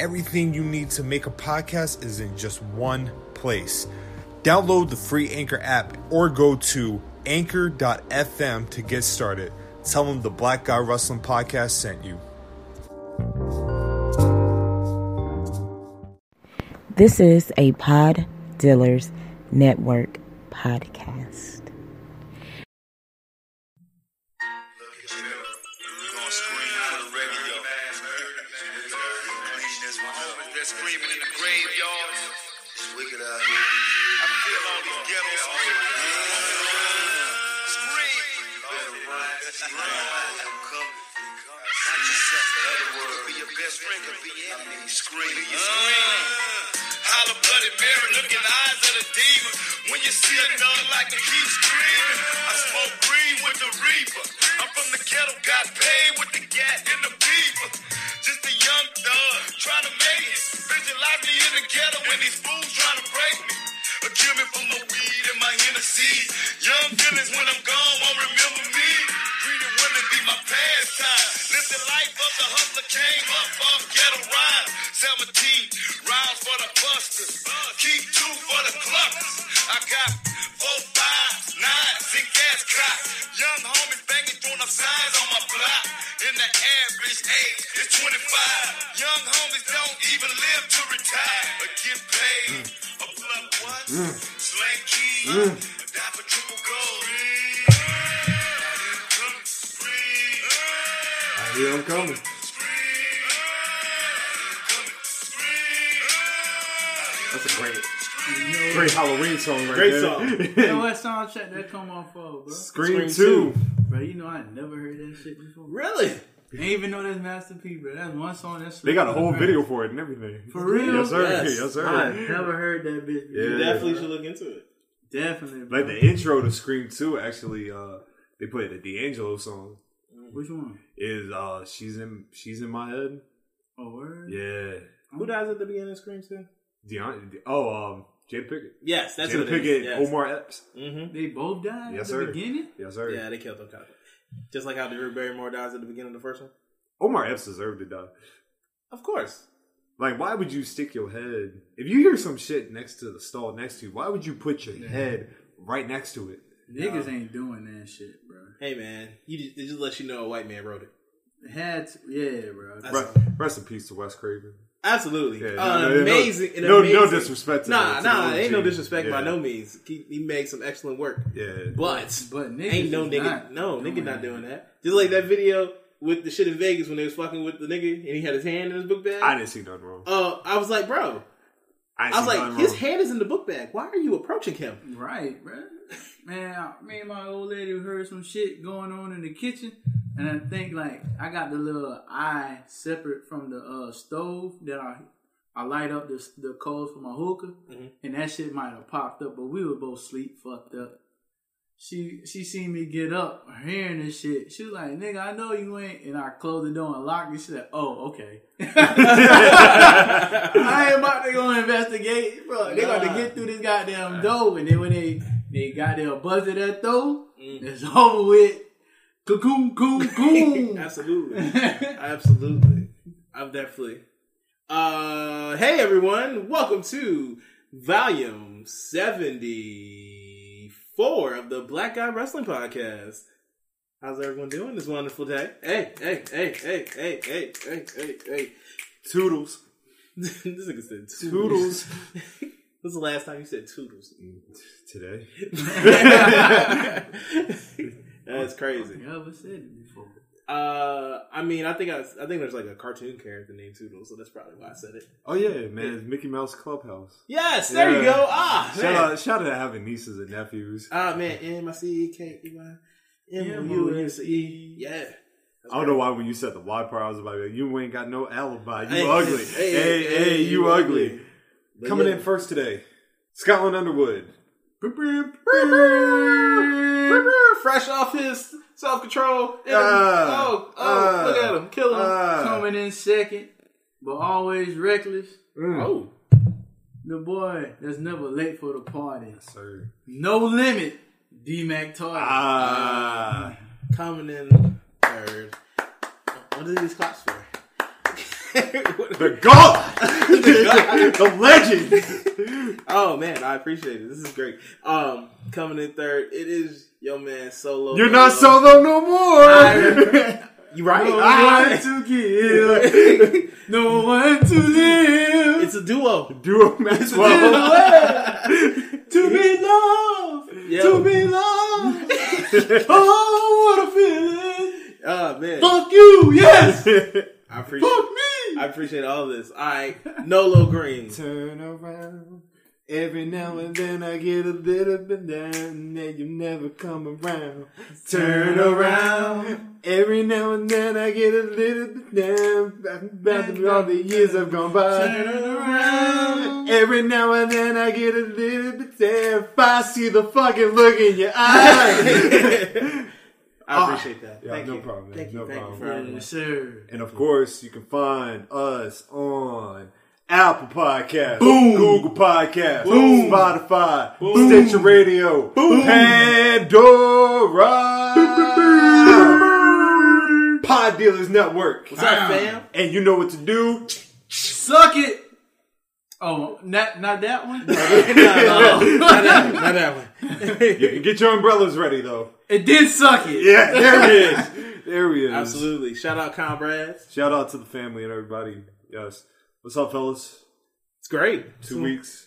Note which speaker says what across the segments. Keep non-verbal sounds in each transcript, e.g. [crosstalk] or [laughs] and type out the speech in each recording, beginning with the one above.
Speaker 1: everything you need to make a podcast is in just one place. Download the free Anchor app or go to anchor.fm to get started. Tell them the Black Guy Wrestling Podcast sent you.
Speaker 2: This is a Pod Dealers Network podcast.
Speaker 3: Screaming in the graveyards. It's wicked out here. I feel all these ghetto screaming. Scream. Better run. Scream. I'm coming. Not yourself. In other words, be your best friend. Could be your enemy. Scream. Uh, Holla Bloody Mary, look in the eyes of the demon. When you see a dog like to keep screaming. I smoke green with the reaper. I'm from the ghetto, got paid with the gat and the beaver. Just a young thug trying to make it. Visualize me in the ghetto when these fools trying to break me. Or kill me for my weed and my Hennessy. Young feelings when I'm gone won't remember me. Greedy women be my pastime. Live the life of the hustler came up off ghetto rhyme. 17 rounds for the busters. Keep two for the cluckers. I got four, five, nine, zinc ass cops. Young homies banging throwing up signs on my block. And the average age is 25. Young homies don't even live to retire or get paid. A blood what? Slang key. A die for triple gold.
Speaker 4: I hear them coming. That's a great, great Halloween song right
Speaker 5: Great
Speaker 4: there.
Speaker 5: song.
Speaker 4: [laughs]
Speaker 6: You know what soundtrack that come on for, bro?
Speaker 4: Scream,
Speaker 5: Scream
Speaker 4: two.
Speaker 6: Bro, you know I never heard that shit before.
Speaker 5: Really?
Speaker 6: Ain't even know that's Master P, bro. That's one song that's
Speaker 4: They got a whole video for it and everything.
Speaker 6: For real?
Speaker 4: Yes, sir. Yes,
Speaker 5: Yes.
Speaker 4: sir.
Speaker 6: I never heard that bitch.
Speaker 4: Yeah.
Speaker 6: before.
Speaker 5: Definitely should look into it.
Speaker 6: Definitely. Bro.
Speaker 4: Like the intro to Scream Two, actually, uh, they played a D'Angelo song.
Speaker 6: Which one?
Speaker 4: Is uh, she's in she's in my head.
Speaker 6: Oh, word?
Speaker 4: Yeah,
Speaker 5: Who dies at the beginning of Scream 2?
Speaker 4: Deon. De- oh, um, Jada Pickett.
Speaker 5: Yes, that's
Speaker 4: Jada
Speaker 5: what it
Speaker 4: Pickett.
Speaker 5: is. Yes.
Speaker 4: Omar Epps.
Speaker 5: Mm-hmm.
Speaker 6: They both died
Speaker 4: Yes,
Speaker 6: at the
Speaker 4: sir.
Speaker 6: beginning?
Speaker 4: Yes, sir.
Speaker 5: Yeah, they killed them cop. Just like how Drew Barrymore dies at the beginning of the first one.
Speaker 4: Omar Epps deserved to die.
Speaker 5: Of course.
Speaker 4: Like, why would you stick your head if you hear some shit next to the stall next to you? Why would you put your head right next to it?
Speaker 6: Niggas ain't doing that shit, bro.
Speaker 5: Hey man, you just, it just lets you know a white man wrote it.
Speaker 6: Had to, yeah, bro.
Speaker 5: That's-
Speaker 4: Rest, rest in peace to Wes Craven.
Speaker 5: Absolutely,
Speaker 4: Yeah,
Speaker 5: An
Speaker 4: no, no,
Speaker 5: amazing. an
Speaker 4: no- no
Speaker 5: amazing-
Speaker 4: disrespect to
Speaker 5: Nah,
Speaker 4: the- to
Speaker 5: nah,
Speaker 4: the
Speaker 5: ain't no
Speaker 4: OG.
Speaker 5: disrespect by
Speaker 4: Yeah.
Speaker 5: no means. He, he made some excellent work,
Speaker 4: Yeah.
Speaker 5: but
Speaker 6: But niggas
Speaker 5: ain't no
Speaker 6: is
Speaker 5: nigga,
Speaker 6: not
Speaker 5: no
Speaker 6: doing
Speaker 5: nigga not
Speaker 6: that.
Speaker 5: doing that. Just like that video with the shit in Vegas when they was fucking with the nigga and he had his hand in his book bag.
Speaker 4: I didn't see nothing wrong.
Speaker 5: uh, I was like, bro,
Speaker 4: didn't
Speaker 5: I was
Speaker 4: see
Speaker 5: like,
Speaker 4: nothing
Speaker 5: his
Speaker 4: wrong.
Speaker 5: hand is in the book bag. Why are you approaching him?
Speaker 6: Right, bro. Man, I- me and my old lady heard some shit going on in the kitchen, and I think like I got the little eye separate from the uh, stove that I I light up the the coals for my hookah, and that shit might have popped up, but we were both sleep fucked up. She she seen me get up, hearing this shit. She was like, "Nigga, I know you ain't." And I closed the door and locked it. She said, "Oh, okay." I ain't about to go investigate, bro. They got to get through this goddamn door, and then when they they got their buzz at that door, it's over with. Cocoon, coon,
Speaker 5: [laughs]
Speaker 6: coon.
Speaker 5: Absolutely. Absolutely. I'm definitely. Uh, hey everyone, welcome to volume 74 of the Black Guy Wrestling Podcast. How's everyone doing this wonderful day? Hey, hey, hey, hey, hey, hey, hey, hey, hey.
Speaker 4: Toodles.
Speaker 5: [laughs] this nigga said
Speaker 4: Toodles.
Speaker 5: toodles. [laughs] When's the last time you said toodles? [laughs]
Speaker 4: Today.
Speaker 5: That's crazy.
Speaker 6: Never said it before.
Speaker 5: Uh, I mean, I think I, I think there's like a cartoon character named Toodles, so that's probably why I said it.
Speaker 4: Oh yeah, man, it's Mickey Mouse Clubhouse.
Speaker 5: Yes, there you
Speaker 4: Yeah.
Speaker 5: go. Ah,
Speaker 4: Shout
Speaker 5: man.
Speaker 4: out, shout out to having nieces and nephews.
Speaker 5: Ah, man. M I C E K E Y M O U S E. Yeah.
Speaker 4: I don't know why when you said the Y part, I was about to be like, you ain't got no alibi. You
Speaker 5: Hey,
Speaker 4: ugly. Hey, hey, you ugly. Coming
Speaker 5: yeah.
Speaker 4: in first today,
Speaker 1: Scotland Underwood.
Speaker 5: Fresh off his self control.
Speaker 1: Ah,
Speaker 5: oh, oh,
Speaker 1: ah,
Speaker 5: look at him, kill him.
Speaker 6: uh,
Speaker 1: ah.
Speaker 6: Coming in second, but always reckless.
Speaker 5: oh,
Speaker 6: The boy that's never late for the party.
Speaker 1: Sir.
Speaker 6: No limit, D Mac Tardy.
Speaker 1: Ah.
Speaker 5: coming in third. What are these claps for? [laughs]
Speaker 1: The God! the legend!
Speaker 5: Oh man, I appreciate it. This is great. Um, coming in third, it is your man Solo.
Speaker 1: You're not
Speaker 5: Dolo.
Speaker 1: solo no more! [laughs]
Speaker 5: You right?
Speaker 1: No
Speaker 5: Ah.
Speaker 1: one to give, no one to live.
Speaker 5: It's a duo.
Speaker 1: Duo match. Well, [laughs]
Speaker 5: To be loved. To be loved.
Speaker 1: oh, what a feeling!
Speaker 5: Oh man.
Speaker 1: Fuck you, yes.
Speaker 5: I appreciate
Speaker 1: Fuck
Speaker 5: I
Speaker 1: me.
Speaker 5: appreciate all this. I Nolo
Speaker 1: [laughs]
Speaker 5: Green.
Speaker 1: [laughs] Turn around. Every now and then I get a little bit down, and you never come around. Turn around. Every now and then I get a little bit down, about all the years I've gone by.
Speaker 6: Turn around.
Speaker 1: Every now and then I get a little bit there. If I see the fucking look in your eyes.
Speaker 5: I appreciate that.
Speaker 1: Yeah,
Speaker 5: thank
Speaker 1: no
Speaker 5: you.
Speaker 1: problem, man.
Speaker 5: Thank you.
Speaker 1: No
Speaker 5: thank
Speaker 1: problem.
Speaker 5: you for all
Speaker 6: Yes,
Speaker 5: this.
Speaker 6: sir.
Speaker 1: and of course, you can find us on Apple Podcasts, Google Podcasts, Spotify, Stitcher Radio, Pandora, Pod Dealers Network.
Speaker 5: What's up, fam?
Speaker 1: And you know what to do.
Speaker 6: Suck it. Oh, not not that
Speaker 1: [laughs]
Speaker 6: one.
Speaker 5: Not that one. Not that one.
Speaker 1: You can get your umbrellas ready, though.
Speaker 6: it did suck it.
Speaker 1: Yeah, [laughs] there he is. There he is.
Speaker 5: Absolutely. Shout out comrades.
Speaker 1: Shout out to the family and everybody. Yes. What's up, fellas?
Speaker 5: It's great.
Speaker 1: Two weeks.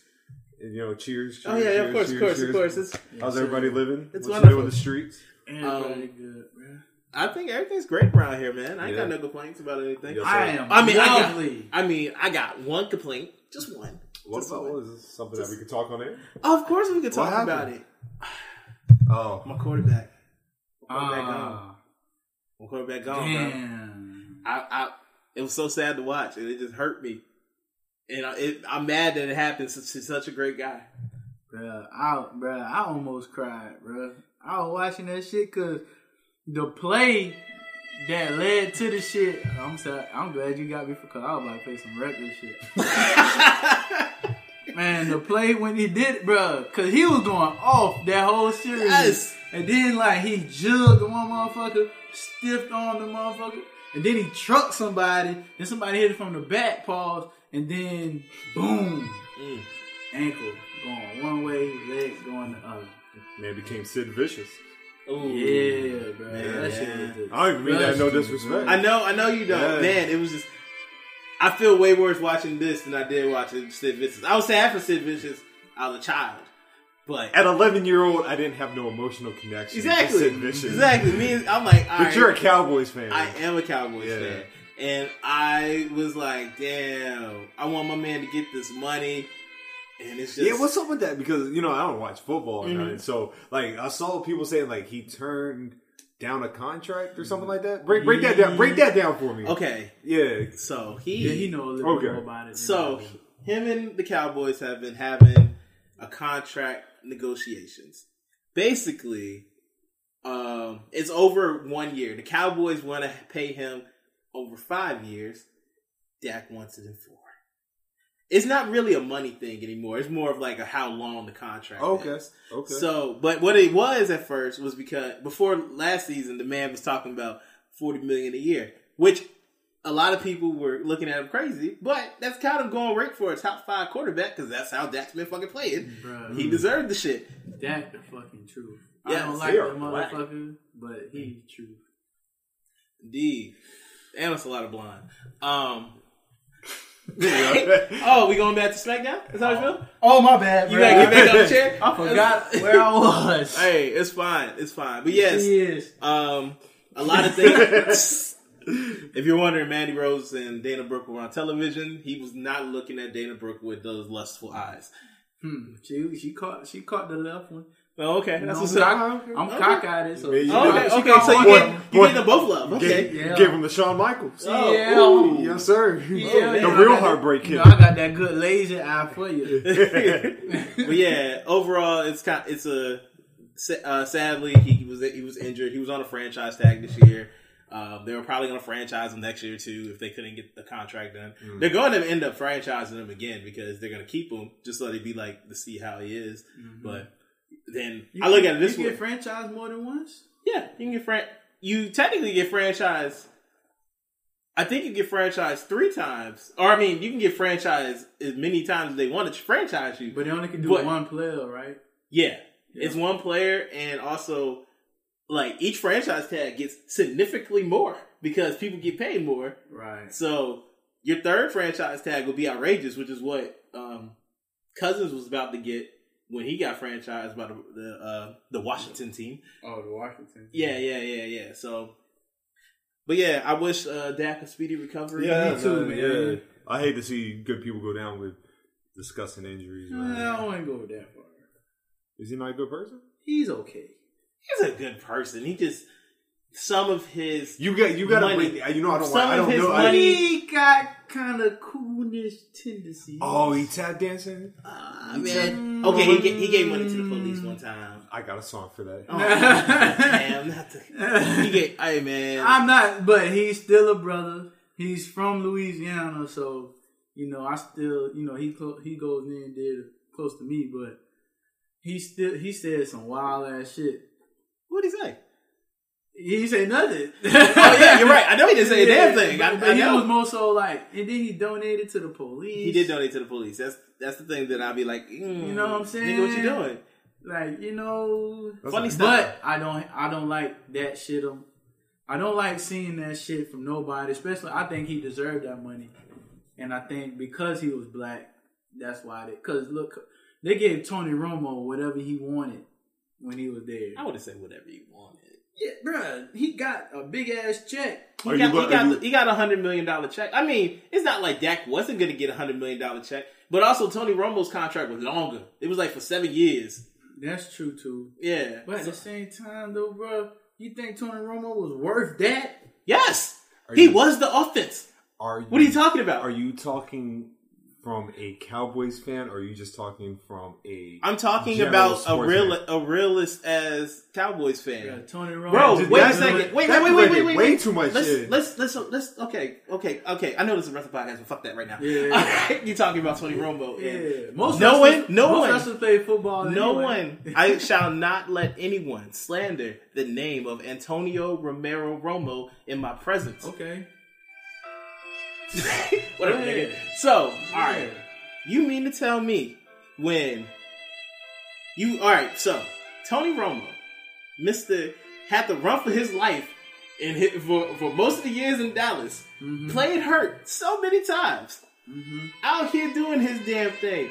Speaker 1: And, you know, cheers. cheers
Speaker 5: Oh yeah, yeah,
Speaker 1: cheers,
Speaker 5: of course, of
Speaker 1: cheers,
Speaker 5: course, of
Speaker 1: cheers.
Speaker 5: course. It's,
Speaker 1: How's everybody living? What's
Speaker 5: It's wonderful.
Speaker 1: new in the streets?
Speaker 6: Everybody
Speaker 5: Um,
Speaker 6: good, man.
Speaker 5: I think everything's great around here, man. I ain't got
Speaker 1: Yeah.
Speaker 5: no complaints about anything.
Speaker 1: Yeah.
Speaker 6: I am.
Speaker 5: I mean, I got-
Speaker 6: lovely.
Speaker 5: I mean, I got one complaint, just one.
Speaker 1: What
Speaker 5: Just
Speaker 1: about
Speaker 5: one.
Speaker 1: what is this? something that we could talk on air?
Speaker 5: Of course, we could
Speaker 1: What
Speaker 5: talk about
Speaker 1: happened?
Speaker 5: it.
Speaker 1: Oh,
Speaker 5: My quarterback. My quarterback gone.
Speaker 6: Ah,
Speaker 5: My quarterback gone, bro.
Speaker 6: damn.
Speaker 5: I, I, it was so sad to watch, and it just hurt me. And I, it, I'm mad that it happened since he's such a great guy.
Speaker 6: Bruh, I, bruh, I almost cried, bruh. I was watching that shit because the play that led to the shit. I'm sorry. I'm glad you got me for because I was about to play some reckless shit.
Speaker 5: [laughs]
Speaker 6: Man, the play when he did it, bruh, because he was going off that whole series.
Speaker 5: Yes.
Speaker 6: And then, like, he jugged the one motherfucker, stiffed on the motherfucker, and then he trucked somebody, then somebody hit it from the back, pause, and then boom
Speaker 5: Mm.
Speaker 6: ankle going one way, leg going the other.
Speaker 1: man became Sid Vicious.
Speaker 5: Ooh.
Speaker 6: Yeah, bro. That shit
Speaker 5: Yeah.
Speaker 6: was the-
Speaker 1: I don't even mean that in no
Speaker 6: Rusty,
Speaker 1: disrespect.
Speaker 5: I know, I know you don't,
Speaker 1: Yeah.
Speaker 5: man. It was just, I feel way worse watching this than I did watching Sid Vicious. I was sad for Sid Vicious. I was a child, but
Speaker 1: At 11 year old, I didn't have no emotional connection. to
Speaker 5: exactly,
Speaker 1: Sid Vicious.
Speaker 5: exactly. Me, and- I'm like, all
Speaker 1: But
Speaker 5: right,
Speaker 1: you're a Cowboys fan.
Speaker 5: I am a Cowboys
Speaker 1: Yeah.
Speaker 5: fan, and I was like, damn, I want my man to get this money, and it's just
Speaker 1: yeah, what's up with that? Because you know I don't watch football or
Speaker 4: Mm-hmm.
Speaker 5: Mhm.
Speaker 1: nothing. So like I saw people saying like he turned down a contract or something like that. Break break that down. Break that down for me.
Speaker 5: okay.
Speaker 1: Yeah.
Speaker 5: So he,
Speaker 6: Yeah, he know a little
Speaker 1: Okay.
Speaker 6: more about it. than
Speaker 5: So
Speaker 6: I do.
Speaker 5: him and the Cowboys have been having a contract negotiations. Basically, um, it's over one year. The Cowboys want to pay him over five years. Dak wants it in four. It's not really a money thing anymore. It's more of like a how long the contract.
Speaker 1: Okay.
Speaker 5: is.
Speaker 1: Okay.
Speaker 5: So, but what it was at first was because before last season, the man was talking about forty million a year, which a lot of people were looking at him crazy. But that's kind of going right for a top five quarterback because that's how Dak's been fucking playing.
Speaker 6: Bruh.
Speaker 5: He deserved the shit.
Speaker 6: that the fucking truth.
Speaker 5: Yeah,
Speaker 6: I don't
Speaker 5: they
Speaker 6: like the
Speaker 1: are black.
Speaker 6: motherfucker, but he true.
Speaker 5: Indeed, and it's a lot of blind. Um.
Speaker 1: Yeah.
Speaker 5: [laughs] oh, we going back to SmackDown? Is that how you feel?
Speaker 6: Oh my bad,
Speaker 5: You gotta get back on the chair.
Speaker 6: [laughs] I forgot where I was. [laughs]
Speaker 5: Oh. Hey, it's fine. It's fine. But yes,
Speaker 6: Yes.
Speaker 5: Um, a lot [laughs] of things. if you're wondering, Mandy Rose and Dana Brooke were on television. He was not looking at Dana Brooke with those lustful eyes.
Speaker 6: Hmm. She she caught she caught the left one,
Speaker 5: No, Oh, okay, that's
Speaker 6: I'm,
Speaker 5: what's up.
Speaker 6: cock- I'm
Speaker 5: Okay.
Speaker 6: cockeyed, so
Speaker 4: Yeah, you
Speaker 5: Okay,
Speaker 4: She
Speaker 5: okay, so
Speaker 4: one.
Speaker 5: you get you
Speaker 4: One.
Speaker 5: get them both love. Okay,
Speaker 4: Give,
Speaker 6: yeah.
Speaker 4: give him the Shawn Michaels.
Speaker 5: Oh,
Speaker 6: yeah,
Speaker 5: ooh.
Speaker 4: Yes, [laughs] sir.
Speaker 6: yeah,
Speaker 4: the
Speaker 6: yeah, I
Speaker 4: real
Speaker 6: got-
Speaker 4: heartbreak
Speaker 6: You
Speaker 4: kid.
Speaker 6: know, I got that good lazy eye for you.
Speaker 4: [laughs]
Speaker 5: but yeah, overall, it's kind. It's a uh, sadly he was he was injured. He was on a franchise tag this year. Um, they were probably going to franchise him next year too if they couldn't get the contract done.
Speaker 6: Mm.
Speaker 5: They're going to end up franchising him again because they're going to keep him just so they be like to see how he is. But then I look at it this
Speaker 6: Mm-hmm. you
Speaker 5: way:
Speaker 6: get franchised more than once.
Speaker 5: yeah, you can get fran. You technically get franchised. I think you get franchised three times, or I mean, you can get franchised as many times as they want to franchise you.
Speaker 6: But they only can do
Speaker 5: But-
Speaker 6: one player, right?
Speaker 5: Yeah. It's one player and also like each franchise tag gets significantly more because people get paid more.
Speaker 6: Right.
Speaker 5: So your third franchise tag will be outrageous, which is what um, Cousins was about to get when he got franchised by the the, uh, the Washington team.
Speaker 6: Oh, the Washington.
Speaker 5: Yeah, yeah, yeah, yeah. So, but yeah, I wish uh, Dak a speedy recovery.
Speaker 4: Yeah,
Speaker 6: Me too,
Speaker 4: man,
Speaker 6: man.
Speaker 4: yeah. I hate to see good people go down with disgusting injuries.
Speaker 6: Nah,
Speaker 1: Mm.
Speaker 4: Man.
Speaker 6: I wouldn't go that far.
Speaker 4: Is he not a good person?
Speaker 6: He's okay.
Speaker 5: he's a good person. He just some of his
Speaker 4: You got you got to
Speaker 5: Money.
Speaker 4: break. You know I don't.
Speaker 5: Some
Speaker 4: want- I
Speaker 5: of
Speaker 4: don't
Speaker 5: his
Speaker 4: know.
Speaker 5: money-
Speaker 4: I,
Speaker 6: He got kind of coolish tendencies.
Speaker 4: oh, he tap dancing.
Speaker 5: Ah, man. Okay, he, ga- he gave money to the police
Speaker 4: Mm.
Speaker 5: one time.
Speaker 4: [laughs] I got a song for that.
Speaker 5: [laughs] Oh. Damn, not the. He get, hey man,
Speaker 6: I'm not, but he's still a brother. He's from Louisiana, so you know I still, you know he clo- he goes in and did close to me, but he still he said some wild ass shit.
Speaker 5: what would he say?
Speaker 6: He said nothing.
Speaker 5: [laughs] Oh yeah, you're right. I know he didn't say
Speaker 6: [laughs]
Speaker 5: a
Speaker 6: Yeah,
Speaker 5: damn thing. I,
Speaker 6: but-
Speaker 5: I
Speaker 6: but he
Speaker 5: know.
Speaker 6: was more so like, and then he donated to the police.
Speaker 5: he did donate to the police. That's that's the thing that I'd be like, mm,
Speaker 6: You know what I'm saying?
Speaker 5: Nigga, what you doing?
Speaker 6: like you know.
Speaker 5: Funny stuff.
Speaker 6: But I don't, I don't like that shit. Um, I don't like seeing that shit from nobody. Especially, I think he deserved that money, and I think because he was black, that's why they. Because look, they gave Tony Romo whatever he wanted when he was there.
Speaker 5: I would have said whatever you wanted.
Speaker 6: Yeah, bruh, he got a big ass check.
Speaker 5: He
Speaker 4: Are you
Speaker 5: got,
Speaker 4: bu-
Speaker 5: he, got,
Speaker 4: are you-
Speaker 5: the- he got a hundred million dollar check. I mean, it's not like Dak wasn't going to get a hundred million dollar check, but also Tony Romo's contract was longer. It was like for seven years.
Speaker 6: That's true too.
Speaker 5: Yeah.
Speaker 6: But at the same time, though, bruh, you think Tony Romo was worth that?
Speaker 5: yes,
Speaker 4: Are
Speaker 5: he
Speaker 4: you-
Speaker 5: was the offense.
Speaker 4: Are you,
Speaker 5: What are you talking about?
Speaker 4: Are you talking from a Cowboys fan, or are you just talking from a?
Speaker 5: I'm talking
Speaker 4: general
Speaker 5: about a
Speaker 4: sports
Speaker 5: real
Speaker 4: fan?
Speaker 5: a realist as Cowboys fan.
Speaker 6: Yeah, Tony Romo.
Speaker 5: Bro,
Speaker 4: Dude,
Speaker 5: wait a
Speaker 4: that's-
Speaker 5: second. Wait, wait,
Speaker 4: that's
Speaker 5: wait, wait, wait, wait.
Speaker 4: way
Speaker 5: wait.
Speaker 4: too much
Speaker 5: Let's,
Speaker 4: shit.
Speaker 5: let's let's let's okay, okay, okay. I know this is a rest of the podcast, but fuck that right now. [laughs]
Speaker 6: Yeah.
Speaker 5: you talking about Tony Romo.
Speaker 6: Yeah,
Speaker 5: and
Speaker 6: most
Speaker 5: no
Speaker 6: wrestlers-
Speaker 5: one, no
Speaker 6: most
Speaker 5: one,
Speaker 6: wrestlers play football.
Speaker 5: no
Speaker 6: anyway.
Speaker 5: one.
Speaker 6: [laughs]
Speaker 5: I shall not let anyone slander the name of Antonio Romero Romo in my presence.
Speaker 6: Okay.
Speaker 5: [laughs] Whatever,
Speaker 6: Yeah.
Speaker 5: nigga. So, all right.
Speaker 6: Yeah.
Speaker 5: You mean to tell me when you all right? So Tony Romo, Mister, had to run for his life in hit, for for most of the years in Dallas. Played hurt so many times. Out here doing his damn thing.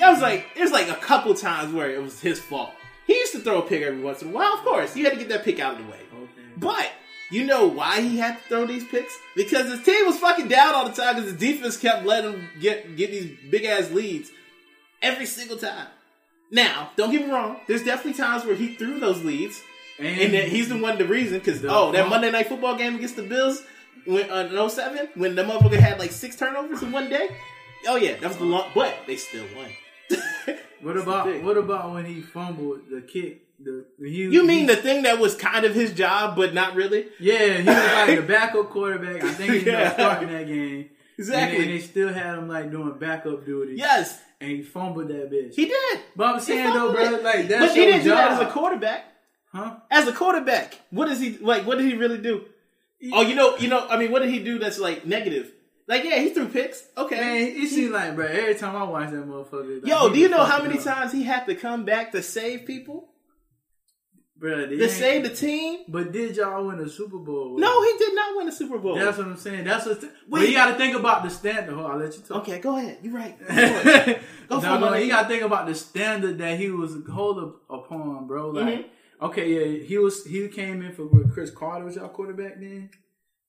Speaker 5: That was like it was like a couple times where it was his fault. He used to throw a pick every once in a while. Of course, you had to get that pick out of the way.
Speaker 6: Okay.
Speaker 5: But you know why he had to throw these picks? Because his team was fucking down all the time because the defense kept letting him get get these big ass leads every single time. Now, don't get me wrong. There's definitely times where he threw those leads,
Speaker 6: And,
Speaker 5: and that he's the one the reason. Because
Speaker 6: The
Speaker 5: oh, that
Speaker 6: fumble.
Speaker 5: Monday night football game against the Bills when uh, in 07, when the motherfucker had like six turnovers in one day. Oh yeah, that was the long. But they still won. [laughs]
Speaker 6: What
Speaker 5: That's the
Speaker 6: about
Speaker 5: thing.
Speaker 6: what about when he fumbled the kick? The he,
Speaker 5: You mean the thing that was kind of his job, but not really?
Speaker 6: Yeah, he was
Speaker 5: [laughs]
Speaker 6: like the backup quarterback. I think he ended
Speaker 5: Yeah.
Speaker 6: up starting that game.
Speaker 5: Exactly.
Speaker 6: And, they- and they still had him like doing backup duty.
Speaker 5: Yes,
Speaker 6: And he fumbled that bitch.
Speaker 5: he did.
Speaker 6: but I'm saying though, bro, like that's
Speaker 5: but he
Speaker 6: your
Speaker 5: didn't do
Speaker 6: job.
Speaker 5: that as a quarterback.
Speaker 6: huh?
Speaker 5: As a quarterback, what is he like? What did he really do? Oh, you know, you know. I mean, what did he do that's like negative? Like, yeah, he threw picks. Okay.
Speaker 6: Man, it seems like, bro, every time I watch that motherfucker. like,
Speaker 5: Yo,
Speaker 6: he
Speaker 5: do you
Speaker 6: was
Speaker 5: know how
Speaker 6: fucking
Speaker 5: many
Speaker 6: up.
Speaker 5: times he had to come back to save people,
Speaker 6: Bro, they
Speaker 5: to
Speaker 6: ain't-
Speaker 5: save the team?
Speaker 6: But did y'all win a Super Bowl? with
Speaker 5: No, he did not win the Super Bowl.
Speaker 6: That's what I'm saying. That's what. Th-
Speaker 5: Wait.
Speaker 6: But you got to think about the standard. Hold on, I'll let you talk.
Speaker 5: okay, go ahead.
Speaker 6: [laughs]
Speaker 5: You're right. Go
Speaker 6: no,
Speaker 5: for it,
Speaker 6: no,
Speaker 5: my
Speaker 6: you
Speaker 5: nigga.
Speaker 6: got to think about the standard that he was hold up upon, bro. Like,
Speaker 5: Mm-hmm.
Speaker 6: okay, yeah, he was he came in for what, Chris Carter was y'all quarterback then.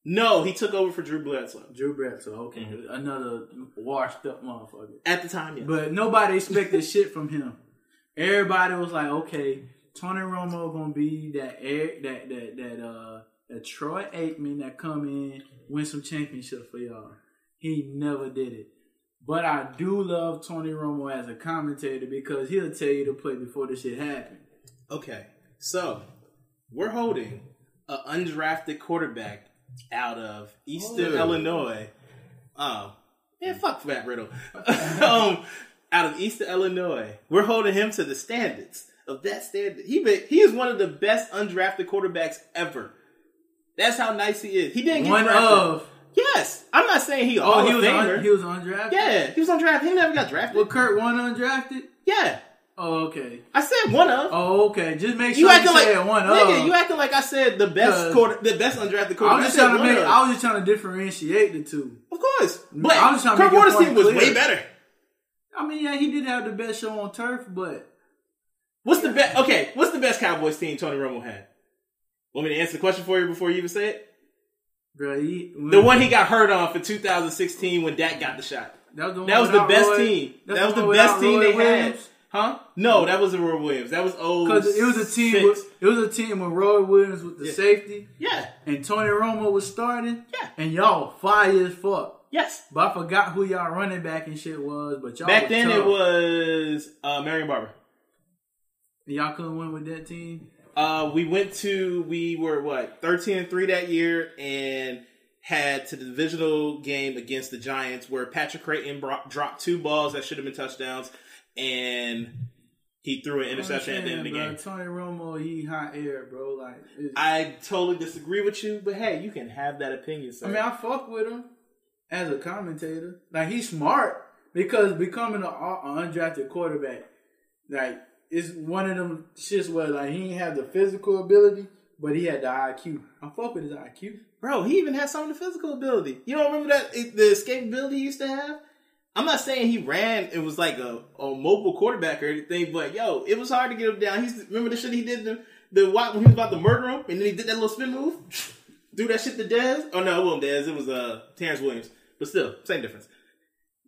Speaker 5: No, he took over for Drew Bledsoe
Speaker 6: Drew Bledsoe, okay, another washed up motherfucker.
Speaker 5: at the time. Yeah.
Speaker 6: But nobody expected shit from him. Everybody was like, okay, Tony Romo gonna be that air that that that uh that Troy Aikman that come in win some championship for y'all. He never did it. But I do love Tony Romo as a commentator because he'll tell you to play before this shit happened.
Speaker 5: Okay, so we're holding an undrafted quarterback out of Eastern Illinois. Oh, man, fuck Matt Riddle. [laughs] um, out of Eastern Illinois, we're holding him to the standards of that standard. He been, he is one of the best undrafted quarterbacks ever. That's how nice he is. He didn't get
Speaker 6: One
Speaker 5: drafted.
Speaker 6: of
Speaker 5: Yes, I'm not saying he.
Speaker 6: oh
Speaker 5: all
Speaker 6: he was
Speaker 5: famer.
Speaker 6: un, he was undrafted.
Speaker 5: yeah, he was undrafted. He never got drafted.
Speaker 6: Well, Kurt won undrafted.
Speaker 5: yeah,
Speaker 6: Oh okay.
Speaker 5: I said one of.
Speaker 6: Oh okay. Just make sure
Speaker 5: You
Speaker 6: you,
Speaker 5: acting like
Speaker 6: say one
Speaker 5: nigga,
Speaker 6: of.
Speaker 5: You acting like I said the best
Speaker 6: Cause-
Speaker 5: quarter, the best undrafted
Speaker 6: I
Speaker 5: quarterback.
Speaker 6: was just
Speaker 5: said
Speaker 6: trying to
Speaker 5: one
Speaker 6: make.
Speaker 5: of,
Speaker 6: I was just trying to differentiate the two.
Speaker 5: of course, but
Speaker 6: I was trying to
Speaker 5: Kurt
Speaker 6: make your
Speaker 5: Warner's
Speaker 6: point
Speaker 5: team was
Speaker 6: clear.
Speaker 5: way better.
Speaker 6: I mean, yeah, he did have the best show on turf, but
Speaker 5: What's the best? Okay, what's the best Cowboys team Tony Romo had? Want me to answer the question for you before you even say it?
Speaker 6: bro, he,
Speaker 5: The one he got hurt on for 2016 when Dak got the shot.
Speaker 6: that was the, one
Speaker 5: That was the
Speaker 6: without
Speaker 5: best
Speaker 6: Roy-
Speaker 5: team.
Speaker 6: that's
Speaker 5: That was the
Speaker 6: one
Speaker 5: best
Speaker 6: without Roy
Speaker 5: team they had.
Speaker 6: Williams.
Speaker 5: Huh? No, that was the Roy Williams. That was old.
Speaker 6: Because it was a team.
Speaker 5: six.
Speaker 6: With, it was a team with Roy Williams with the
Speaker 5: Yeah.
Speaker 6: safety,
Speaker 5: Yeah.
Speaker 6: and Tony Romo was starting.
Speaker 5: Yeah.
Speaker 6: and y'all fire as fuck.
Speaker 5: Yes.
Speaker 6: But I forgot who y'all running back and shit was. But y'all
Speaker 5: Back
Speaker 6: was
Speaker 5: then
Speaker 6: tough.
Speaker 5: it was uh, Marion Barber.
Speaker 6: And y'all couldn't win with that team.
Speaker 5: Uh, we went to we were what thirteen and three that year, and had to the divisional game against the Giants, where Patrick Creighton brought, dropped two balls that should have been touchdowns, and he threw an interception at the end of the
Speaker 6: Bro,
Speaker 5: game.
Speaker 6: Tony Romo, he hot air, bro. Like, it's-
Speaker 5: I totally disagree with you, but hey, you can have that opinion, sir.
Speaker 6: I mean, I fuck with him as a commentator. Like he's smart because becoming an undrafted quarterback, like is one of them shits where like he ain't have the physical ability, but he had the IQ. I fuck with his IQ.
Speaker 5: Bro, he even had some of the physical ability. You don't remember that it- the escapability he used to have? I'm not saying he ran It was like a, a mobile quarterback or anything, but yo, it was hard to get him down. He's remember the shit he did the the walk when he was about to murder him, and then he did that little spin move, [laughs] do that shit to Dez. Oh no, it wasn't Dez. It was uh Terrence Williams, but still same difference.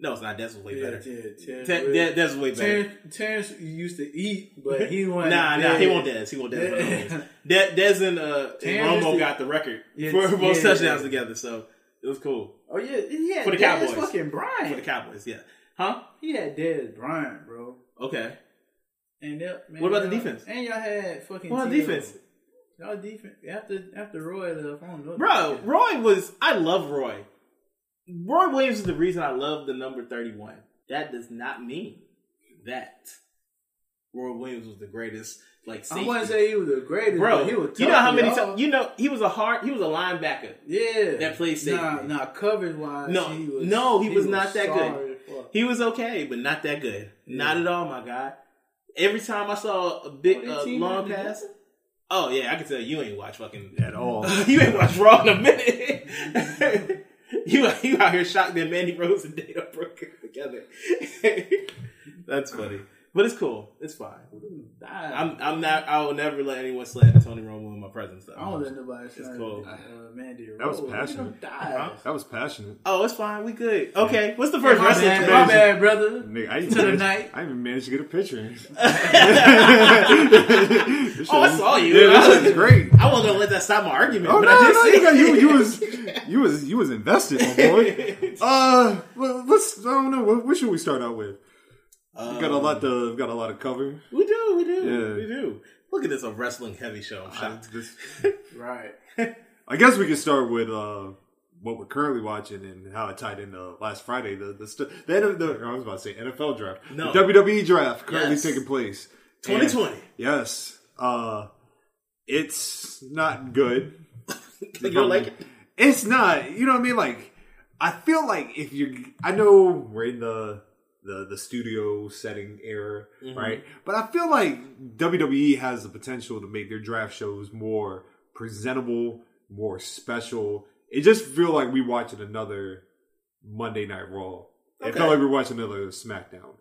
Speaker 5: No, it's not. Dez was way better.
Speaker 6: yeah,
Speaker 5: Ter- Dez, Dez was way better.
Speaker 6: Terrence, Terrence used to eat, but he went.
Speaker 5: [laughs] Nah, nah, he won't Dez. He won't Dez.
Speaker 6: Yeah.
Speaker 5: Williams. De- Dez and uh, and
Speaker 6: Terrence
Speaker 5: Romo
Speaker 6: is-
Speaker 5: got the record
Speaker 6: Yeah,
Speaker 5: for
Speaker 6: yeah,
Speaker 5: most touchdowns
Speaker 6: yeah.
Speaker 5: together, so it was cool.
Speaker 6: Oh yeah, he had
Speaker 5: For the
Speaker 6: Dez
Speaker 5: Cowboys.
Speaker 6: Fucking Bryant.
Speaker 5: For the Cowboys, yeah. Huh?
Speaker 6: he had Dez Bryant, bro.
Speaker 5: Okay.
Speaker 6: And they'll- man,
Speaker 5: What about the
Speaker 6: y'all-
Speaker 5: defense?
Speaker 6: And y'all had fucking
Speaker 5: What about
Speaker 6: Tebow.
Speaker 5: defense?
Speaker 6: Y'all defense after after Roy left. I don't know.
Speaker 5: Bro, Roy was I love Roy. Roy Williams is the reason I love the number 31. That does not mean that Roy Williams was the greatest like
Speaker 6: I
Speaker 5: safety.
Speaker 6: wouldn't say he was the greatest,
Speaker 5: Bro,
Speaker 6: But he was
Speaker 5: you know how
Speaker 6: tough,
Speaker 5: many
Speaker 6: y'all.
Speaker 5: times you know he was a hard he was a linebacker.
Speaker 6: yeah
Speaker 5: that played safety.
Speaker 6: Nah, nah coverage wise,
Speaker 5: No,
Speaker 6: he was,
Speaker 5: no, he was not that
Speaker 6: sorry
Speaker 5: good.
Speaker 6: as fuck.
Speaker 5: He was okay, but not that good. Not
Speaker 6: Yeah.
Speaker 5: at all, my guy. Every time I saw a big
Speaker 6: Oh, that
Speaker 5: uh,
Speaker 6: team
Speaker 5: long
Speaker 6: had to
Speaker 5: pass,
Speaker 6: do
Speaker 5: oh yeah, I can tell you ain't watch fucking
Speaker 1: at all.
Speaker 5: [laughs] you ain't watched Raw in a minute. [laughs] you you out here shocked that Mandy Rose and Dana Brooke [laughs] are together. That's funny, but it's cool. It's fine.
Speaker 6: I,
Speaker 5: I'm I'm not. I will never let anyone slander Tony Romo in my presence. Though.
Speaker 6: I don't let nobody
Speaker 5: It's
Speaker 6: say
Speaker 5: cool.
Speaker 6: uh, Mandy.
Speaker 1: That was
Speaker 6: Rose.
Speaker 1: passionate.
Speaker 6: Die.
Speaker 1: That was passionate.
Speaker 5: Oh, it's fine. We good. Okay. What's the first
Speaker 6: My
Speaker 5: wrestling?
Speaker 6: bad,
Speaker 1: today.
Speaker 6: my
Speaker 5: match?
Speaker 6: bad, brother.
Speaker 1: Nigga, I even
Speaker 6: To the
Speaker 1: managed-
Speaker 6: night.
Speaker 1: I even managed to get a picture.
Speaker 5: Oh, I saw you.
Speaker 1: Yeah,
Speaker 5: [laughs]
Speaker 1: this shit is great.
Speaker 5: I wasn't gonna let that stop my argument,
Speaker 1: Oh
Speaker 5: but
Speaker 1: no,
Speaker 5: I did
Speaker 1: no,
Speaker 5: see
Speaker 1: you, got, you, you was
Speaker 5: [laughs]
Speaker 1: you was you was invested, my boy. Uh, well, let's. I don't know. What, what should we start out with? We
Speaker 5: Um,
Speaker 1: got a lot to we got a lot of cover.
Speaker 5: We do. We do.
Speaker 1: Yeah. Ah,
Speaker 5: We do. Look at this a wrestling heavy show. I'm
Speaker 1: I,
Speaker 5: shocked.
Speaker 1: this-
Speaker 6: Right.
Speaker 1: I guess we can start with uh, what we're currently watching and how it tied in uh, last Friday. The the, st- the, end of the I was about to say NFL draft.
Speaker 5: No.
Speaker 1: The WWE draft currently
Speaker 5: Yes.
Speaker 1: taking place.
Speaker 5: 2020.
Speaker 1: And- yes. Uh, it's not good.
Speaker 5: [laughs] You don't like it?
Speaker 1: It's not. You know what I mean? Like, I feel like if you, I know we're in the the the studio setting era,
Speaker 5: Mm-hmm.
Speaker 1: right? But I feel like WWE has the potential to make their draft shows more presentable, more special. It just feel like we watching another Monday Night Raw. It
Speaker 5: Okay.
Speaker 1: felt like we were watching another SmackDown.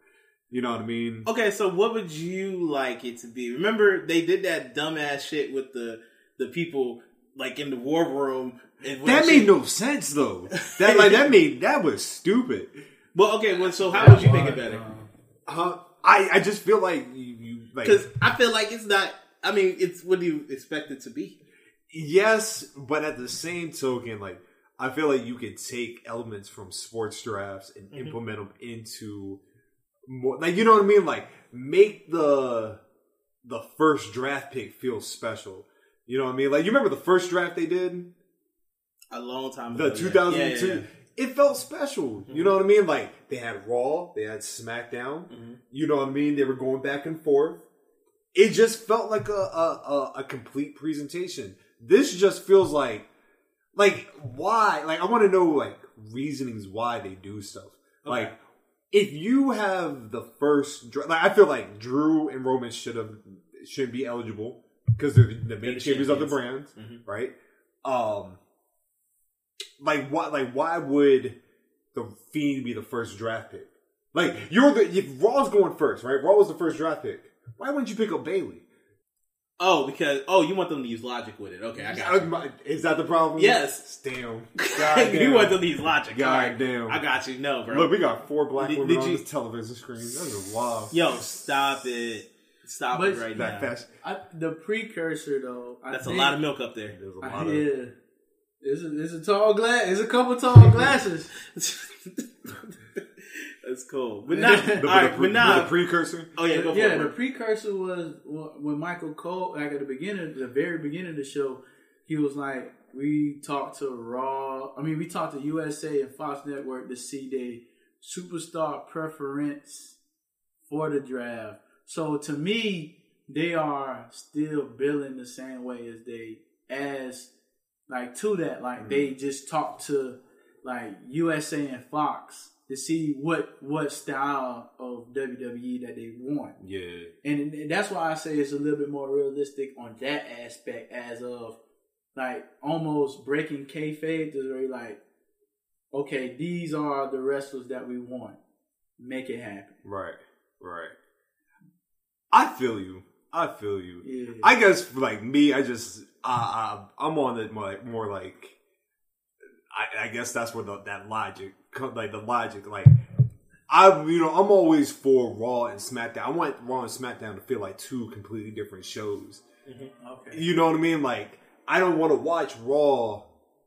Speaker 1: You know what I mean?
Speaker 5: Okay, so what would you like it to be? Remember, they did that dumbass shit with the the people like in the war room. And when
Speaker 1: That
Speaker 5: shit-
Speaker 1: made no sense though. That like [laughs] that made that was stupid.
Speaker 5: Well, okay, well, so how would you make it better?
Speaker 1: Uh, I I just feel like you, you like
Speaker 5: Because I feel like it's not I mean, it's what do you expect it to be?
Speaker 1: Yes, but at the same token, like I feel like you can take elements from sports drafts and implement them into more. Like you know what I mean? Like make the the first draft pick feel special. You know what I mean? Like you remember the first draft they did,
Speaker 5: A long time ago.
Speaker 1: the
Speaker 5: yeah.
Speaker 1: 2002.
Speaker 5: Yeah, Mm-hmm. yeah, yeah.
Speaker 1: It felt special. You know what I mean? Like they had Raw, they had SmackDown.
Speaker 5: Mm-hmm.
Speaker 1: You know what I mean? They were going back and forth. It just felt like a a, a, a complete presentation. This just feels like like why? Like I want to know like reasonings why they do stuff. Like if you have the first dra- like I feel like Drew and Roman should have shouldn't be eligible because they're the, the main
Speaker 5: the
Speaker 1: champions of the brand,
Speaker 5: champions. Mm-hmm.
Speaker 1: right? Um like why like why would the Fiend be the first draft pick? Like you're the if Raw's going first, right? Raw was the first draft pick. Why wouldn't you pick up Bailey?
Speaker 5: Oh, because oh, you want them to use logic with it? Okay, I got. You.
Speaker 1: Is that the problem?
Speaker 5: Yes.
Speaker 1: Damn.
Speaker 5: [laughs] you
Speaker 1: Oh, Goddamn.
Speaker 5: want them to use logic? all right.
Speaker 1: Goddamn.
Speaker 5: I got you. No, bro.
Speaker 1: Look, we got four black
Speaker 5: Did-
Speaker 1: women
Speaker 5: did
Speaker 1: on
Speaker 5: you-
Speaker 1: this television screen. Those are wild.
Speaker 5: Yo, stop it! Stop
Speaker 6: But-
Speaker 5: it right
Speaker 1: that
Speaker 5: now.
Speaker 1: fast.
Speaker 6: I, the precursor though. I
Speaker 5: That's a
Speaker 6: think-
Speaker 5: lot of milk up there.
Speaker 1: There's a
Speaker 6: I-
Speaker 1: lot of.
Speaker 6: yeah, it's a, it's a tall glass. It's a couple tall glasses. [laughs]
Speaker 5: [laughs] That's cool,
Speaker 1: [laughs]
Speaker 5: but not.
Speaker 6: The-
Speaker 5: all
Speaker 6: the-
Speaker 5: right,
Speaker 1: pre-
Speaker 5: but not.
Speaker 1: the precursor.
Speaker 5: oh yeah, go for
Speaker 6: yeah,
Speaker 5: it.
Speaker 6: the
Speaker 5: bro.
Speaker 6: precursor was wh- when Michael Cole, like at the beginning, the very beginning of the show, he was like, "We talked to Raw. I mean, we talked to USA and Fox Network to see their superstar preference for the draft." So to me, they are still billing the same way as they as like to that. Like
Speaker 1: Mm-hmm.
Speaker 6: they just talked to like USA and Fox to see what what style of WWE that they want
Speaker 1: Yeah.
Speaker 6: and and that's why I say it's a little bit more realistic on that aspect, as of like almost breaking kayfabe to where you're like, okay, these are the wrestlers that we want, make it happen.
Speaker 1: Right. Right. I feel you. I feel you.
Speaker 6: Yeah.
Speaker 1: I guess for like me, I just I, I I'm on it more like more like I, I guess that's where the, that logic come like the logic like I you know I'm always for Raw and SmackDown. I want Raw and SmackDown to feel like two completely different shows.
Speaker 6: Mm-hmm. Okay.
Speaker 1: You know what I mean? Like I don't want to watch Raw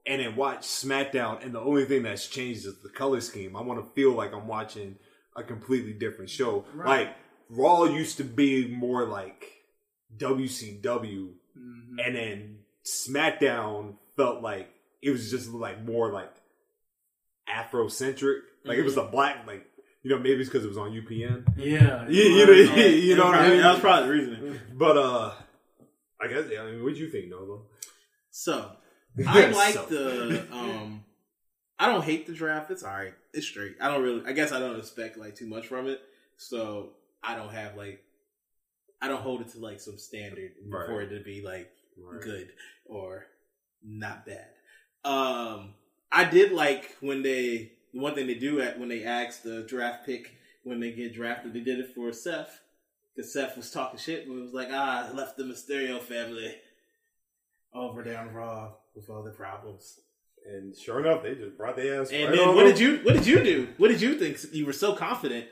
Speaker 1: and then watch SmackDown, and the only thing that's changed is the color scheme. I want to feel like I'm watching a completely different show.
Speaker 6: Right.
Speaker 1: Like Raw used to be more like WCW,
Speaker 6: Mm-hmm.
Speaker 1: and then SmackDown felt like it was just like more like Afrocentric. Like it was a black like. You know, maybe it's because it was on UPN.
Speaker 6: Yeah.
Speaker 1: You, you know, [laughs] you know what I
Speaker 5: Probably-
Speaker 1: mean.
Speaker 5: That was probably the reason.
Speaker 1: But uh, I guess I mean, what do you think, Nova? [laughs]
Speaker 5: So I
Speaker 1: So.
Speaker 5: like the. um I don't hate the draft. It's all right. It's straight. I don't really. I guess I don't expect like too much from it. So I don't have like. I don't hold it to like some standard
Speaker 1: Right.
Speaker 5: for it to be like good or not bad. Um, I did like when they the one thing they do at when they ask the draft pick when they get drafted. They did it for Seth because Seth was talking shit and was like, "Ah, I left the Mysterio family over there on Raw with all the problems."
Speaker 1: And sure enough, they just brought their ass.
Speaker 5: And
Speaker 1: right
Speaker 5: then
Speaker 1: on
Speaker 5: what
Speaker 1: over.
Speaker 5: did you what did you do? What did you think? You were so confident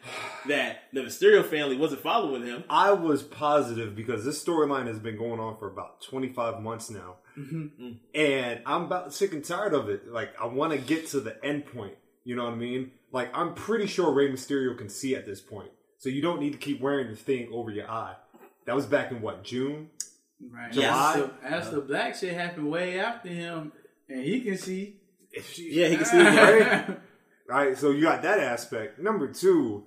Speaker 5: that the Mysterio family wasn't following him.
Speaker 1: I was positive because this storyline has been going on for about 25 months now. Mm-hmm. And I'm about sick and tired of it. Like, I want to get to the end point. You know what I mean? Like, I'm pretty sure Rey Mysterio can see at this point. So you don't need to keep wearing the thing over your eye. That was back in what, June?
Speaker 6: Right.
Speaker 1: July?
Speaker 6: As the, as the black shit happened way after him, and he can see.
Speaker 1: If she-
Speaker 5: Yeah, he can see the
Speaker 6: [laughs]
Speaker 5: right.
Speaker 1: All right, so you got that aspect. Number two,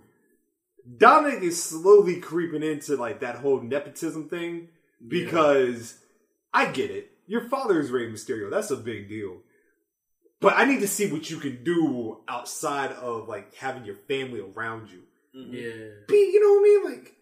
Speaker 1: Dominic is slowly creeping into like that whole nepotism thing because I get it. Your father is Rey Mysterio. That's a big deal. But I need to see what you can do outside of like having your family around you.
Speaker 6: yeah.
Speaker 1: Beat, you know what I mean? Like,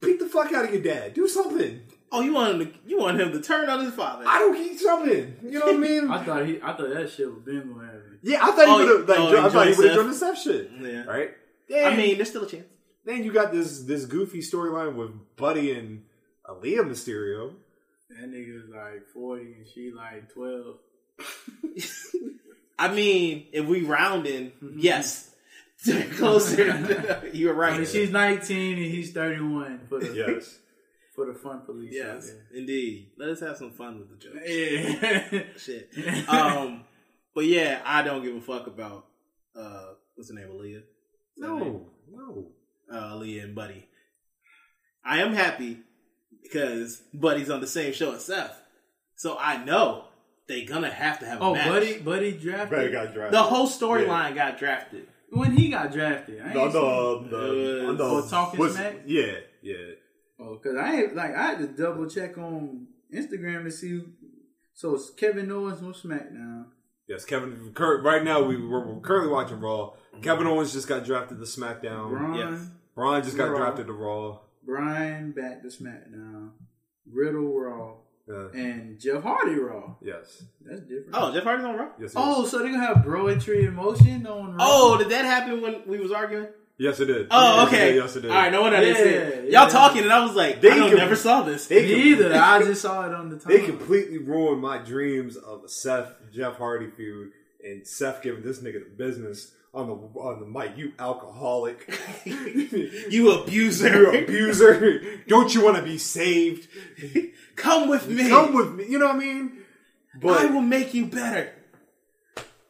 Speaker 1: beat the fuck out of your dad. Do something.
Speaker 5: Oh, you want him to you want him to turn on his father?
Speaker 1: I don't keep something. You know what I
Speaker 5: [laughs]
Speaker 1: mean?
Speaker 6: I thought he. I thought that shit was been gonna happen.
Speaker 1: yeah, I thought
Speaker 5: Oh,
Speaker 1: he would have like,
Speaker 5: oh,
Speaker 1: I thought he
Speaker 5: enjoy
Speaker 1: would have
Speaker 5: yourself.
Speaker 1: done the same shit.
Speaker 5: Yeah.
Speaker 1: Right?
Speaker 5: I
Speaker 1: Yeah.
Speaker 5: mean, there's still a chance.
Speaker 1: Then you got this this goofy storyline with Buddy and Aaliyah Mysterio.
Speaker 6: That nigga was like forty and she like twelve.
Speaker 5: I mean, if we rounding, yes, [laughs] they're closer. you were
Speaker 6: I mean,
Speaker 5: right.
Speaker 6: she's nineteen and he's thirty-one. For the,
Speaker 1: Yes.
Speaker 6: for the fun police. out
Speaker 5: Yes,
Speaker 6: there.
Speaker 5: indeed. Let us have some fun with the jokes.
Speaker 6: Yeah.
Speaker 5: Shit. Um, but yeah, I don't give a fuck about uh, what's the name, Aaliyah.
Speaker 1: No, no.
Speaker 5: uh, Aaliyah and Buddy. I am happy because Buddy's on the same show as Seth, so I know they gonna have to have
Speaker 6: [laughs]
Speaker 5: a
Speaker 6: oh,
Speaker 5: match.
Speaker 6: buddy, buddy drafted
Speaker 3: Brad got drafted.
Speaker 5: The whole storyline got drafted.
Speaker 6: when he got drafted. I
Speaker 3: No, um,
Speaker 6: ain't seen-
Speaker 3: no, no,
Speaker 5: Uh,
Speaker 3: no.
Speaker 6: oh, talking
Speaker 3: What's-
Speaker 6: smack?
Speaker 3: Yeah, yeah.
Speaker 6: Oh, cause I ain't like I had to double check on Instagram to see. Who, so it's Kevin Owens on SmackDown.
Speaker 1: Yes, Kevin. Cur- right now, we, we're, we're currently watching Raw. Kevin Owens just got drafted to SmackDown.
Speaker 6: Braun,
Speaker 5: yes.
Speaker 1: Braun just got
Speaker 6: Raw.
Speaker 1: drafted to Raw.
Speaker 6: Brian back to SmackDown. Riddle Raw
Speaker 1: Yeah.
Speaker 6: and Jeff Hardy Raw.
Speaker 1: Uh, Yes.
Speaker 6: That's different.
Speaker 5: Oh, Jeff Hardy's on Raw.
Speaker 1: Yes. It
Speaker 6: Oh, so they're gonna have broetry in motion on Raw.
Speaker 5: Oh, did that happen when we was arguing?
Speaker 1: Yes, it did.
Speaker 5: Oh,
Speaker 1: Yes, it
Speaker 5: okay.
Speaker 1: did. Yes, it did.
Speaker 5: All right, no one I didn't see it.
Speaker 6: Yeah, yeah.
Speaker 5: Y'all talking, and I was like,
Speaker 1: They
Speaker 5: I don't
Speaker 1: can-
Speaker 5: never saw this.
Speaker 1: they
Speaker 6: me either. I just saw it
Speaker 5: [laughs]
Speaker 6: on the time.
Speaker 1: They completely ruined my dreams of Seth Jeff Hardy feud and Seth giving this nigga the business on the on the mic. You
Speaker 5: [laughs]
Speaker 1: alcoholic. [laughs]
Speaker 5: you abuser.
Speaker 1: You're an abuser. Don't you want to be saved?
Speaker 5: Come with me.
Speaker 1: Come with me. You know what I mean?
Speaker 5: I
Speaker 1: But
Speaker 5: will make you better.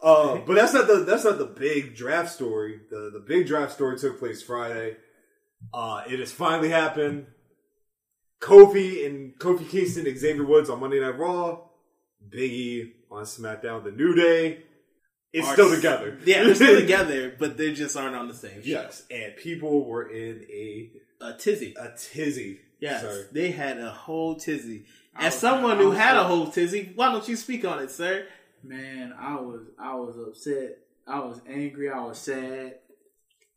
Speaker 1: uh, but that's not the that's not the big draft story. The the big draft story took place Friday. Uh, it has finally happened. Kofi and Kofi Kingston, and Xavier Woods on Monday Night Raw. Biggie on SmackDown, The New Day. It's
Speaker 5: Are-
Speaker 1: still together.
Speaker 5: Yeah,
Speaker 1: [laughs]
Speaker 5: they're still together, but they just aren't on the same. show.
Speaker 1: yes, and people were in a
Speaker 5: A tizzy.
Speaker 1: a tizzy.
Speaker 5: Yes,
Speaker 1: sir.
Speaker 5: they had a whole tizzy.
Speaker 6: I
Speaker 5: As
Speaker 6: was-
Speaker 5: someone
Speaker 6: I
Speaker 5: who
Speaker 6: was-
Speaker 5: had a whole tizzy, why don't you speak on it, sir?
Speaker 6: Man, I was I was
Speaker 5: [laughs]
Speaker 6: upset. I was angry. I was sad.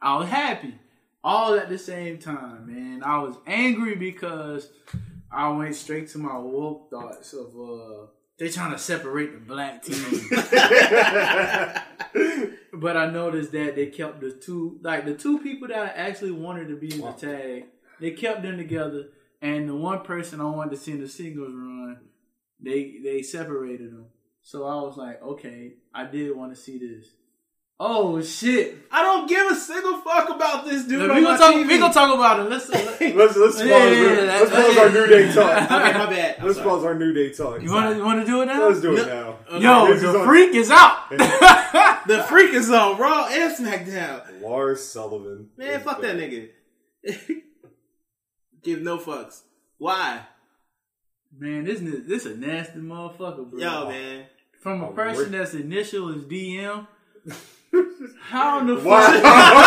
Speaker 6: I was happy. All at the same time, man. I was angry because I went straight to my woke thoughts of uh they trying to separate the black team. [laughs] but I noticed that they kept the two like the two people that I actually wanted to be in the tag, they kept them together and the one person I wanted to see in the singles run, they they separated them. So I was like, okay, I did want to see this. Oh shit!
Speaker 5: I don't give a single fuck about this dude.
Speaker 6: Look,
Speaker 5: on
Speaker 6: we
Speaker 5: my
Speaker 6: gonna talk.
Speaker 5: TV.
Speaker 6: We gonna talk about it. Let's. let-
Speaker 5: [laughs]
Speaker 1: Let's let's pause.
Speaker 6: Yeah, yeah, yeah,
Speaker 1: let's
Speaker 6: that's-
Speaker 1: pause our New Day talk.
Speaker 5: Okay, my bad. I'm
Speaker 1: Let's
Speaker 5: sorry.
Speaker 1: pause our New Day talk.
Speaker 6: you want to want to do it now?
Speaker 1: Let's do it now.
Speaker 6: Yo,
Speaker 1: This is
Speaker 6: the
Speaker 1: on-
Speaker 6: freak is out.
Speaker 5: The freak is on Raw and SmackDown.
Speaker 1: Lars Sullivan.
Speaker 5: Man, fuck that nigga. [laughs] Give no fucks. Why?
Speaker 6: man, this is this a nasty motherfucker, bro.
Speaker 5: Yo, man.
Speaker 6: From a
Speaker 1: Oh, Lord.
Speaker 6: person that's initial
Speaker 1: [laughs]
Speaker 6: is DM. How in the fuck?
Speaker 1: Wow.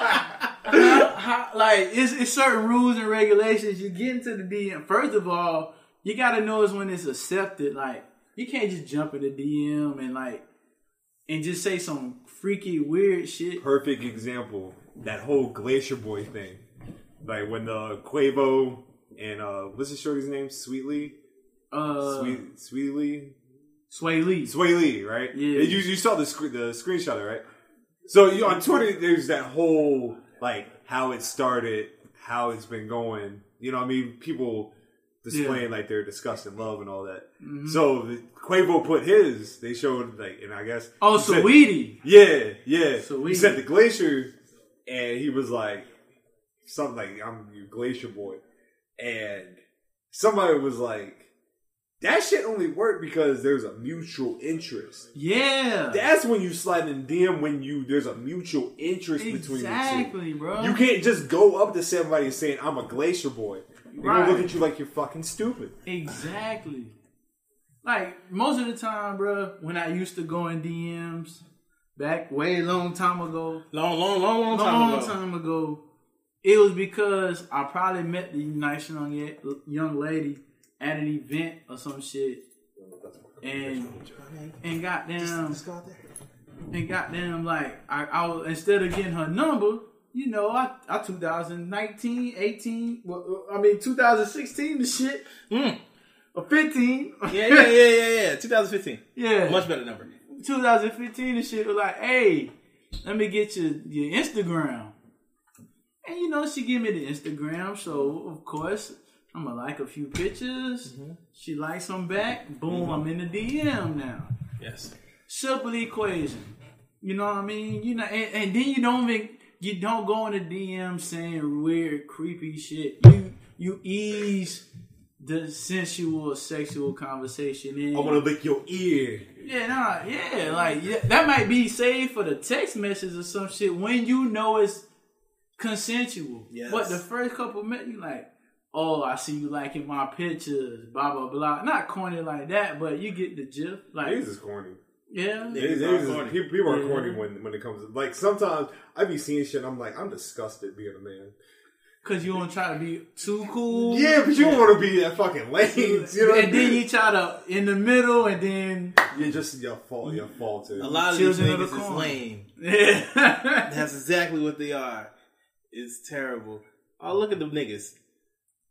Speaker 6: how- how- like, it's, it's certain rules and regulations. You get into the DM. First of all, you gotta know is when it's accepted. Like, you can't just jump in the DM and like, and just say some freaky weird shit.
Speaker 1: Perfect example. That whole Glacier Boy thing. Like when uh, Quavo and uh, what's his shorty's name? Sweetly?
Speaker 6: Uh,
Speaker 1: Sweet, Sweetly?
Speaker 6: Sway Lee.
Speaker 1: Sway Lee, right?
Speaker 6: Yeah.
Speaker 1: You, you saw the, sc- the screenshot, of it, right? So you, on Twitter, there's that whole, like, how it started, how it's been going. You know what I mean? People displaying, like, their disgust and love and all that.
Speaker 6: Mm-hmm.
Speaker 1: So the, Quavo put his, they showed, like, and I guess.
Speaker 6: Oh,
Speaker 1: he said-
Speaker 6: Saweetie.
Speaker 1: Yeah, yeah.
Speaker 6: So we-
Speaker 1: he said the glacier, and he was like something like "I'm your glacier boy," and somebody was like, "That shit only worked because there's a mutual interest."
Speaker 6: Yeah.
Speaker 1: That's when you slide in DM when you there's a mutual interest between
Speaker 6: exactly,
Speaker 1: you
Speaker 6: bro.
Speaker 1: two. You can't just go up to somebody saying "I'm a glacier boy." They're gonna look
Speaker 6: Right.
Speaker 1: at you like you're fucking stupid.
Speaker 6: Exactly. Like most of the time, bro, when I used to go in DMs back way long time ago,
Speaker 5: Long, long, long, long
Speaker 6: long
Speaker 5: time ago.
Speaker 6: time ago, it was because I probably met the nice young ye- young lady at an event or some shit, and and goddamn, and goddamn, like I, I was, instead of getting her number. You know, I, I 2019, 18, well, I mean 2016, the shit,
Speaker 5: Mm.
Speaker 6: or 15.
Speaker 5: Yeah, yeah, yeah, yeah, yeah. 2015.
Speaker 6: Yeah.
Speaker 5: Much better number.
Speaker 6: 2015 and shit was like, hey, let me get your, your Instagram. And you know, she gave me the Instagram, so of course, I'm gonna like a few pictures. She likes them back. Boom, I'm in the DM now.
Speaker 5: Yes.
Speaker 6: Simple equation. You know what I mean? You know, and, and then you don't even you don't go in the DM saying weird, creepy shit. You you ease the sensual sexual conversation in.
Speaker 5: I want to lick your ear.
Speaker 6: Yeah, nah, yeah, like yeah, that might be saved for the text message or some shit when you know it's consensual.
Speaker 5: Yes.
Speaker 6: But the first couple minutes, you like, oh, I see you liking my pictures, blah blah blah. Not corny like that, but you get the gist. Like,
Speaker 1: Niggas is corny.
Speaker 6: yeah,
Speaker 5: Yeah.
Speaker 1: Niggas
Speaker 5: Niggas are
Speaker 1: niggas is-
Speaker 5: corny.
Speaker 1: People, people are
Speaker 6: Yeah.
Speaker 1: corny when, when it comes to, like, sometimes I be seeing shit and I'm like, I'm disgusted being a man.
Speaker 6: cause you don't try to be too cool.
Speaker 1: Yeah, but you don't want to be that fucking lame. You know what I
Speaker 6: and then
Speaker 1: mean?
Speaker 6: you try to in the middle, and then
Speaker 1: You're just, your fault, your fault too.
Speaker 5: A lot of
Speaker 6: Children of
Speaker 5: these
Speaker 6: the
Speaker 5: niggas is
Speaker 6: corn.
Speaker 5: lame.
Speaker 6: yeah, [laughs]
Speaker 5: That's exactly what they are. It's terrible. Oh, look at them niggas.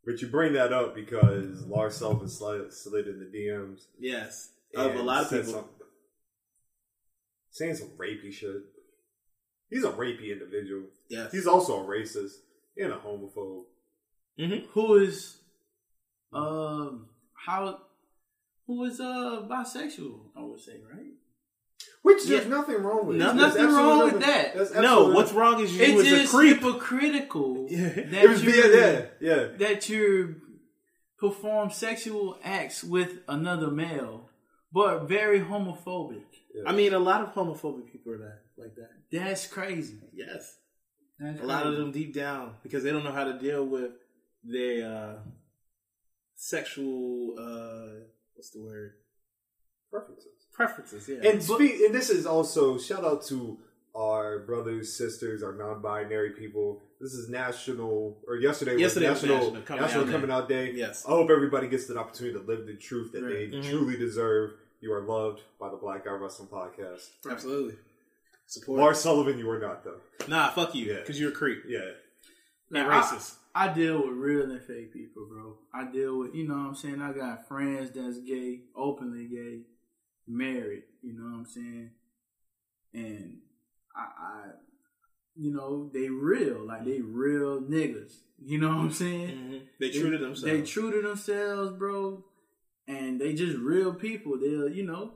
Speaker 1: But you bring that up because Lars Sullivan slid, slid in the DMs.
Speaker 5: Yes, of a
Speaker 1: and
Speaker 5: lot of
Speaker 1: said
Speaker 5: people.
Speaker 1: some- saying some rapey shit. He's a rapey individual.
Speaker 5: Yes.
Speaker 1: He's also a racist and a homophobe.
Speaker 6: who is, um, how, who is uh bisexual? I would say, right?
Speaker 1: Which there's
Speaker 5: Yeah.
Speaker 1: nothing wrong with.
Speaker 5: Nothing
Speaker 1: There's absolutely
Speaker 6: wrong with that.
Speaker 1: That's
Speaker 5: No,
Speaker 1: absolutely-
Speaker 5: what's wrong is you
Speaker 6: It's
Speaker 5: was a
Speaker 6: just
Speaker 5: creep.
Speaker 6: hypocritical
Speaker 1: It
Speaker 6: that
Speaker 1: was
Speaker 6: you
Speaker 1: yeah, yeah, yeah.
Speaker 6: that you perform sexual acts with another male, but very homophobic.
Speaker 5: I mean, a lot of homophobic people are that like that.
Speaker 6: That's crazy.
Speaker 5: Yes,
Speaker 6: That's
Speaker 5: a lot of
Speaker 6: crazy.
Speaker 5: them deep down because they don't know how to deal with their uh, sexual. Uh, what's the word?
Speaker 1: Preferences.
Speaker 5: Preferences. Yeah.
Speaker 1: And, speak, and this is also shout out to our brothers, sisters, our non-binary people. This is national, or yesterday,
Speaker 5: Yesterday
Speaker 1: was
Speaker 5: was
Speaker 1: national,
Speaker 5: National Coming
Speaker 1: National
Speaker 5: Out Day.
Speaker 1: coming out day.
Speaker 5: Yes. Mm-hmm.
Speaker 1: I hope everybody gets an opportunity to live the truth that
Speaker 6: Right.
Speaker 1: they truly deserve. You are loved by the Black Guy Wrestling Podcast.
Speaker 5: Absolutely. Support.
Speaker 1: Lars Sullivan, you are not though.
Speaker 5: Nah, fuck you,
Speaker 1: Yeah.
Speaker 5: because you're a creep.
Speaker 1: Yeah,
Speaker 5: Not
Speaker 6: Like,
Speaker 5: racist.
Speaker 6: I deal with real and fake people, bro. I deal with, you know what I'm saying? I got friends that's gay, openly gay, married, you know what I'm saying? And I, I you know, they real, like they real niggas, you know what I'm saying?
Speaker 5: Mm-hmm. They true to themselves.
Speaker 6: They true to themselves, bro. And they just real people. They're you know,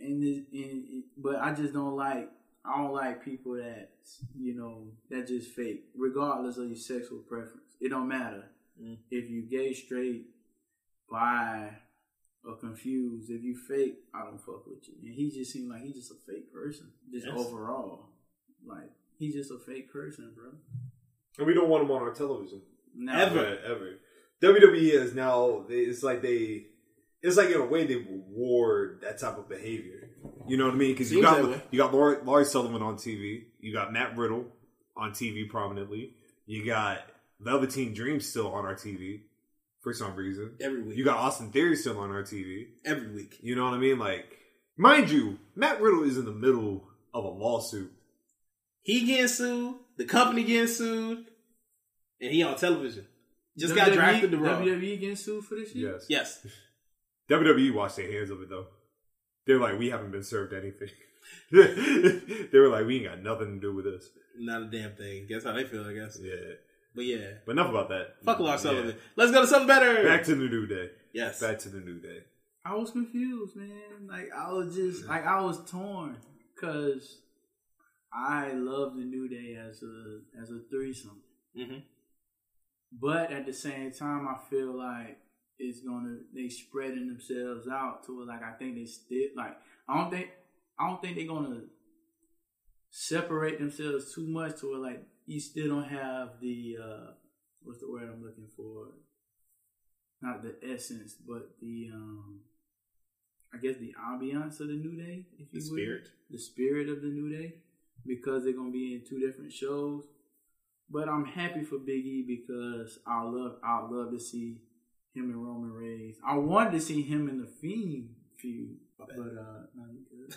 Speaker 6: and, it- and it- but I just don't like I don't like people that you know that just fake, regardless of your sexual preference. It don't matter
Speaker 5: Mm.
Speaker 6: if you gay, straight, bi, or confused. If you fake, I don't fuck with you. And he just seemed like he's just a fake person, just
Speaker 5: Yes.
Speaker 6: overall. Like he's just a fake person, bro.
Speaker 1: and we don't want them on our television.
Speaker 6: Now,
Speaker 5: Ever.
Speaker 1: Ever, ever. WWE is now. It's like they. It's like in a way they reward that type of behavior. You know what I mean? Because you
Speaker 5: Seems
Speaker 1: got
Speaker 5: that way.
Speaker 1: you got Lar- Larry Sullivan on TV. You got Matt Riddle on TV prominently. You got Velveteen Dream still on our TV for some reason.
Speaker 5: every week.
Speaker 1: You got Austin Theory still on our TV.
Speaker 5: every week.
Speaker 1: You know what I mean? Like, mind you, Matt Riddle is in the middle of a lawsuit.
Speaker 5: He getting sued. The company getting sued, and he on television. Just got
Speaker 6: WWE
Speaker 5: drafted to Raw.
Speaker 6: WWE E getting sued for this shit.
Speaker 1: Yes.
Speaker 5: Yes,
Speaker 1: WWE E washed their hands of it though. They're like, we haven't been served anything. [laughs] they were like, we ain't got nothing to do with this.
Speaker 5: not a damn thing. Guess how they feel, I guess.
Speaker 1: Yeah,
Speaker 5: But yeah,
Speaker 1: but enough about that.
Speaker 5: fuck Lars
Speaker 1: Yeah.
Speaker 5: Sullivan. Let's go to something better.
Speaker 1: Back to the new day.
Speaker 5: yes,
Speaker 1: Back to the new day.
Speaker 6: I was confused, man. Like I was just like I was torn because I love the New Day as a as a threesome,
Speaker 5: Mhm.
Speaker 6: but at the same time, I feel like it's gonna they spreading themselves out to it. Like I think they still like I don't think I don't think they're gonna separate themselves too much to where like you still don't have the uh what's the word I'm looking for? Not the essence, but the um I guess the ambiance of the new day, if you
Speaker 5: The
Speaker 6: will.
Speaker 5: spirit.
Speaker 6: The spirit of the new day. Because they're gonna be in two different shows. But I'm happy for Big E because I love I love to see him and Roman Reigns. I wanted to see him in the Fiend feud, but uh, no, you good.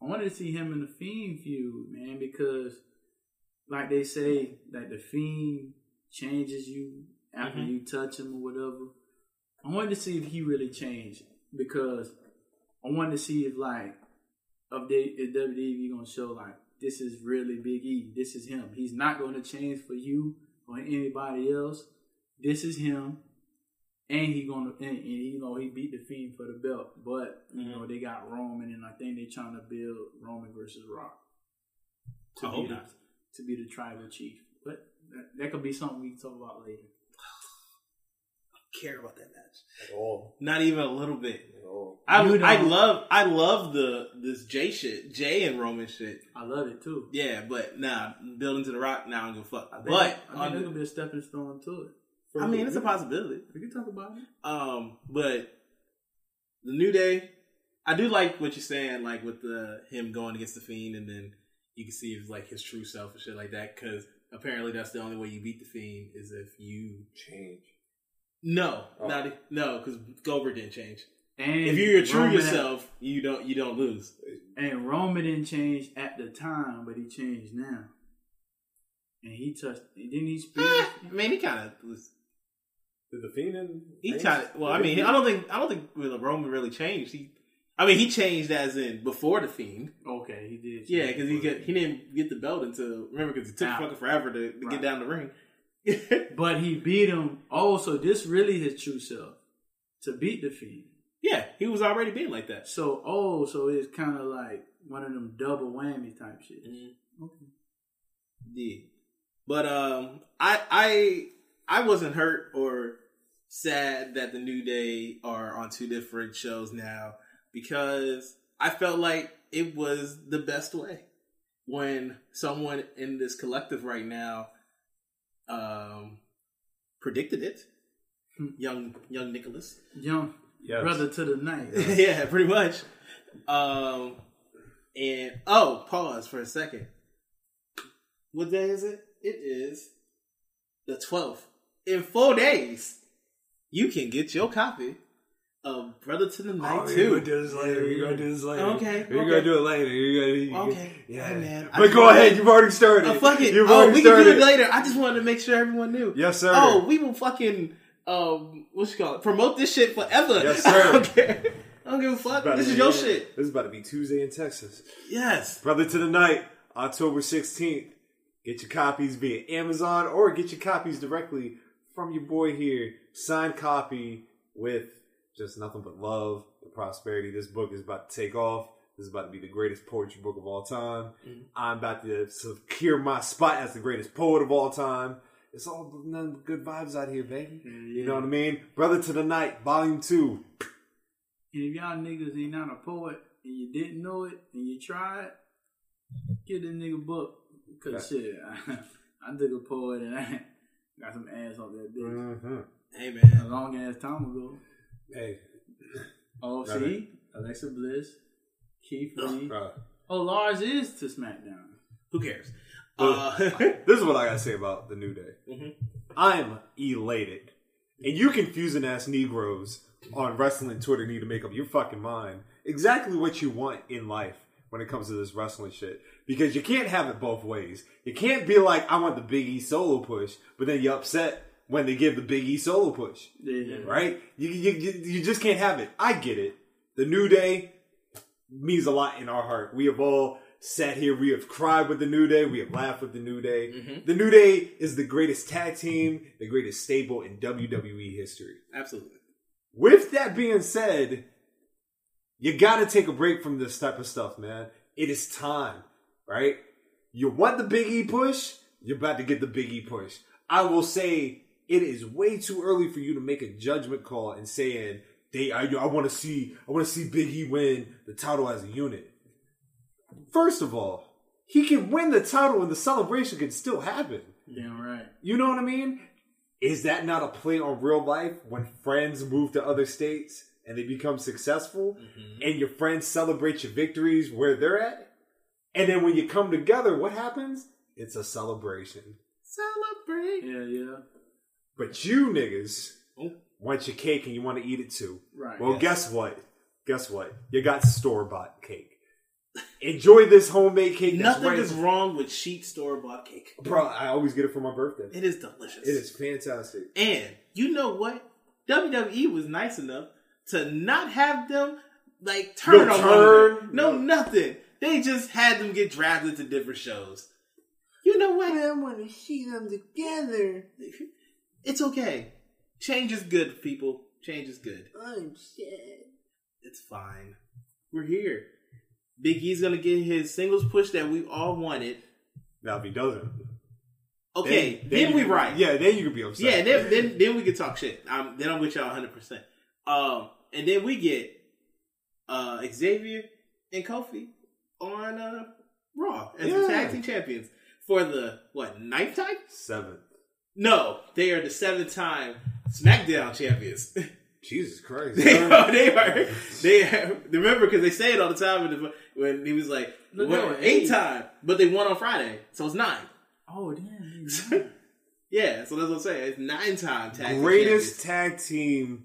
Speaker 6: I wanted to see him in the Fiend feud, man, because like they say, like the Fiend changes you after
Speaker 5: Mhm.
Speaker 6: you touch him or whatever. I wanted to see if he really changed because I wanted to see if like of they if WWE gonna show like this is really Big E, this is him. He's not gonna change for you or anybody else. This is him, and he gonna and, and you know he beat the Fiend for the belt, but
Speaker 5: Mm-hmm.
Speaker 6: you know they got Roman, and I think they trying to build Roman versus Rock to
Speaker 5: I
Speaker 6: be
Speaker 5: hope
Speaker 6: the,
Speaker 5: not.
Speaker 6: to be the tribal chief. But that, that could be something we can talk about later.
Speaker 5: care about that match.
Speaker 7: at all.
Speaker 5: Not even a little bit.
Speaker 7: At all.
Speaker 5: I,
Speaker 6: You
Speaker 5: I
Speaker 6: don't.
Speaker 5: love I love the this Jay shit, Jay and Roman shit.
Speaker 6: I love it too.
Speaker 5: Yeah, but nah, building to the rock. Now nah, I don't give a fuck.
Speaker 6: I think,
Speaker 5: But
Speaker 6: I think
Speaker 5: on
Speaker 6: it's gonna be a stepping stone to it.
Speaker 5: the- I mean, it's a possibility.
Speaker 6: We can talk about it.
Speaker 5: Um, but the New Day, I do like what you're saying, like with the him going against the Fiend, and then you can see his like his true self and shit like that. Because apparently, that's the only way you beat the Fiend is if you
Speaker 7: change.
Speaker 5: no,
Speaker 7: Oh.
Speaker 5: not e, no, because Goldberg didn't change.
Speaker 6: And
Speaker 5: If you're your true
Speaker 6: Roman-
Speaker 5: yourself, you don't you don't lose.
Speaker 6: and Roman didn't change at the time, but he changed now. And he touched. Didn't he spear?
Speaker 5: [laughs] Eh, I mean, he kind of was.
Speaker 7: Did the Fiend and
Speaker 5: He kind of. Well, I mean, I don't think I don't think well, Roman really changed. He, I mean, he changed as in before the Fiend.
Speaker 6: okay, he did.
Speaker 5: Yeah, because he get, he didn't get the belt until remember because it took
Speaker 6: Out.
Speaker 5: fucking forever to, to
Speaker 6: Right.
Speaker 5: get down the ring.
Speaker 6: But he beat him. Oh, so this really his true self to beat the fiend.
Speaker 5: yeah, he was already being like that.
Speaker 6: So oh, so it's kind of like one of them double whammy type shit. Okay.
Speaker 5: Yeah. But um, I I I wasn't hurt or sad that the New Day are on two different shows now because I felt like it was the best way when someone in this collective right now um predicted it. Hmm. Young young Nicholas.
Speaker 6: Young
Speaker 7: Yes.
Speaker 6: brother to the night.
Speaker 5: [laughs] yeah, pretty much. Um, and oh, pause for a second. What day is it? It is the twelfth. In four days, you can get your copy of Brother to the Night
Speaker 1: Oh, we
Speaker 5: Two.
Speaker 1: gonna do this later. we gonna do this later.
Speaker 5: Okay,
Speaker 1: We're
Speaker 5: okay.
Speaker 1: gonna do it later. We're gonna,
Speaker 5: Okay.
Speaker 1: Yeah.
Speaker 5: Hey, man. I
Speaker 1: But go
Speaker 5: just-
Speaker 1: ahead. You've already started.
Speaker 5: Oh, fuck it.
Speaker 1: You've
Speaker 5: oh,
Speaker 1: already
Speaker 5: we
Speaker 1: started.
Speaker 5: can do it later. I just wanted to make sure everyone knew.
Speaker 1: Yes, sir.
Speaker 5: Oh, we will fucking um, what you call it? Promote this shit forever.
Speaker 1: Yes,
Speaker 5: [laughs]
Speaker 1: sir.
Speaker 5: I don't care. I don't give a fuck.
Speaker 1: About
Speaker 5: This
Speaker 1: to
Speaker 5: is
Speaker 1: be-
Speaker 5: your shit.
Speaker 1: This is about to be Tuesday in Texas.
Speaker 5: Yes.
Speaker 1: Brother to the Night, October 16th. Get your copies via Amazon or get your copies directly from your boy here. Signed copy with just nothing but love and prosperity. This book is about to take off. This is about to be the greatest poetry book of all time. I'm about to secure my spot as the greatest poet of all time. It's all none but good vibes out here, baby. You know what I mean? Brother to the Night, Volume 2.
Speaker 6: And if y'all niggas ain't not a poet and you didn't know it and you tried, get a nigga book. Cause shit, [laughs] I, I took a poet and [laughs] I got some ass off that bitch
Speaker 1: Mm-hmm.
Speaker 5: Hey man.
Speaker 6: a long ass time ago.
Speaker 1: Hey,
Speaker 6: Oh,
Speaker 1: Right.
Speaker 6: see, Alexa Bliss, Keith Lee.
Speaker 1: bro.
Speaker 6: Oh, Lars is to SmackDown.
Speaker 5: Who cares?
Speaker 1: Well,
Speaker 5: Uh, [laughs]
Speaker 1: this is what I gotta say about the New Day.
Speaker 6: Mm-hmm.
Speaker 1: I'm elated. And you confusing ass Negroes on wrestling Twitter need to make up your fucking mind exactly what you want in life when it comes to this wrestling shit. Because you can't have it both ways. You can't be like, I want the Big E solo push, but then you're upset when they give the Big E solo push.
Speaker 6: Yeah.
Speaker 1: Right? You, you, you you just can't have it. I get it. The New Day means a lot in our heart. We have all sat here. We have cried with the New Day. We have laughed with the New Day. The New Day is the greatest tag team, the greatest stable in WWE history.
Speaker 5: Absolutely.
Speaker 1: With that being said, you got to take a break from this type of stuff, man. It is time, right? You want the Big E push? You're about to get the Big E push. I will say it is way too early for you to make a judgment call and saying they. I, I want to see. I want to see Big E win the title as a unit. First of all, he can win the title and the celebration can still happen.
Speaker 6: Damn right.
Speaker 1: You know what I mean? Is that not a play on real life when friends move to other states and they become successful
Speaker 5: Mm-hmm.
Speaker 1: and your friends celebrate your victories where they're at? And then when you come together, what happens? It's a celebration.
Speaker 5: Celebrate.
Speaker 6: Yeah, yeah.
Speaker 1: But you niggas
Speaker 5: Oh.
Speaker 1: want your cake and you want to eat it too.
Speaker 6: Right.
Speaker 1: Well,
Speaker 5: Yes.
Speaker 1: guess what? Guess what? You got store bought cake. Enjoy this homemade cake. that's
Speaker 5: Nothing
Speaker 1: right-
Speaker 5: is wrong with sheet store bought cake.
Speaker 1: Bro, I always get it for my birthday.
Speaker 5: It is delicious.
Speaker 1: It is fantastic.
Speaker 5: And you know what? WWE was nice enough to not have them like turn
Speaker 1: No
Speaker 5: on
Speaker 1: turn.
Speaker 5: one another. No, nothing. They just had them get drafted to different shows. You know what? I want to see them together. [laughs] It's okay. Change is good, people. Change is good. I'm Oh, shit. It's fine. We're here. Big E's gonna get his singles push that we all wanted.
Speaker 1: Now, if he doesn't,
Speaker 5: Okay,
Speaker 4: Then-
Speaker 5: then,
Speaker 4: then
Speaker 5: we
Speaker 4: you-
Speaker 5: right.
Speaker 4: Yeah, then you could be upset.
Speaker 5: Yeah, then, then then we can talk shit. I'm, then I'm with y'all 100. percent Um, and then we get uh Xavier and Kofi on uh, Raw as the
Speaker 4: Yeah.
Speaker 5: tag team champions for the what ninth time?
Speaker 1: Seventh.
Speaker 5: No, they are the seventh time SmackDown champions. [laughs]
Speaker 4: Jesus Christ.
Speaker 5: they are. They are. They are, remember because they say it all the time. When, the, when he was like
Speaker 6: No,
Speaker 5: "Well,
Speaker 6: no,
Speaker 5: eight
Speaker 6: eight.
Speaker 5: time, but they won on Friday, so it's nine.
Speaker 6: Oh damn.
Speaker 5: Yeah, so that's what I'm saying. It's nine time tag team
Speaker 4: Greatest
Speaker 5: champions.
Speaker 4: tag team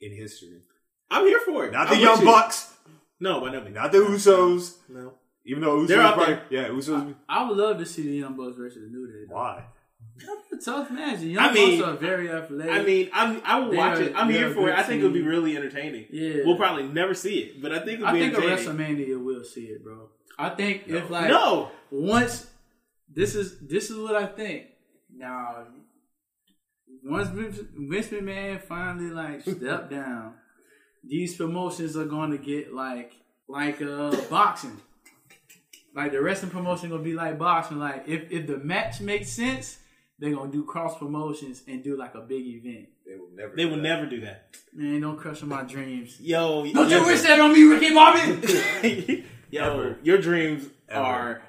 Speaker 4: in history.
Speaker 5: I'm here for it.
Speaker 4: Not
Speaker 5: I'm
Speaker 4: the
Speaker 5: with
Speaker 4: Young
Speaker 5: you.
Speaker 4: Bucks,
Speaker 5: No, by no means.
Speaker 4: not the Usos.
Speaker 5: No.
Speaker 4: Even though Usos,
Speaker 5: They're out
Speaker 4: probably- yeah, Usos.
Speaker 6: I would love to see the Young Bucks versus New Day. though.
Speaker 4: Why?
Speaker 6: That's a tough match. The Young
Speaker 5: I mean-
Speaker 6: Bucks are very athletic.
Speaker 5: I mean, I'm I will
Speaker 6: They're-
Speaker 5: watch it. I'm
Speaker 6: they're
Speaker 5: here
Speaker 6: a
Speaker 5: for it.
Speaker 6: good
Speaker 5: I think it'll be
Speaker 6: team.
Speaker 5: really entertaining.
Speaker 6: Yeah.
Speaker 5: We'll probably never see it, but I think it'll
Speaker 6: I
Speaker 5: be
Speaker 6: think a
Speaker 5: entertaining.
Speaker 6: WrestleMania will see it, bro. I think if like
Speaker 5: no.
Speaker 6: once this is this is what I think. Now, once Vince Vince McMahon finally like step down, these promotions are going to get like like uh boxing. Like the wrestling promotion gonna be like boxing. Like if if the match makes sense, they're gonna do cross promotions and do like a big event.
Speaker 1: They will never.
Speaker 5: They will
Speaker 1: do that.
Speaker 5: never do that.
Speaker 6: Man, don't crush my dreams.
Speaker 5: Yo,
Speaker 6: Don't
Speaker 5: yo,
Speaker 6: you wish that on me, Ricky Marvin?
Speaker 5: [laughs] Yo,
Speaker 1: Ever.
Speaker 5: your dreams
Speaker 1: Ever.
Speaker 5: are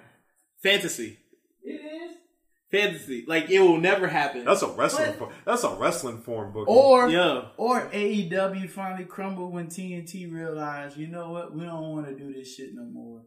Speaker 5: fantasy.
Speaker 6: it is.
Speaker 5: Fantasy. Like it will never happen.
Speaker 4: That's a wrestling. Form, that's a wrestling form
Speaker 5: Oh,
Speaker 4: book.
Speaker 6: Or
Speaker 5: Yeah.
Speaker 6: Or AEW finally crumbled when TNT realized, you know what, we don't want to do this shit no more.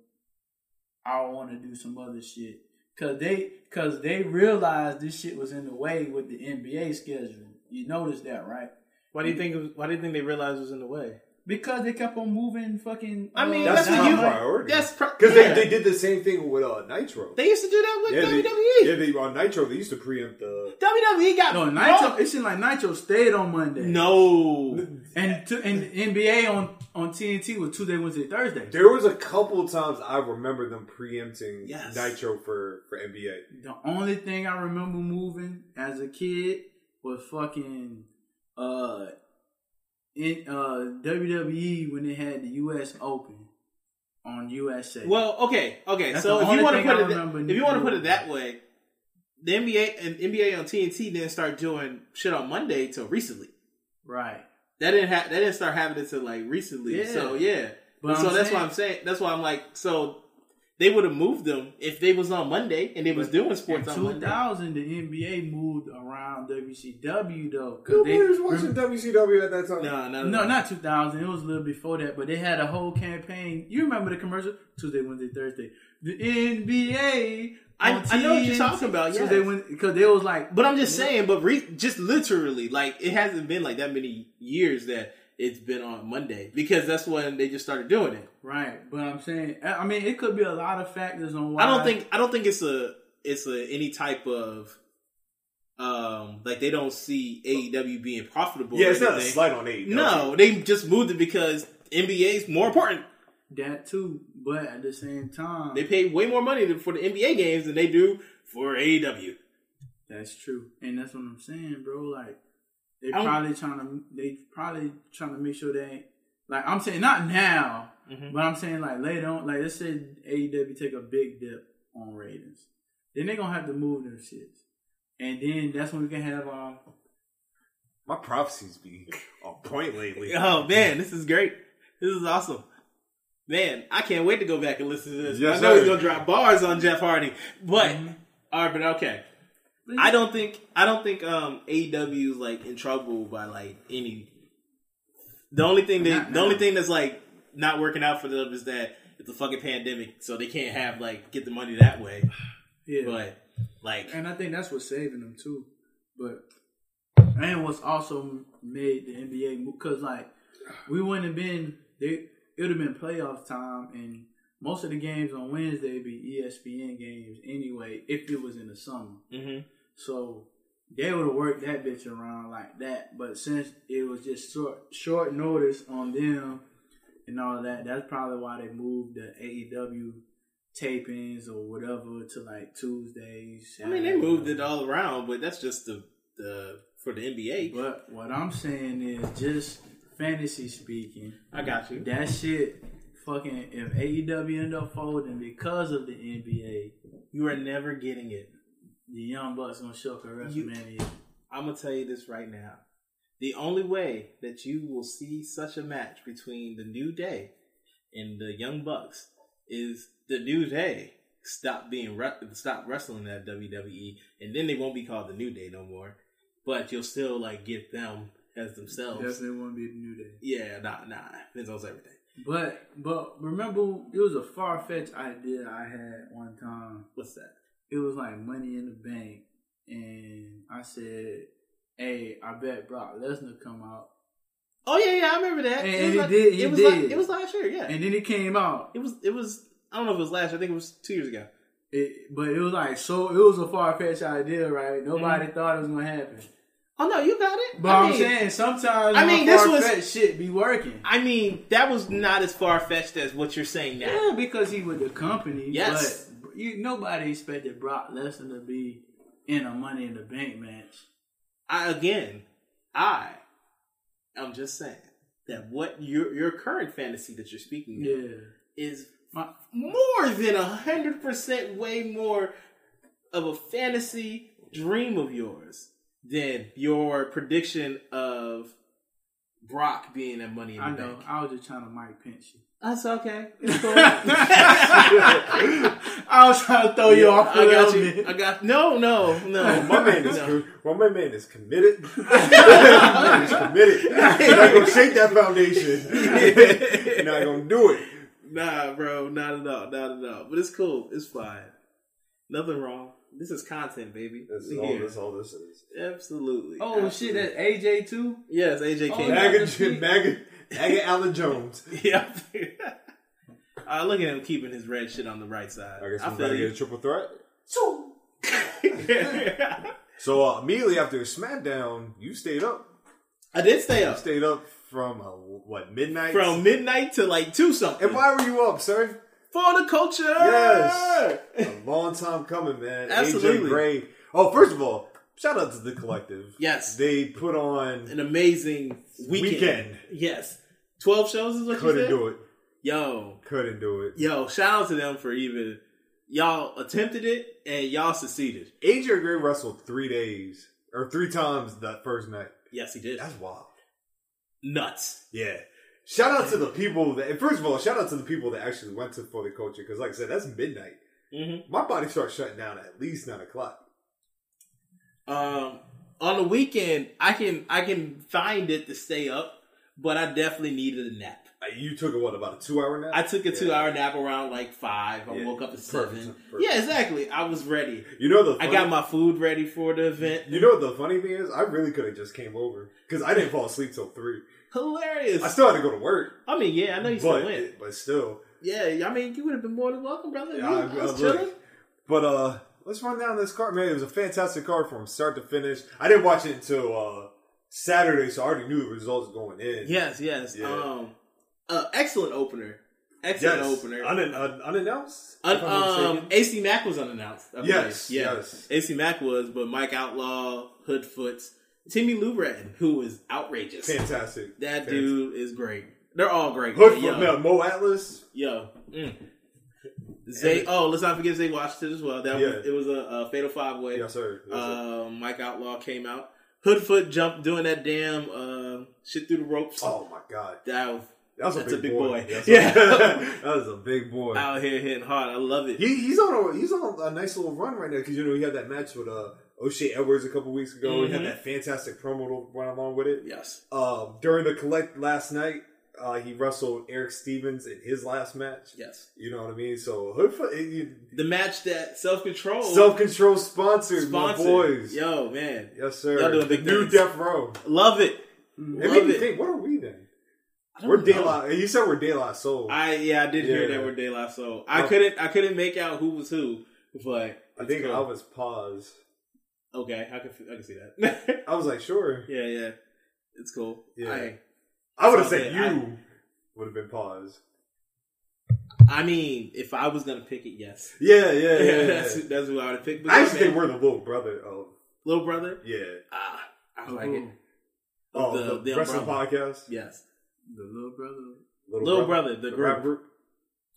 Speaker 6: I want to do some other shit because they because they realized this shit was in the way with the NBA schedule. You noticed that, right?
Speaker 5: Why do you think? it was- Why do you think they realized it was in the way?
Speaker 6: Because they kept on moving. Fucking.
Speaker 5: I mean,
Speaker 6: uh,
Speaker 5: that's,
Speaker 4: not
Speaker 5: what you.
Speaker 6: down, right?
Speaker 4: priority.
Speaker 5: That's because
Speaker 1: Because
Speaker 5: yeah.
Speaker 1: they, they did the same thing with uh, Nitro.
Speaker 5: They used to do that with E.
Speaker 4: yeah, they,
Speaker 5: WWE.
Speaker 4: yeah, they on Nitro. They used to preempt the.
Speaker 5: WWE E got
Speaker 6: No, Nitro. It seemed like Nitro stayed on Monday.
Speaker 5: No,
Speaker 6: and to, and NBA on on TNT was Tuesday, Wednesday, Thursday.
Speaker 4: There was a couple times I remember them preempting
Speaker 5: Yes.
Speaker 4: Nitro for for NBA.
Speaker 6: The only thing I remember moving as a kid was fucking uh in uh WWE when they had the US Open on USA.
Speaker 5: Well, okay, okay.
Speaker 6: That's
Speaker 5: so
Speaker 6: the
Speaker 5: if you
Speaker 6: only
Speaker 5: want to
Speaker 6: thing
Speaker 5: put
Speaker 6: I
Speaker 5: it,
Speaker 6: remember
Speaker 5: that- if you want to
Speaker 6: doing.
Speaker 5: put it that way, the NBA and NBA on TNT didn't start doing shit on Monday till recently.
Speaker 6: right.
Speaker 5: That didn't ha- that didn't start happening till like recently.
Speaker 6: Yeah.
Speaker 5: So yeah,
Speaker 6: But
Speaker 5: so
Speaker 6: I'm
Speaker 5: that's
Speaker 6: saying-
Speaker 5: why I'm saying that's why I'm like so they would have moved them if they was on Monday and they was doing
Speaker 6: In
Speaker 5: sports on Monday.
Speaker 6: 2000, the NBA moved around WCW though. 'cause
Speaker 4: Who
Speaker 6: they-
Speaker 4: was watching WCW at that time?
Speaker 5: No, no,
Speaker 6: no, not 2000. It was a little before that, but they had a whole campaign. You remember the commercial? Tuesday, Wednesday, Thursday. The NBA.
Speaker 5: I-
Speaker 6: on
Speaker 5: I know what you're
Speaker 6: TNT.
Speaker 5: talking about,
Speaker 6: Tuesday,
Speaker 5: yes.
Speaker 6: Wednesday, because they was like,
Speaker 5: But I'm just saying, but re- just literally, like it hasn't been like that many years that it's been on Monday because that's when they just started doing it.
Speaker 6: Right, but I'm saying, I I mean, it could be a lot of factors on why.
Speaker 5: I don't think I don't think it's a it's a any type of um like they don't see AEW being profitable.
Speaker 4: Yeah,
Speaker 5: or
Speaker 4: it's not a E
Speaker 5: anything.
Speaker 4: slight on AEW.
Speaker 5: No, they just moved it because NBA is more important.
Speaker 6: that too. But at the same time,
Speaker 5: They pay way more money than- for the NBA games than they do for E AEW.
Speaker 6: that's true, and that's what I'm saying, bro. Like they
Speaker 5: I don't-
Speaker 6: probably trying to, they probably trying to make sure they, ain't- like I'm saying, not now,
Speaker 5: Mm-hmm.
Speaker 6: but I'm saying like later on, like let's say AEW take a big dip on ratings, then they gonna have to move their shits, and then that's when we can have um,
Speaker 4: My prophecies be on point lately.
Speaker 5: Oh man, this is great. This is awesome. Man, I can't wait to go back and listen to this.
Speaker 4: Yes,
Speaker 5: I know
Speaker 4: sir.
Speaker 5: he's gonna drop bars on Jeff Hardy, but
Speaker 6: Mm-hmm.
Speaker 5: all right, but okay. I don't think I don't think um AEW is like in trouble by like any. The only thing
Speaker 6: Not
Speaker 5: that the
Speaker 6: now.
Speaker 5: only thing that's like not working out for them is that it's a fucking pandemic, so they can't have like get the money that way.
Speaker 6: yeah.
Speaker 5: But like,
Speaker 6: And I think that's what's saving them too. But and what's also made the NBA because like we wouldn't have been they it would have been playoff time and most of the games on Wednesday be E ESPN games anyway if it was in the summer.
Speaker 5: hmm
Speaker 6: So they would have worked that bitch around like that. But since it was just short short notice on them and all that, that's probably why they moved the AEW tapings or whatever to like Tuesdays.
Speaker 5: I mean, they moved it all around, but that's just the the for the NBA.
Speaker 6: But what I'm saying is just fantasy speaking,
Speaker 5: I got you.
Speaker 6: that shit fucking if E AEW end up folding because of the NBA,
Speaker 5: You are never getting it.
Speaker 6: The Young Bucks gonna show up at
Speaker 5: You-
Speaker 6: WrestleMania.
Speaker 5: I'm gonna tell you this right now. The only way that you will see such a match between the New Day and the Young Bucks is the New Day stop being re- stop wrestling at WWE, E, and then they won't be called the New Day no more. But you'll still like get them as themselves.
Speaker 6: Definitely won't be the New Day.
Speaker 5: Yeah, nah, nah. Enzo's everything.
Speaker 6: But but remember, it was a far fetched idea I had one time.
Speaker 5: What's that?
Speaker 6: It was like Money in the Bank, and I said, "Hey, I bet Brock Lesnar come out."
Speaker 5: Oh yeah, yeah. I remember that.
Speaker 6: And
Speaker 5: it was
Speaker 6: he
Speaker 5: like,
Speaker 6: did- he
Speaker 5: it was
Speaker 6: did.
Speaker 5: Like, it was last year. Yeah.
Speaker 6: And then it came out.
Speaker 5: it was. It was. I don't know if it was last. year. I think it was two years ago.
Speaker 6: It, but it was like so. It was a far fetched idea, right? Nobody thought it was gonna happen.
Speaker 5: Oh no, you got it.
Speaker 6: But
Speaker 5: I
Speaker 6: I am
Speaker 5: Mm-hmm. mean-
Speaker 6: saying sometimes
Speaker 5: I
Speaker 6: I
Speaker 5: mean,
Speaker 6: mean
Speaker 5: this
Speaker 6: this
Speaker 5: was-
Speaker 6: was shit be working.
Speaker 5: I mean, that was not as far fetched as what you're saying now.
Speaker 6: Yeah, because he with the company.
Speaker 5: Yes.
Speaker 6: but you, nobody expected Brock Lesnar to be in a Money in the Bank match.
Speaker 5: I again, I am just saying that what your your current fantasy that you're speaking of
Speaker 6: Yeah,
Speaker 5: is
Speaker 6: my
Speaker 5: more than a hundred percent way more of a fantasy dream of yours than your prediction of Brock being at Money in the
Speaker 6: I know.
Speaker 5: Bank.
Speaker 6: I was just trying to Mike pinch you.
Speaker 5: That's okay. It's [laughs] cool.
Speaker 6: I was trying to throw you off.
Speaker 5: I got you. I got no, no, no. [laughs]
Speaker 1: My man is
Speaker 5: No.
Speaker 1: co- well, my man is committed. [laughs] my man is committed. He's not gonna shake that foundation. He's not gonna do it.
Speaker 5: Nah, bro, not at all, not at all. But it's cool, it's fine. Nothing wrong. This is content, baby.
Speaker 1: That's
Speaker 5: Yeah.
Speaker 1: all. That's all this is.
Speaker 5: Absolutely.
Speaker 6: Oh shit,
Speaker 5: Absolutely.
Speaker 6: that's AJ too.
Speaker 5: yes, AJ
Speaker 6: Oh,
Speaker 5: came
Speaker 6: yeah.
Speaker 5: back. [laughs]
Speaker 1: Maggot, Jim- maggot, maggot, Alan Jones.
Speaker 5: Yep. [laughs] I look at him keeping his red shit on the right side.
Speaker 1: I guess
Speaker 5: I
Speaker 1: I'm gonna
Speaker 5: feel
Speaker 1: get a
Speaker 5: you.
Speaker 1: triple threat.
Speaker 5: I
Speaker 1: So uh, immediately after SmackDown, you stayed up.
Speaker 5: did stay
Speaker 1: You
Speaker 5: up
Speaker 1: stayed up from uh, what midnight?
Speaker 5: from midnight to like two something.
Speaker 1: and why were you up, sir?
Speaker 5: for the culture?
Speaker 1: Yes. A long time coming, man.
Speaker 5: Absolutely.
Speaker 1: AJ Gray. Oh, first of all, shout out to the collective.
Speaker 5: Yes.
Speaker 1: they put on.
Speaker 5: An amazing weekend.
Speaker 1: Weekend.
Speaker 5: Yes. Twelve shows is what you
Speaker 1: Couldn't
Speaker 5: said?
Speaker 1: do it.
Speaker 5: Yo.
Speaker 1: Couldn't do it.
Speaker 5: Yo, shout out to them for even y'all attempted it and y'all succeeded.
Speaker 1: AJ Gray wrestled three days or three times that first night.
Speaker 5: Yes, he did.
Speaker 1: That's wild.
Speaker 5: Nuts.
Speaker 1: Yeah. Shout out to the people that. and First of all, shout out to the people that actually went to for the culture because, like I said, that's midnight.
Speaker 5: Mm-hmm.
Speaker 1: My body starts shutting down at least nine o'clock.
Speaker 5: Um, on the weekend, I can I can find it to stay up, but I definitely needed a nap.
Speaker 1: Uh, You took a, what about a two hour nap?
Speaker 5: I took a
Speaker 1: Yeah.
Speaker 5: two hour nap around like five. I
Speaker 1: Yeah.
Speaker 5: woke up at
Speaker 1: Perfect.
Speaker 5: seven.
Speaker 1: Perfect.
Speaker 5: Yeah, exactly. I was ready.
Speaker 1: You know the.
Speaker 5: I
Speaker 1: Funny,
Speaker 5: got my food ready for the event.
Speaker 1: You know what the funny thing is? I really could have just came over because I didn't fall asleep till three.
Speaker 5: Hilarious.
Speaker 1: I still had to go to work,
Speaker 5: I mean, yeah, I know you
Speaker 1: but
Speaker 5: still went.
Speaker 1: but still,
Speaker 5: Yeah, I mean, you would have been more than welcome, brother.
Speaker 1: Yeah,
Speaker 5: You-
Speaker 1: I-
Speaker 5: I was
Speaker 1: I- look.
Speaker 5: chilling.
Speaker 1: But uh, let's run down this card, man. It was a fantastic card from start to finish. I didn't watch it until uh, Saturday, so I already knew the results going in.
Speaker 5: Yes, yes.
Speaker 1: Yeah.
Speaker 5: Um, uh, excellent opener. Excellent
Speaker 1: yes.
Speaker 5: opener.
Speaker 1: Un- un- unannounced.
Speaker 5: Un-
Speaker 1: if I'm not
Speaker 5: um,
Speaker 1: mistaken.
Speaker 5: AC Mack was unannounced. I believe.
Speaker 1: Yes, yes.
Speaker 5: AC Mack was, but Mike Outlaw, Hoodfoots, Timmy Lubratton, who is outrageous.
Speaker 1: fantastic.
Speaker 5: eh, That
Speaker 1: Fantastic.
Speaker 5: dude is great. They're all great.
Speaker 1: Hood
Speaker 5: but
Speaker 1: from
Speaker 5: yo,
Speaker 1: no, Mo Atlas.
Speaker 5: yo. Mm. Zay. Oh, let's not forget Zay Washington as well. That was,
Speaker 1: Yeah.
Speaker 5: it was a, a fatal five way.
Speaker 1: Yes, sir. Yes, sir.
Speaker 5: Um, Mike Outlaw came out. Hoodfoot jumped doing that damn uh, shit through the ropes.
Speaker 1: oh my god,
Speaker 5: That was
Speaker 1: that was a
Speaker 5: That's a
Speaker 1: big,
Speaker 5: big boy. [laughs]
Speaker 1: Yes,
Speaker 5: Yeah.
Speaker 1: sir. [laughs] that was a big boy.
Speaker 5: out here hitting hard. I love it.
Speaker 1: He, he's on a he's on a nice little run right now because you know he had that match with uh O'Shea Edwards a couple weeks ago. He
Speaker 5: Mhm.
Speaker 1: had that fantastic promo to run along with it.
Speaker 5: Yes.
Speaker 1: Um, during the collect last night, uh, he wrestled Eric Stevens in his last match.
Speaker 5: Yes.
Speaker 1: You know what I mean? So Hood
Speaker 5: The match that self control
Speaker 1: self control sponsors, my
Speaker 5: sponsored.
Speaker 1: boys.
Speaker 5: Yo, man.
Speaker 1: Yes, sir.
Speaker 5: Y'all doing
Speaker 1: the
Speaker 5: big
Speaker 1: new
Speaker 5: things.
Speaker 1: Death Row.
Speaker 5: Love it.
Speaker 1: It
Speaker 5: Love
Speaker 1: made me
Speaker 5: it.
Speaker 1: think. What are we then?
Speaker 5: I don't
Speaker 1: We're
Speaker 5: know.
Speaker 1: daylight. You said we're daylight soul. I,
Speaker 5: I yeah, I did hear
Speaker 1: Yeah.
Speaker 5: that we're De La Soul. I
Speaker 1: Oh.
Speaker 5: couldn't I couldn't make out who was who, but it's
Speaker 1: think
Speaker 5: cool.
Speaker 1: I was paused.
Speaker 5: okay. I can I can see that. [laughs]
Speaker 1: I was like, sure.
Speaker 5: yeah, yeah, it's cool.
Speaker 1: Yeah.
Speaker 5: I,
Speaker 1: I would have
Speaker 5: So,
Speaker 1: said
Speaker 5: yeah, I-
Speaker 1: you would have been paused.
Speaker 5: I mean, if I was gonna pick it, yes,
Speaker 1: Yeah, [laughs] yeah,
Speaker 5: [laughs]
Speaker 1: yeah. yeah.
Speaker 5: that's, that's who I would pick. But
Speaker 1: I
Speaker 5: yeah,
Speaker 1: actually think
Speaker 5: man.
Speaker 1: we're the little brother of
Speaker 5: little brother.
Speaker 1: yeah.
Speaker 5: Ah, I like it.
Speaker 1: Oh,
Speaker 5: The-
Speaker 1: the,
Speaker 5: the
Speaker 1: wrestling
Speaker 5: umbrella.
Speaker 1: podcast.
Speaker 5: Yes,
Speaker 6: The little brother.
Speaker 5: little brother, the group.
Speaker 1: rap group.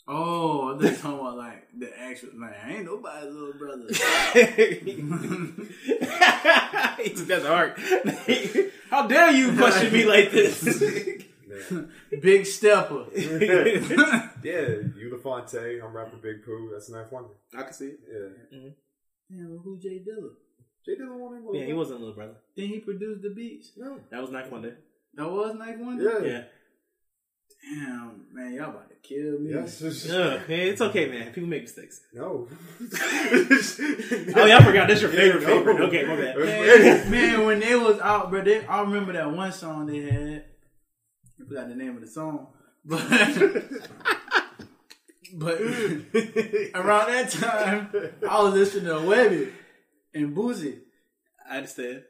Speaker 6: Oh, I thought you were talking about like the actual man. I ain't nobody's little brother.
Speaker 5: That's hard. [laughs] How dare you question me like this?
Speaker 6: Big stepper. [laughs]
Speaker 1: Yeah, you LaFonte, I'm rapper Big Pooh. That's Knife Wonder.
Speaker 5: I can see it.
Speaker 1: Yeah.
Speaker 6: Damn, well, who Jay Dilla?
Speaker 1: Jay Dilla won
Speaker 5: [laughs] Yeah, he wasn't a little brother.
Speaker 6: Then he produced the beats.
Speaker 1: No.
Speaker 5: That was Knife Wonder.
Speaker 6: That was Night One.
Speaker 1: Yeah.
Speaker 5: Yeah.
Speaker 6: Damn, man, y'all about to kill me.
Speaker 1: Yes.
Speaker 5: Ugh, man, it's okay, man. People make mistakes.
Speaker 1: No.
Speaker 5: [laughs] Oh, yeah, I forgot. That's your favorite favorite. Okay, my bad.
Speaker 6: Man, man, when they was out, bro, they, I remember that one song they had. I forgot the name of the song, but but around that time, I was listening to Webby and Boozy.
Speaker 5: I understand.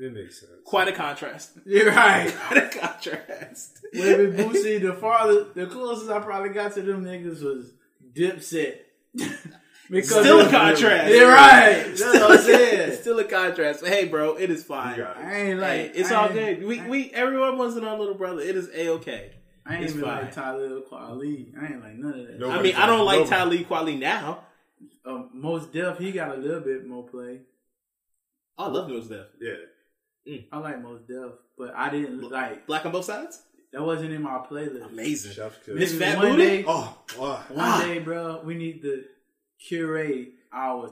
Speaker 1: It makes sense.
Speaker 5: [laughs] Quite a contrast. [laughs]
Speaker 6: You're right.
Speaker 5: Quite a contrast.
Speaker 6: Webby Boozy, the farthest, the closest I probably got to them niggas was Dipset. because
Speaker 5: Still a
Speaker 6: of-
Speaker 5: contrast.
Speaker 6: You're
Speaker 5: [laughs]
Speaker 6: right. That's what I'm saying.
Speaker 5: Still a contrast. But hey, bro, it is fine.
Speaker 1: You got it.
Speaker 6: I ain't like
Speaker 5: Hey, it's
Speaker 6: I
Speaker 5: all
Speaker 6: ain't-
Speaker 5: good. We,
Speaker 6: I-
Speaker 5: we everyone wasn't our little brother. It is a okay.
Speaker 6: I ain't
Speaker 5: It's
Speaker 6: even
Speaker 5: fine.
Speaker 6: like Tyler Kweli. I ain't like none of that.
Speaker 1: No.
Speaker 5: I
Speaker 1: Nobody
Speaker 5: mean, I don't
Speaker 1: does.
Speaker 5: like
Speaker 1: Nobody.
Speaker 5: Talib Kweli now.
Speaker 6: Uh, most Def, he got a little bit more play.
Speaker 5: I love those stuff.
Speaker 1: Yeah.
Speaker 6: I like most Def, but I didn't like
Speaker 5: Black on both sides.
Speaker 6: that wasn't in my playlist.
Speaker 5: Amazing.
Speaker 1: Chef Kiss.
Speaker 5: Miss Fat
Speaker 6: One
Speaker 5: Booty.
Speaker 6: day-
Speaker 1: [laughs] Oh, wow.
Speaker 6: One day, bro, we need to curate our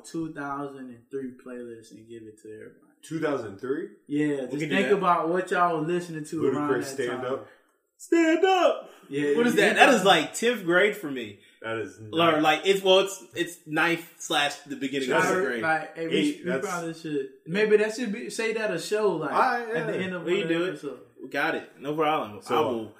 Speaker 6: 2003 playlist and give it to everybody.
Speaker 1: 2003?
Speaker 6: Yeah,
Speaker 5: can
Speaker 6: just
Speaker 5: do
Speaker 6: think
Speaker 5: that.
Speaker 6: about what y'all was listening to around
Speaker 1: Ludacris
Speaker 6: that
Speaker 1: stand
Speaker 6: time.
Speaker 1: up.
Speaker 5: Stand up.
Speaker 6: Yeah,
Speaker 5: What is
Speaker 6: yeah.
Speaker 5: that? That is like tenth grade for me.
Speaker 1: That is
Speaker 5: Or
Speaker 1: not,
Speaker 5: like it's well, it's it's ninth slash the beginning of
Speaker 1: That's
Speaker 6: I
Speaker 5: the
Speaker 1: a
Speaker 6: heard,
Speaker 5: grade.
Speaker 6: like, hey, we,
Speaker 1: Eight,
Speaker 6: we
Speaker 1: that's-
Speaker 6: probably should maybe that should be say that a show like
Speaker 1: Ah, yeah.
Speaker 6: at the end of
Speaker 5: We
Speaker 6: one of the
Speaker 5: do it.
Speaker 6: episode.
Speaker 5: We Got it. No problem.
Speaker 1: So-
Speaker 5: I will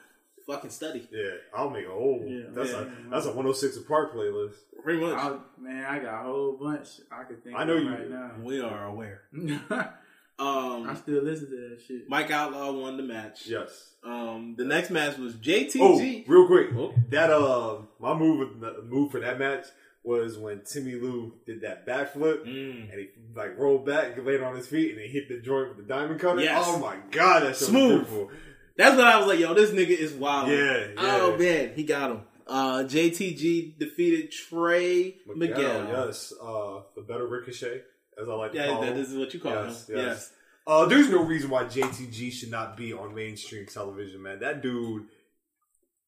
Speaker 5: fucking study.
Speaker 1: Yeah, I'll make a whole.
Speaker 6: Yeah.
Speaker 1: that's
Speaker 6: Yeah.
Speaker 1: a that's a 106 apart playlist.
Speaker 5: Pretty much.
Speaker 6: I, man, I got a whole bunch I could think.
Speaker 1: I know
Speaker 6: of
Speaker 1: you
Speaker 6: right
Speaker 1: do.
Speaker 5: we are aware.
Speaker 6: now. [laughs] I
Speaker 5: Um,
Speaker 6: still listen to that shit.
Speaker 5: Mike Outlaw won the match.
Speaker 1: Yes.
Speaker 5: Um, the next match was
Speaker 1: Oh,
Speaker 5: JTG.
Speaker 1: real quick,
Speaker 5: Oh.
Speaker 1: that uh, my move with- move for that match was when Timmy Lou did that backflip
Speaker 5: Mm.
Speaker 1: and he like rolled back and laid on his feet and he hit the joint with the diamond cutter.
Speaker 5: Yes.
Speaker 1: Oh my god, that's
Speaker 5: Smooth.
Speaker 1: smooth. Beautiful.
Speaker 5: That's when I was like, yo, this nigga is wild.
Speaker 1: Yeah, yeah.
Speaker 5: Oh man, he got him. Uh, JTG defeated Trey Miguel.
Speaker 1: yes, uh, the better ricochet as I like to
Speaker 5: Yeah,
Speaker 1: call
Speaker 5: that
Speaker 1: him.
Speaker 5: this is what you call
Speaker 1: Yes,
Speaker 5: him.
Speaker 1: yes.
Speaker 5: Yes.
Speaker 1: Uh, there's no reason why JTG should not be on mainstream television, man. That dude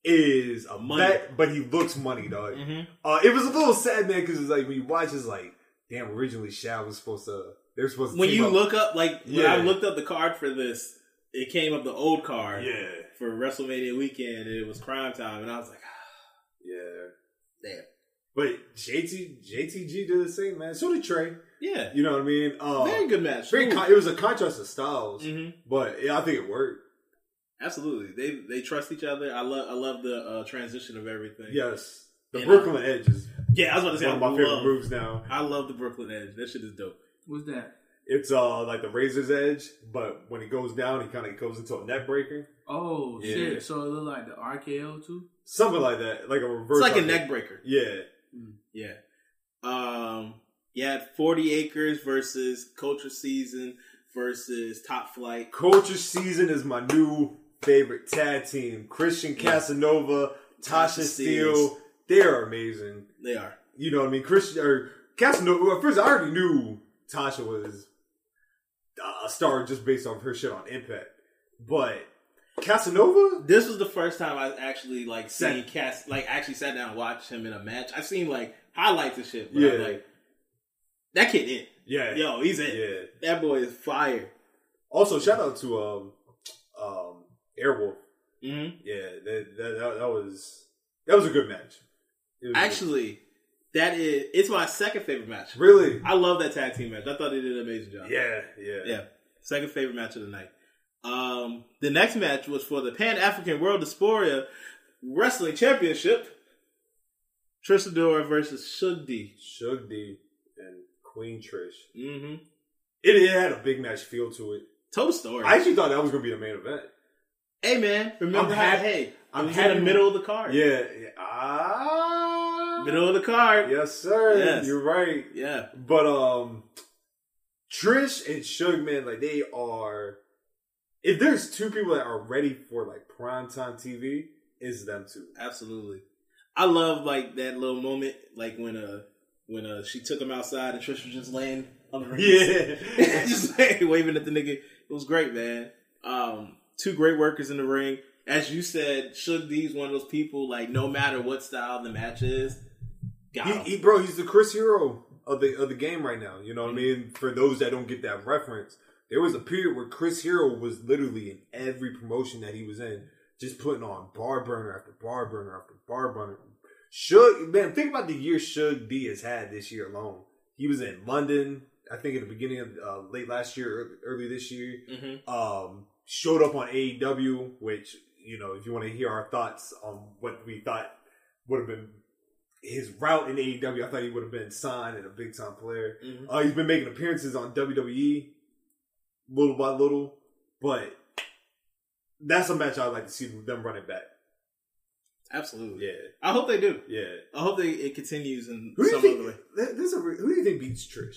Speaker 1: is a
Speaker 5: Money.
Speaker 1: money, but he looks money, dog.
Speaker 5: Mhm.
Speaker 1: Uh, it was a little sad, man, because it's like when you watch, it's like, damn. Originally, Shad was supposed to. They're supposed to.
Speaker 5: When
Speaker 1: team
Speaker 5: you
Speaker 1: up.
Speaker 5: look up, like when
Speaker 1: Yeah.
Speaker 5: I looked up the card for this, it came up the old card
Speaker 1: yeah,
Speaker 5: for WrestleMania weekend, and it was Crime Time, and I was like, [sighs] ah,
Speaker 1: yeah.
Speaker 5: damn,
Speaker 1: But JT JTG did the same, man. So did Trey.
Speaker 5: yeah,
Speaker 1: You know what I mean? Uh,
Speaker 5: very good match.
Speaker 1: very con- it was a contrast of styles,
Speaker 5: hmm
Speaker 1: but yeah, I think it worked.
Speaker 5: Absolutely, they they trust each other. I love I love the uh, transition of everything.
Speaker 1: Yes, the
Speaker 5: And, uh,
Speaker 1: Brooklyn Edge is
Speaker 5: yeah. I was about to say,
Speaker 1: one of
Speaker 5: I
Speaker 1: my favorite
Speaker 5: love-
Speaker 1: moves now.
Speaker 5: I love the Brooklyn Edge. That shit is dope.
Speaker 6: What's that?
Speaker 1: It's uh like the razor's edge, but when it goes down, he kind of goes into a net breaker,
Speaker 6: Oh
Speaker 5: Yeah.
Speaker 6: shit! So it looked like the RKO too.
Speaker 1: something like that, like a reverse.
Speaker 5: It's like a
Speaker 1: uppercut.
Speaker 5: neck breaker. Mm,
Speaker 1: Yeah,
Speaker 5: Yeah. Um yeah, 40 acres versus culture season versus top flight.
Speaker 1: Culture Season is my new favorite tag team. Christian Casanova,
Speaker 5: Tasha
Speaker 1: Tasha
Speaker 5: Steelz.
Speaker 1: Steele, they are amazing.
Speaker 5: They are.
Speaker 1: You know what I mean? Christian or Casanova. Well, first, I already knew Tasha was a star just based off her shit on Impact, but Casanova.
Speaker 5: This was the first time I actually like seen
Speaker 1: Sat-
Speaker 5: cast like actually sat down and watched him in a match. I've seen like highlights and shit, but I'm
Speaker 1: Yeah.
Speaker 5: like that kid in.
Speaker 1: Yeah,
Speaker 5: Yo, he's in.
Speaker 1: yeah.
Speaker 5: That boy is fire.
Speaker 1: Also, shout out to um um Airwolf.
Speaker 5: Mhm.
Speaker 1: Yeah, that that, that, that was that was a good match. It was
Speaker 5: Actually, that is it's my second favorite match.
Speaker 1: good. really,
Speaker 5: I love that tag team match. I thought they did an amazing job.
Speaker 1: yeah, yeah,
Speaker 5: Yeah. Second favorite match of the night. Um, the next match was for the Pan African World Dysphoria Wrestling Championship. Trisadora versus Shugdi.
Speaker 1: Shug D and Queen Trish.
Speaker 5: Mm-hmm.
Speaker 1: It, it had a big match feel to it.
Speaker 5: Toast story.
Speaker 1: I actually thought that was gonna be the main event.
Speaker 5: hey man, remember
Speaker 1: I'm
Speaker 5: how?
Speaker 1: happy-
Speaker 5: Hey,
Speaker 1: I'm
Speaker 5: I'm had a
Speaker 1: happy-
Speaker 5: middle of the card.
Speaker 1: Yeah, yeah. Ah,
Speaker 5: middle of the card. Yeah,
Speaker 1: yes, sir.
Speaker 5: Yes.
Speaker 1: You're right. But um, Trish and Suge, man, like they are. If there's two people that are ready for like prime time TV, is them two.
Speaker 5: absolutely. I love like that little moment, like when uh when uh she took him outside and Trish was just laying on the ring. [laughs]
Speaker 1: Yeah.
Speaker 5: just like, waving at the nigga. It was great, man. Um, two great workers in the ring. As you said, Shug D's one of those people, like, no matter what style the match is, got
Speaker 1: He,
Speaker 5: him.
Speaker 1: he, bro, he's the Chris Hero of the of the game right now. You know what I mean? For those that don't get that reference, there was a period where Chris Hero was literally in every promotion that he was in, just putting on bar burner after bar burner after bar burner. Shug, man, think about the year Shug D has had this year alone. He was in London, I think, at the beginning of uh, late last year, early, early this year.
Speaker 5: Mhm.
Speaker 1: Um, showed up on AEW, which you know, if you want to hear our thoughts on what we thought would have been his route in AEW, I thought he would have been signed and a big time player.
Speaker 5: Mhm.
Speaker 1: Uh, he's been making appearances on WWE little by little, but that's a match I'd like to see them running back.
Speaker 5: Absolutely.
Speaker 1: Yeah,
Speaker 5: I hope they do.
Speaker 1: yeah.
Speaker 5: I hope they it continues in
Speaker 1: Who do you
Speaker 5: some
Speaker 1: think?
Speaker 5: other way.
Speaker 1: th- This is a, re- who do you think beats Trish?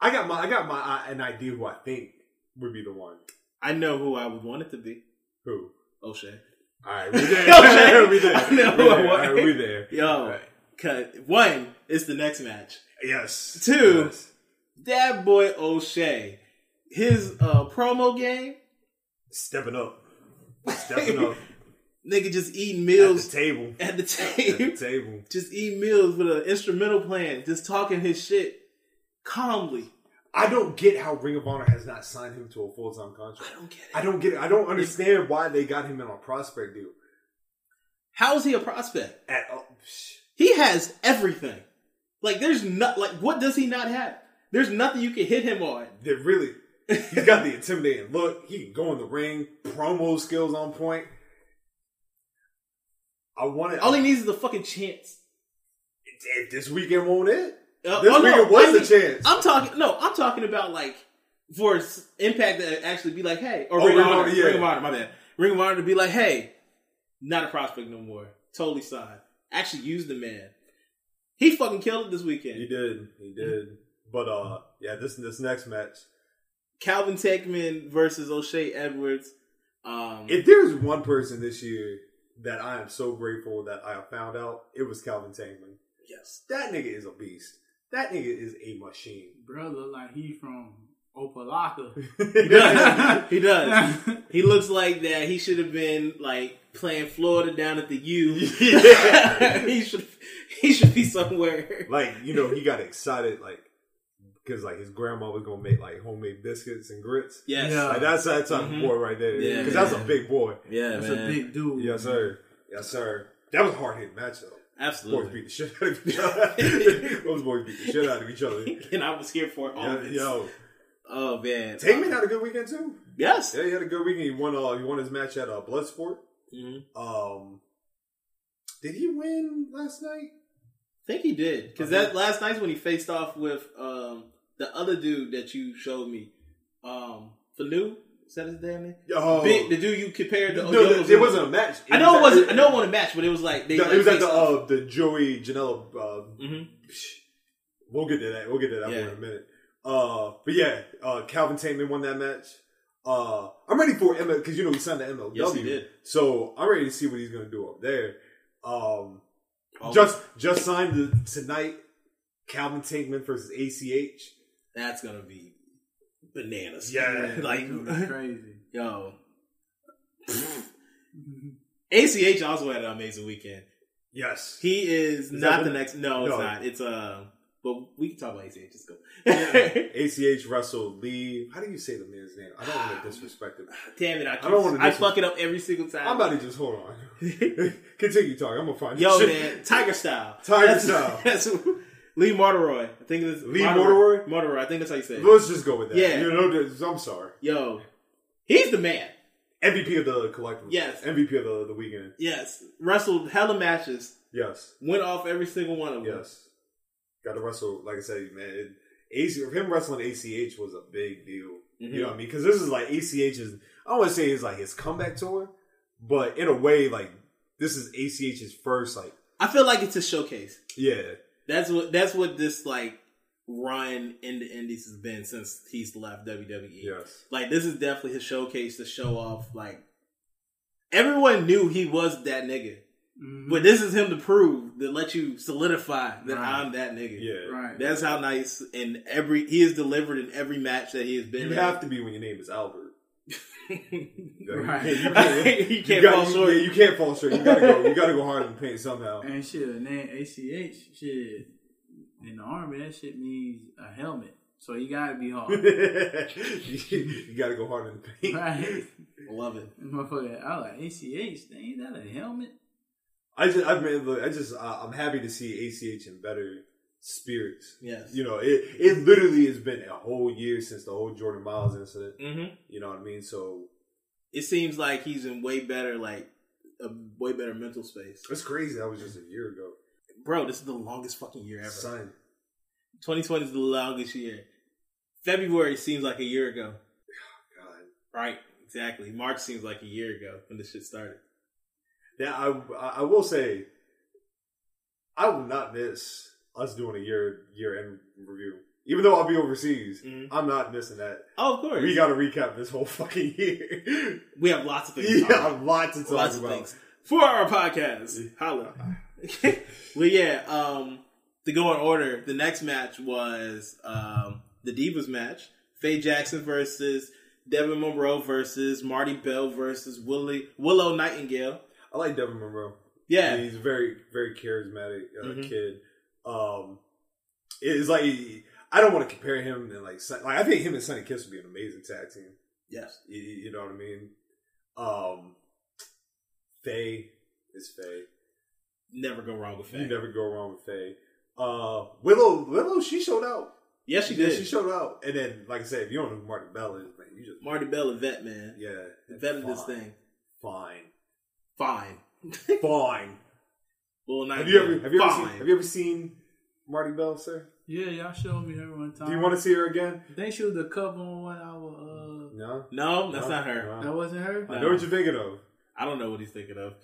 Speaker 1: I got my I got my I- an idea who I think would be the one.
Speaker 5: I know who I would want it to be.
Speaker 1: Who? [laughs]
Speaker 5: O'Shea.
Speaker 1: All right, we [laughs] there. we there.
Speaker 5: [laughs] I
Speaker 1: We
Speaker 5: know
Speaker 1: there.
Speaker 5: I
Speaker 1: All
Speaker 5: want-
Speaker 1: right, we there.
Speaker 5: [laughs] Yo.
Speaker 1: All right.
Speaker 5: Cut. One is the next match.
Speaker 1: Yes.
Speaker 5: Two.
Speaker 1: Yes.
Speaker 5: That boy O'Shea, his uh, promo game,
Speaker 1: Stepping up. Stepping up.
Speaker 5: [laughs] nigga just eating
Speaker 1: At the
Speaker 5: meals
Speaker 1: table.
Speaker 5: at the
Speaker 1: At the
Speaker 5: table,
Speaker 1: table.
Speaker 5: [laughs] just eating meals with an instrumental playing, just talking his shit calmly.
Speaker 1: I don't get how Ring of Honor has not signed him to a full time
Speaker 5: I
Speaker 1: contract.
Speaker 5: don't get it.
Speaker 1: I don't get it. I don't understand why they got him in on prospect deal
Speaker 5: How is he a prospect?
Speaker 1: at oh, all. Psh.
Speaker 5: He has everything. Like there's not like what does he not have? There's nothing you can hit him on. [laughs]
Speaker 1: They're really. He's got the intimidating look. He can go in the ring. Promo skills on point. I want it.
Speaker 5: All he needs is a fucking chance.
Speaker 1: If this weekend won't it?
Speaker 5: Uh,
Speaker 1: this
Speaker 5: oh, no,
Speaker 1: weekend was
Speaker 5: I
Speaker 1: a
Speaker 5: mean,
Speaker 1: chance.
Speaker 5: I'm talking no, I'm talking about like for s- impact to actually be like, hey, or
Speaker 1: Oh,
Speaker 5: Ring,
Speaker 1: Ring
Speaker 5: of
Speaker 1: of
Speaker 5: Honor,
Speaker 1: Honor, yeah.
Speaker 5: Ring of Honor, my bad, Ring of Honor to be like, hey, not a prospect no more, totally signed. Actually, use the man. He fucking killed it this
Speaker 1: He
Speaker 5: weekend.
Speaker 1: did. He did. But uh, yeah, this this next match.
Speaker 5: Calvin Techman versus O'Shea Edwards. Um,
Speaker 1: If there's one person this year that I am so grateful that I found out, it was Calvin Tanglin.
Speaker 5: yes,
Speaker 1: That nigga is a beast. That nigga is a machine.
Speaker 6: Bro, look like he from
Speaker 1: [laughs]
Speaker 6: Opalaka.
Speaker 5: [laughs]
Speaker 6: [laughs]
Speaker 5: he does. he does. He looks like that. He should have been like playing Florida down at
Speaker 1: [laughs]
Speaker 5: the U. [laughs] he should. He should be somewhere.
Speaker 1: like you know, he got excited like because like his grandma was gonna make like homemade biscuits and grits.
Speaker 5: Yes.
Speaker 6: Yeah.
Speaker 1: Like that's that type of boy right there.
Speaker 5: Mm-hmm. Yeah,
Speaker 1: Because that's a
Speaker 5: man.
Speaker 1: big boy.
Speaker 5: Yeah,
Speaker 6: That's a big dude.
Speaker 1: Yes sir. Yes sir. That was a hard hit match though. Boys
Speaker 5: Absolutely.
Speaker 1: beat the shit out of each other.
Speaker 5: [laughs]
Speaker 1: Those boys beat the shit out of each other.
Speaker 5: and I was here for all
Speaker 1: Yeah,
Speaker 5: of this.
Speaker 1: yo,
Speaker 5: Oh man.
Speaker 1: Tankman had a good weekend too.
Speaker 5: Yes.
Speaker 1: Yeah, he had a good weekend. He won. Uh, he won his match at uh, Bloodsport.
Speaker 5: Mhm.
Speaker 1: Um, did he win last night?
Speaker 5: I think he did because
Speaker 1: Okay.
Speaker 5: that last night's when he faced off with um, the other dude that you showed me, um, Fanu. Is that his damn name?
Speaker 1: Oh,
Speaker 5: Big, the dude you compared to.
Speaker 1: no,
Speaker 5: Oyo's
Speaker 1: th-
Speaker 5: with.
Speaker 1: it wasn't a match.
Speaker 5: I know it wasn't. I know it wasn't a match, but it was like they.
Speaker 1: No,
Speaker 5: like,
Speaker 1: it was at
Speaker 5: faced
Speaker 1: the
Speaker 5: off.
Speaker 1: uh, the Joey Janela. Uh,
Speaker 5: Mhm.
Speaker 1: psh, we'll get to that. We'll get to that
Speaker 5: Yeah.
Speaker 1: more in a minute. Uh, but yeah, uh, Calvin Tankman won that match. Uh, I'm ready for ML because you know he signed to MLW.
Speaker 5: Yes, he did.
Speaker 1: So I'm ready to see what he's gonna do up there. Um,
Speaker 5: Oh,
Speaker 1: just just signed the, tonight. Calvin Tankman versus ACH.
Speaker 5: that's gonna be bananas.
Speaker 1: Yeah.
Speaker 5: [laughs] like
Speaker 6: crazy.
Speaker 5: yo. ACH also had an amazing weekend.
Speaker 1: Yes.
Speaker 5: He is,
Speaker 1: that
Speaker 5: not
Speaker 1: what-
Speaker 5: the next. No,
Speaker 1: No.
Speaker 5: it's not. It's uh, but we can talk about ACH. It's cool.
Speaker 1: ACH wrestled Lee. How do you say the man's name? I don't
Speaker 5: [sighs]
Speaker 1: want to disrespect him.
Speaker 5: [laughs] Damn it! I,
Speaker 1: I don't wanna
Speaker 5: I
Speaker 1: miss
Speaker 5: fuck it up every single time.
Speaker 1: I'm about to just hold
Speaker 5: [laughs]
Speaker 1: on. [laughs] Continue talking. I'm gonna find
Speaker 5: Yo,
Speaker 1: this shit.
Speaker 5: man, Tiger Style.
Speaker 1: [laughs] Tiger
Speaker 5: That's-
Speaker 1: Style.
Speaker 5: [laughs] That's Lee Mortaroy. I think it's
Speaker 1: Lee Mortaroy?
Speaker 5: Mortaroy. I think that's how you say it.
Speaker 1: Let's just go with that.
Speaker 5: Yeah.
Speaker 1: You know, there's- I'm sorry.
Speaker 5: Yo, he's the man.
Speaker 1: MVP of the collective.
Speaker 5: Yes.
Speaker 1: MVP of the, the weekend.
Speaker 5: Yes, wrestled hella matches,
Speaker 1: Yes.
Speaker 5: went off every single one of them.
Speaker 1: Yes. Got to wrestle. Like I said, man. It, AC, him wrestling ACH was a big deal.
Speaker 5: Mhm.
Speaker 1: You know what I mean? Because this is like ACH's. I don't want to say it's like his comeback tour, but in a way, like this is ACH's first. Like,
Speaker 5: I feel like it's a showcase.
Speaker 1: yeah.
Speaker 5: That's what that's what this like run in the Indies has been since he's left WWE.
Speaker 1: Yes.
Speaker 5: Like this is definitely his showcase to show off. Like everyone knew he was that nigga. But this is him to prove to let you solidify that
Speaker 6: Right.
Speaker 5: I'm that nigga.
Speaker 1: Yeah.
Speaker 6: Right.
Speaker 5: That's how nice and every he is delivered in every match that he has been.
Speaker 1: You
Speaker 5: in.
Speaker 1: have to be when your name is Albert.
Speaker 6: Right.
Speaker 1: [laughs] You can't, you can't-
Speaker 5: [laughs] you
Speaker 1: you
Speaker 5: can't
Speaker 1: got-
Speaker 5: fall
Speaker 1: you-
Speaker 5: short.
Speaker 1: yeah, you can't fall short. You gotta go. You gotta go hard in the paint somehow.
Speaker 6: [laughs]
Speaker 1: [laughs]
Speaker 6: And shit, name ACH shit in the army. That shit needs a helmet, so you gotta
Speaker 1: [laughs]
Speaker 6: be hard.
Speaker 1: you gotta go hard in the paint.
Speaker 6: right,
Speaker 5: Love it.
Speaker 6: motherfucker. I like ACH. Dang, ain't that a helmet?
Speaker 1: I just, I mean, look, I just, uh, I'm happy to see ACH in better spirits.
Speaker 5: Yes.
Speaker 1: You know, it it literally has been a whole year since the whole Jordan Miles incident.
Speaker 5: hmm
Speaker 3: Mm-hmm.
Speaker 1: You know what I mean? So
Speaker 5: It seems like he's in way better, like a way better mental space.
Speaker 1: that's crazy. That was just a year ago.
Speaker 5: Bro, this is the longest fucking year ever.
Speaker 1: Son,
Speaker 5: 2020 is the longest year. February seems like a year ago.
Speaker 1: God,
Speaker 5: Right. Exactly. March seems like a year ago when this shit started.
Speaker 1: that I I- I will say, I will not miss us doing a year year end review. Even though I'll be overseas,
Speaker 5: Mhm.
Speaker 1: I'm not missing that.
Speaker 5: Oh, of course.
Speaker 1: We got to recap this whole [laughs] fucking year.
Speaker 5: We have lots of things. to talk about. [laughs]
Speaker 1: yeah, lots to talk
Speaker 5: lots of
Speaker 1: about.
Speaker 5: things for our podcast. Holla. [laughs] but yeah, um, to go in order, the next match was um, the Divas match: Faye Jackson versus Devin Monroe versus Marty Bell versus Willie Willow Nightingale.
Speaker 1: I like Devin Monroe.
Speaker 5: Yeah,
Speaker 1: He's a very, very charismatic uh,
Speaker 5: Mhm.
Speaker 1: kid. Um, it's like I don't want to compare him and like Son- like I think him and Sonny Kiss would be an amazing tag team.
Speaker 5: yes,
Speaker 1: You, you know what I mean? Um, Faye is Faye.
Speaker 5: never go wrong with
Speaker 1: You
Speaker 5: Faye.
Speaker 1: never go wrong with Faye. Uh, Willow, Willow, she showed out.
Speaker 5: Yes, she did.
Speaker 1: She showed out. And then, like I said, if you don't know who Martin Bell is, man, you just
Speaker 5: Marty Bell, a vet man,
Speaker 1: yeah,
Speaker 5: vetted this
Speaker 1: fine.
Speaker 5: thing.
Speaker 1: Fine,
Speaker 5: Fine.
Speaker 1: fine.
Speaker 5: Well,
Speaker 1: have you ever
Speaker 5: Nightingale,
Speaker 1: have you ever
Speaker 5: fine.
Speaker 1: seen, have you ever seen Marty Bell, sir?
Speaker 6: Yeah, y'all showed me her one time.
Speaker 1: Do
Speaker 5: Uh,
Speaker 1: you want to see her again?
Speaker 6: They showed the cover on one hour. Uh,
Speaker 1: No.
Speaker 5: no, that's
Speaker 1: No,
Speaker 5: not her.
Speaker 1: no.
Speaker 6: that wasn't her.
Speaker 1: I know what you're thinking of.
Speaker 5: I don't know what he's thinking of,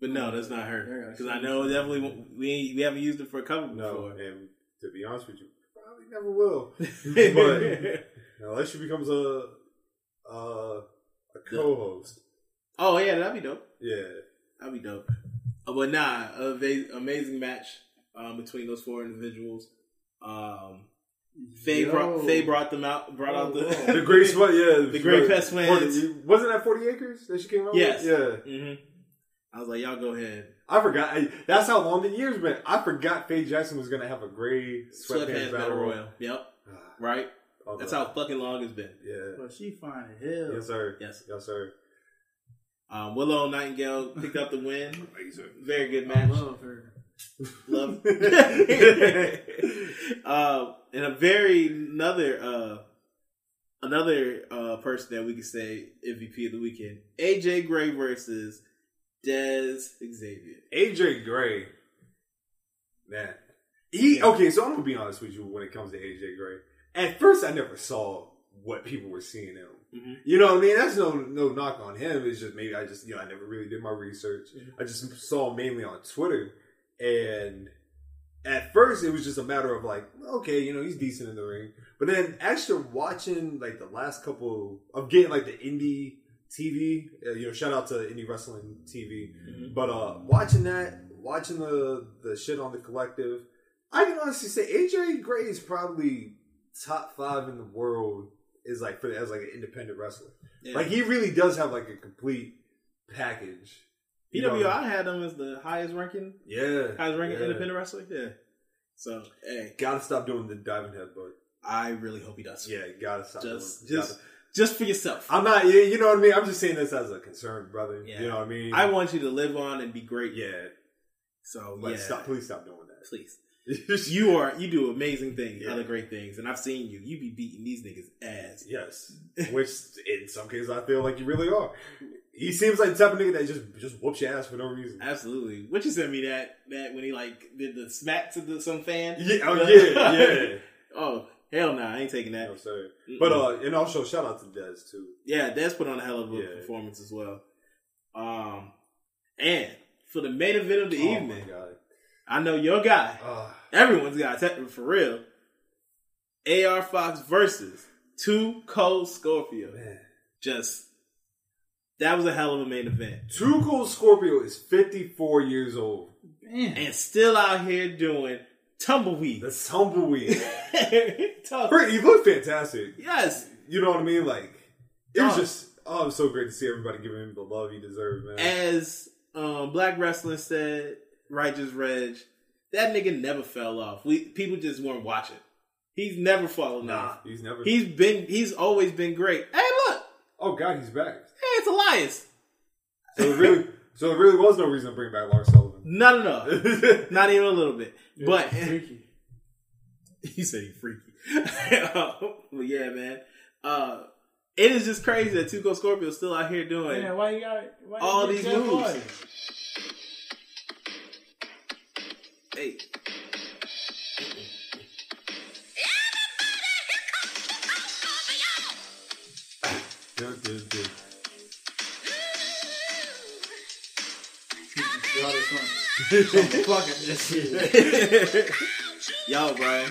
Speaker 5: but no, that's not
Speaker 6: There you
Speaker 5: her
Speaker 6: go.
Speaker 5: because I know definitely w- we ain't- we haven't used it for a cover
Speaker 1: No,
Speaker 5: before.
Speaker 1: and to be honest with you, probably never
Speaker 5: [laughs]
Speaker 1: will. [laughs] But-
Speaker 5: but
Speaker 1: Unless she becomes a a, a co-host.
Speaker 5: oh yeah, that'd be dope.
Speaker 1: Yeah,
Speaker 5: That'd be dope. Uh, but nah, a va- amazing match um, between those four individuals. Um, Faye
Speaker 6: Yo.
Speaker 5: brought Faye brought them out, brought out the
Speaker 6: Oh,
Speaker 1: the great sweat. Yeah,
Speaker 5: [laughs] The Great Pest Wins.
Speaker 1: Forty- Wasn't that Forty Acres that she came out?
Speaker 5: Yes.
Speaker 1: With? Yeah,
Speaker 5: hmm I was like, y'all go ahead.
Speaker 1: I forgot. I, that's how long the year's been. I forgot Faye Jackson was gonna have a gray
Speaker 5: Sweatpants Battle Royal. Yep.
Speaker 1: Ah,
Speaker 5: Right.
Speaker 1: all
Speaker 5: That's
Speaker 1: the-
Speaker 5: how fucking long it's been.
Speaker 1: Yeah.
Speaker 6: But she fine as hell.
Speaker 1: Yes, sir.
Speaker 5: Yes.
Speaker 1: Yes, sir.
Speaker 5: Um, Willow Nightingale picked up the win.
Speaker 1: Amazing.
Speaker 5: Very good
Speaker 6: I
Speaker 5: match.
Speaker 6: love her.
Speaker 5: love
Speaker 1: [laughs]
Speaker 5: [laughs] uh, and a very another uh another uh person that we could say MVP of the weekend AJ Gray versus Des Xavier
Speaker 1: AJ Gray, man, he okay. So I'm gonna be honest with you when it comes to AJ Gray. At first, I never saw what people were seeing him.
Speaker 5: Mhm.
Speaker 1: You know what I mean? That's no no knock on him. It's just maybe I just you know I never really did my research. I just saw mainly on Twitter, and at first it was just a matter of like, okay, you know he's decent in the ring. But then after watching like the last couple of getting like the indie TV, uh, you know, shout out to indie wrestling TV. But uh watching that, watching the the shit on the collective, I can honestly say AJ Gray is probably top five in the world is like for as like an independent wrestler.
Speaker 5: Yeah.
Speaker 1: Like he really does have like a complete package. You know,
Speaker 5: PWI had him as the highest ranking
Speaker 1: Yeah.
Speaker 5: highest ranking
Speaker 1: yeah.
Speaker 5: independent wrestler yeah so hey
Speaker 1: Gotta stop doing the diving headbutt.
Speaker 5: I really hope he does
Speaker 1: Yeah, gotta stop.
Speaker 5: just
Speaker 1: doing,
Speaker 5: just just for yourself
Speaker 1: I'm not. yeah, You know what I mean. I'm just saying this as a concern, brother.
Speaker 5: Yeah.
Speaker 1: You know what I mean.
Speaker 5: I want you to live on and be great
Speaker 1: Yeah.
Speaker 5: so
Speaker 1: Like,
Speaker 5: yeah
Speaker 1: stop. Please stop doing
Speaker 5: please
Speaker 1: [laughs] that.
Speaker 5: You are you do amazing things,
Speaker 1: Yeah.
Speaker 5: other great things, and I've seen you. You be beating these niggas ass.
Speaker 1: Yes, which in some cases I feel like you really are. He seems like the type of nigga that just just whoops your ass for no reason.
Speaker 5: Absolutely. What you sent me that that when he like did the smack to the, some fan?
Speaker 1: Yeah, oh,
Speaker 5: [laughs]
Speaker 1: yeah, yeah.
Speaker 5: oh hell no, I ain't taking that.
Speaker 1: No, sorry.
Speaker 5: Mm-mm.
Speaker 1: But uh, and also shout out to Dez too.
Speaker 5: yeah, that's put on a hell of a
Speaker 1: Yeah.
Speaker 5: performance as well. Um, and for the main event of the
Speaker 1: Oh,
Speaker 5: evening,
Speaker 1: my God.
Speaker 5: I know your guy.
Speaker 1: Ah,
Speaker 5: Everyone's got te- for real. Ar Fox versus Two Cold Scorpio.
Speaker 1: man.
Speaker 5: Just That was a hell of a main event.
Speaker 1: Two Cold Scorpio is 54 years old.
Speaker 6: Man,
Speaker 5: And still out here doing tumbleweed. [laughs]
Speaker 1: The tumbleweed.
Speaker 5: Tum-
Speaker 1: Great, he looked fantastic.
Speaker 5: yes.
Speaker 1: You know what I mean? Like, it was
Speaker 5: Dog.
Speaker 1: just, oh, it was so great to see everybody giving him the love he deserved, man.
Speaker 5: As um, Black Wrestling said, Righteous Reg, that nigga never fell off. We People just weren't watching. He's never fallen off.
Speaker 1: he's never.
Speaker 5: He's been, he's always been great. Hey, look,
Speaker 1: oh, God, he's back.
Speaker 5: hey, it's Elias.
Speaker 1: So it really, so it really was no reason to bring back Lars Sullivan.
Speaker 5: Not enough. [laughs] Not even a little bit. but
Speaker 6: freaky.
Speaker 5: [laughs] he said he freaky. [laughs] but yeah, man. Uh, it is just crazy that Tuco Scorpio still out here doing.
Speaker 6: Man, why you got why you
Speaker 5: All
Speaker 6: get
Speaker 5: these
Speaker 6: Jeff
Speaker 5: moves.
Speaker 6: Hardy?
Speaker 5: Hey.
Speaker 1: Dun, dun, dun.
Speaker 6: Y'all this one. Fucking this shit.
Speaker 5: Yo, Brian.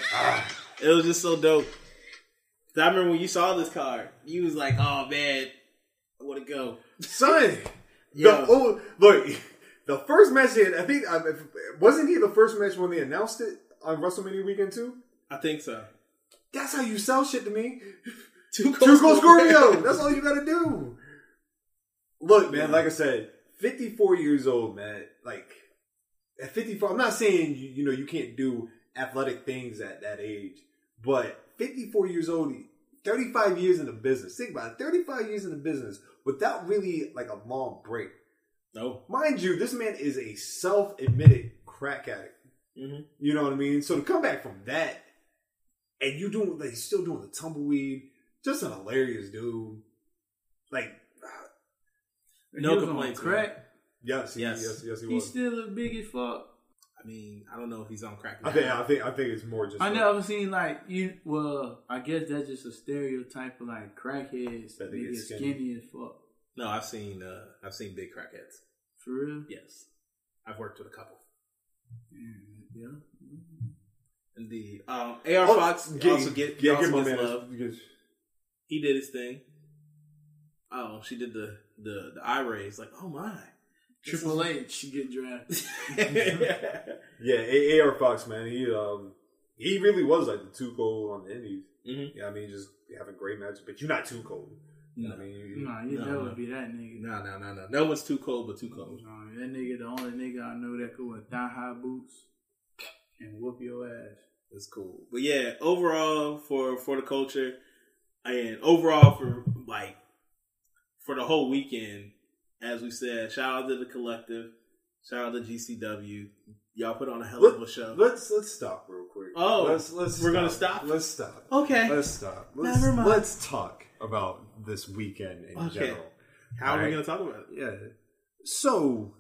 Speaker 5: It was just so dope. 'Cause I remember when you saw this card, you was like, "Oh man, I want to go."
Speaker 1: Son,
Speaker 5: Yo.
Speaker 1: the old, look, the first match they had, I think, I, wasn't he the first match when they announced it on WrestleMania weekend too?
Speaker 5: I think so.
Speaker 1: That's how you sell shit to me.
Speaker 5: Two
Speaker 1: Two Cold Scorpio. That's all you gotta do. Look, man. Like I said, fifty-four years old, man. Like at fifty-four, I'm not saying you, you know you can't do athletic things at that age, but fifty-four years old, thirty-five years in the business. Think about it. Thirty-five years in the business without really like a long break.
Speaker 5: No.
Speaker 1: Mind you, this man is a self-admitted crack addict.
Speaker 5: Mhm.
Speaker 1: You know what I mean? So to come back from that, and you doing like still doing the tumbleweed, just an hilarious dude. Like
Speaker 5: No
Speaker 6: He was on
Speaker 5: complaints,
Speaker 6: Crack.
Speaker 1: yes, he, yes,
Speaker 5: Yes.
Speaker 1: yes, yes, he
Speaker 6: He's
Speaker 1: was.
Speaker 6: still a big as fuck.
Speaker 5: [laughs] I mean, I don't know if he's on crack.
Speaker 1: I think I think I think it's more just.
Speaker 6: I never seen like you. Well, I guess that's just a stereotype of like crackheads.
Speaker 1: That
Speaker 6: That
Speaker 1: they
Speaker 6: niggas
Speaker 1: get
Speaker 6: skinny.
Speaker 1: skinny.
Speaker 6: as fuck.
Speaker 5: No, I've seen uh, I've seen big crackheads.
Speaker 6: For real.
Speaker 5: Yes, I've worked with a couple.
Speaker 6: Yeah.
Speaker 5: And the um, AR
Speaker 1: Oh,
Speaker 5: Fox
Speaker 1: yeah,
Speaker 5: also get
Speaker 1: yeah,
Speaker 5: also
Speaker 1: give my
Speaker 5: gets
Speaker 1: man his-
Speaker 5: love.
Speaker 1: because-
Speaker 5: He did his thing. Oh, she did the the the eye raise. Like, oh my.
Speaker 6: Triple H get drafted.
Speaker 5: [laughs] mm-hmm.
Speaker 1: Yeah, A- AR Fox man, he um he really was like the two cold on the Indies.
Speaker 5: Mm-hmm.
Speaker 1: Yeah, I mean just having great matches, but you're not too cold. You know what I mean, you-
Speaker 6: nah, you
Speaker 5: No,
Speaker 6: never
Speaker 5: no.
Speaker 6: be that nigga.
Speaker 5: No, no, no, no. No one's too cold, but too cold.
Speaker 6: Nah, that nigga the only nigga I know that could wear thigh high boots and whoop your ass.
Speaker 5: It's cool. But yeah, overall for for the culture and overall for like for the whole weekend, as we said, shout out to the collective, shout out to GCW. Y'all put on a hell of a show.
Speaker 1: Let's let's stop real quick.
Speaker 5: Oh,
Speaker 1: let's let's
Speaker 5: we're gonna stop?
Speaker 1: Let's stop.
Speaker 5: Okay.
Speaker 1: Let's stop. Let's,
Speaker 5: Never mind.
Speaker 1: Let's talk about this weekend in
Speaker 5: Okay.
Speaker 1: general.
Speaker 5: How are we
Speaker 1: Alright.
Speaker 5: gonna talk about it?
Speaker 1: Yeah. So,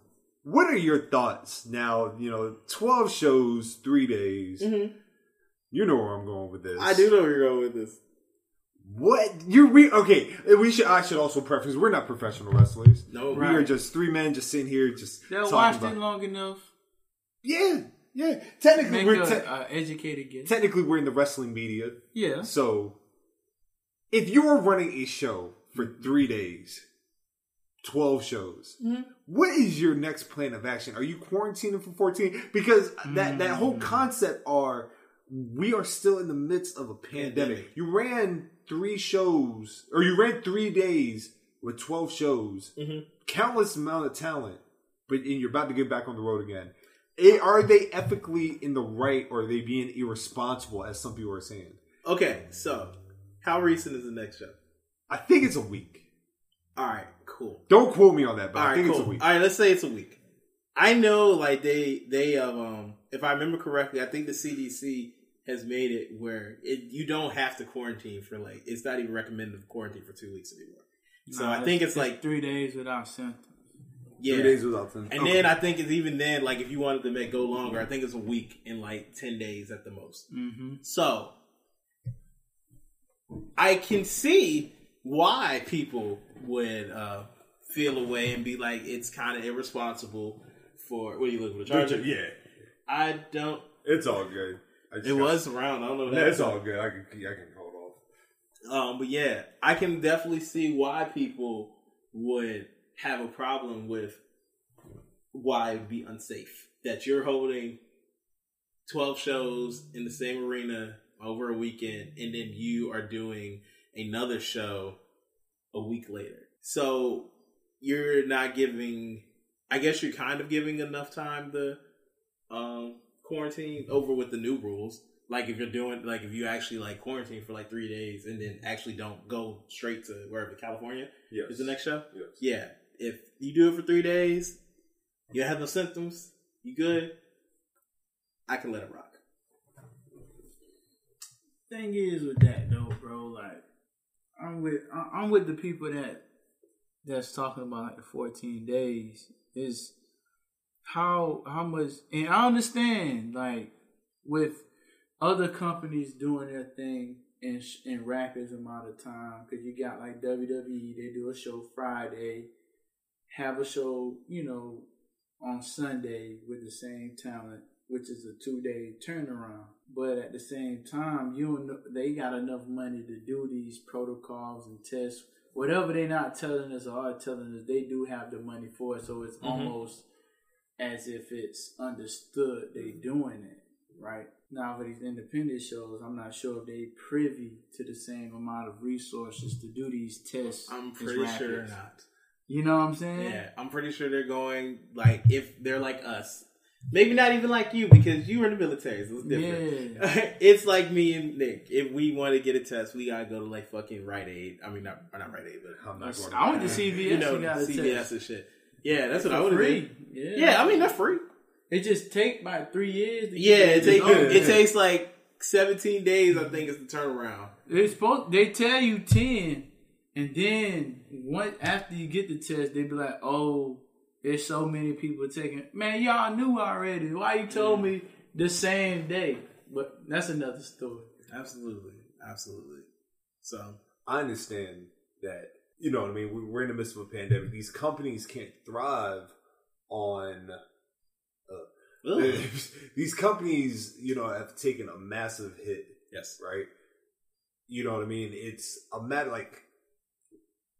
Speaker 1: what are your thoughts now? You know, twelve shows, three days. You know where I'm going with this.
Speaker 5: Mm-hmm. I do know where you're going with this.
Speaker 1: What you we okay? We should. I should also preface: we're not professional wrestlers.
Speaker 5: No,
Speaker 1: we are just three men just sitting here, just
Speaker 6: They'll
Speaker 1: talking
Speaker 6: watch
Speaker 1: about-
Speaker 6: it long enough.
Speaker 1: Yeah, yeah. Technically,
Speaker 6: Make
Speaker 1: we're
Speaker 6: a,
Speaker 1: te-
Speaker 6: a educated guess.
Speaker 1: technically we're in the wrestling media.
Speaker 6: yeah.
Speaker 1: So, if you are running a show for three days, 12 shows, what is your next plan of action? Are you quarantining for 14? Because that, that whole concept are we are still in the midst of a pandemic.
Speaker 5: Pandemic.
Speaker 1: You ran three shows, or you ran three days with 12 shows, countless amount of talent, but and you're about to get back on the road again. It- are they ethically in the right, or are they being irresponsible, as some people are saying?
Speaker 5: Okay, so how recent is the next show?
Speaker 1: I think it's a week.
Speaker 5: All right, cool.
Speaker 1: Don't quote me on that, but
Speaker 5: All
Speaker 1: I
Speaker 5: right,
Speaker 1: think
Speaker 5: cool.
Speaker 1: it's a week.
Speaker 5: All right, let's say it's a week. I know, like they they um, um, if I remember correctly, I think the CDC has made it where it, you don't have to quarantine for like it's not even recommended to quarantine for two weeks anymore. So
Speaker 6: Nah,
Speaker 5: I think it's like
Speaker 6: three days without symptoms.
Speaker 5: yeah,
Speaker 1: Three days without them.
Speaker 5: and then I think it's even then like if you wanted to make go longer, I think it's a week and like ten days at the most.
Speaker 6: Mm-hmm.
Speaker 5: So I can see why people would uh, feel away and be like, it's kind of irresponsible for. What are you looking for? The charger?
Speaker 1: yeah,
Speaker 5: I don't.
Speaker 1: it's all good. I just
Speaker 5: It
Speaker 1: got-
Speaker 5: was around. I don't know.
Speaker 1: Yeah,
Speaker 5: That.
Speaker 1: it's all good. I can I can hold off.
Speaker 5: Um, but yeah, I can definitely see why people would have a problem with why it'd be unsafe that you're holding 12 shows in the same arena over a weekend and then you are doing another show a week later. So you're not giving I guess you're kind of giving enough time to um quarantine over with the new rules. Like if you're doing like if you actually like quarantine for like three days and then actually don't go straight to wherever California
Speaker 1: Yes.
Speaker 5: is the next show.
Speaker 1: Yes.
Speaker 5: Yeah. If you do it for three days, you have no symptoms, you good, I can let it rock.
Speaker 6: Thing is with that though, bro. Like, I'm with I- I'm with the people that that's talking about like the 14 days. Is how how much? And I understand like with other companies doing their thing in sh- in rapid amount of time because you got like WWE, they do a show Friday, have a show you know on Sunday with the same talent, which is a two day turnaround. But at the same time, you don't know, they got enough money to do these protocols and tests. Whatever they're not telling us or are telling us, they do have the money for it. So it's
Speaker 5: Mm-hmm.
Speaker 6: almost as if it's understood they doing it, right? Now for these independent shows, I'm not sure if they privy to the same amount of resources to do these tests.
Speaker 5: I'm
Speaker 6: as
Speaker 5: pretty sure
Speaker 6: rapids.
Speaker 5: not.
Speaker 6: You know what I'm saying?
Speaker 5: Yeah, I'm pretty sure they're going like if they're like us. Maybe not even like you because you were in the military, so it's different. [laughs] it's like me and Nick. If we want to get a test, we gotta go to like fucking Rite Aid. I mean, not or not Rite Aid, but
Speaker 1: I'm not going
Speaker 6: I went to
Speaker 1: that.
Speaker 6: CVS.
Speaker 5: you know,
Speaker 6: and got a
Speaker 5: CVS
Speaker 6: test.
Speaker 5: and shit. Yeah, that's what I
Speaker 6: For
Speaker 5: would
Speaker 6: free.
Speaker 5: agree.
Speaker 6: Yeah.
Speaker 5: Yeah, I mean that's free.
Speaker 6: it just take about three years. To
Speaker 5: Yeah,
Speaker 6: get
Speaker 5: it takes
Speaker 6: results.
Speaker 5: it takes like 17 days. I think is the turnaround.
Speaker 6: They supposed they tell you ten, and then once after you get the test, they be like, "Oh, there's so many people taking." Man, y'all knew already. Why you told me the same day? But that's another story.
Speaker 5: Absolutely, absolutely. So
Speaker 1: I understand that, you know what I mean? we- We're in the midst of a pandemic. These companies can't thrive on. uh, [laughs] These companies, you know, have taken a massive hit,
Speaker 5: yes,
Speaker 1: right? You know what I mean? It's a matter like,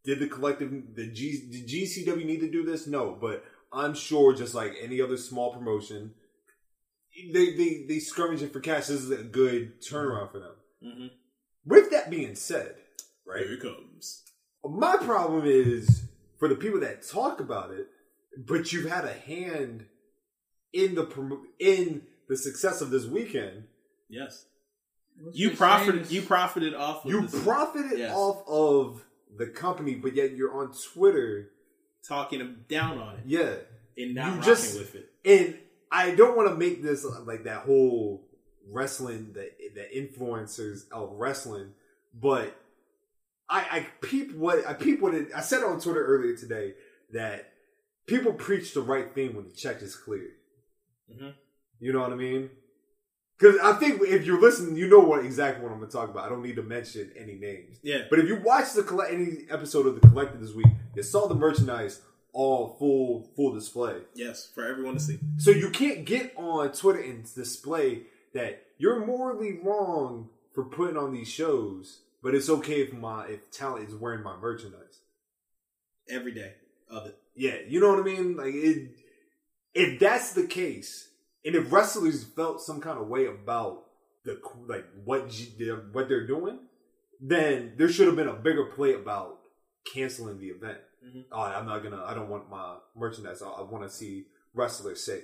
Speaker 1: did the collective, the, G, did GCW need to do this? No, but I'm sure just like any other small promotion, they, they, they scrummaging for cash. This is a good turnaround for them.
Speaker 5: Mhm.
Speaker 1: With that being said, right?
Speaker 5: here it comes.
Speaker 1: My problem is for the people that talk about it, but you've had a hand in the prom- in the success of this weekend.
Speaker 5: Yes.
Speaker 6: What's
Speaker 5: You
Speaker 6: the
Speaker 5: profited.
Speaker 6: same-
Speaker 5: You profited off. Of
Speaker 1: You
Speaker 5: this-
Speaker 1: profited
Speaker 5: Yes.
Speaker 1: off of the company, but yet you're on Twitter.
Speaker 5: talking down on it
Speaker 1: Yeah,
Speaker 5: and not
Speaker 1: You
Speaker 5: rocking
Speaker 1: just-
Speaker 5: with it.
Speaker 1: and I don't want to make this uh, like that whole wrestling the the influencers of wrestling, but I, I peep what I peep what it, I said on Twitter earlier today that people preach the right thing when the check is clear.
Speaker 5: Mhm.
Speaker 1: You know what I mean? Because I think if you're listening, you know what exactly what I'm going to talk about. I don't need to mention any names.
Speaker 5: Yeah.
Speaker 1: But if you watch the colle- any episode of the Collective this week, you saw the merchandise all full full display.
Speaker 5: Yes, for everyone to see.
Speaker 1: So you can't get on Twitter and display that you're morally wrong for putting on these shows, but it's okay if my if talent is wearing my merchandise.
Speaker 5: Every day of it.
Speaker 1: Yeah, you know what I mean? Like it, if that's the case, and if wrestlers felt some kind of way about the like what G, their- what they're doing, then there should have been a bigger play about canceling the event.
Speaker 5: Mhm.
Speaker 1: Oh, I'm not gonna. I don't want my merchandise. I, I want to see wrestlers safe.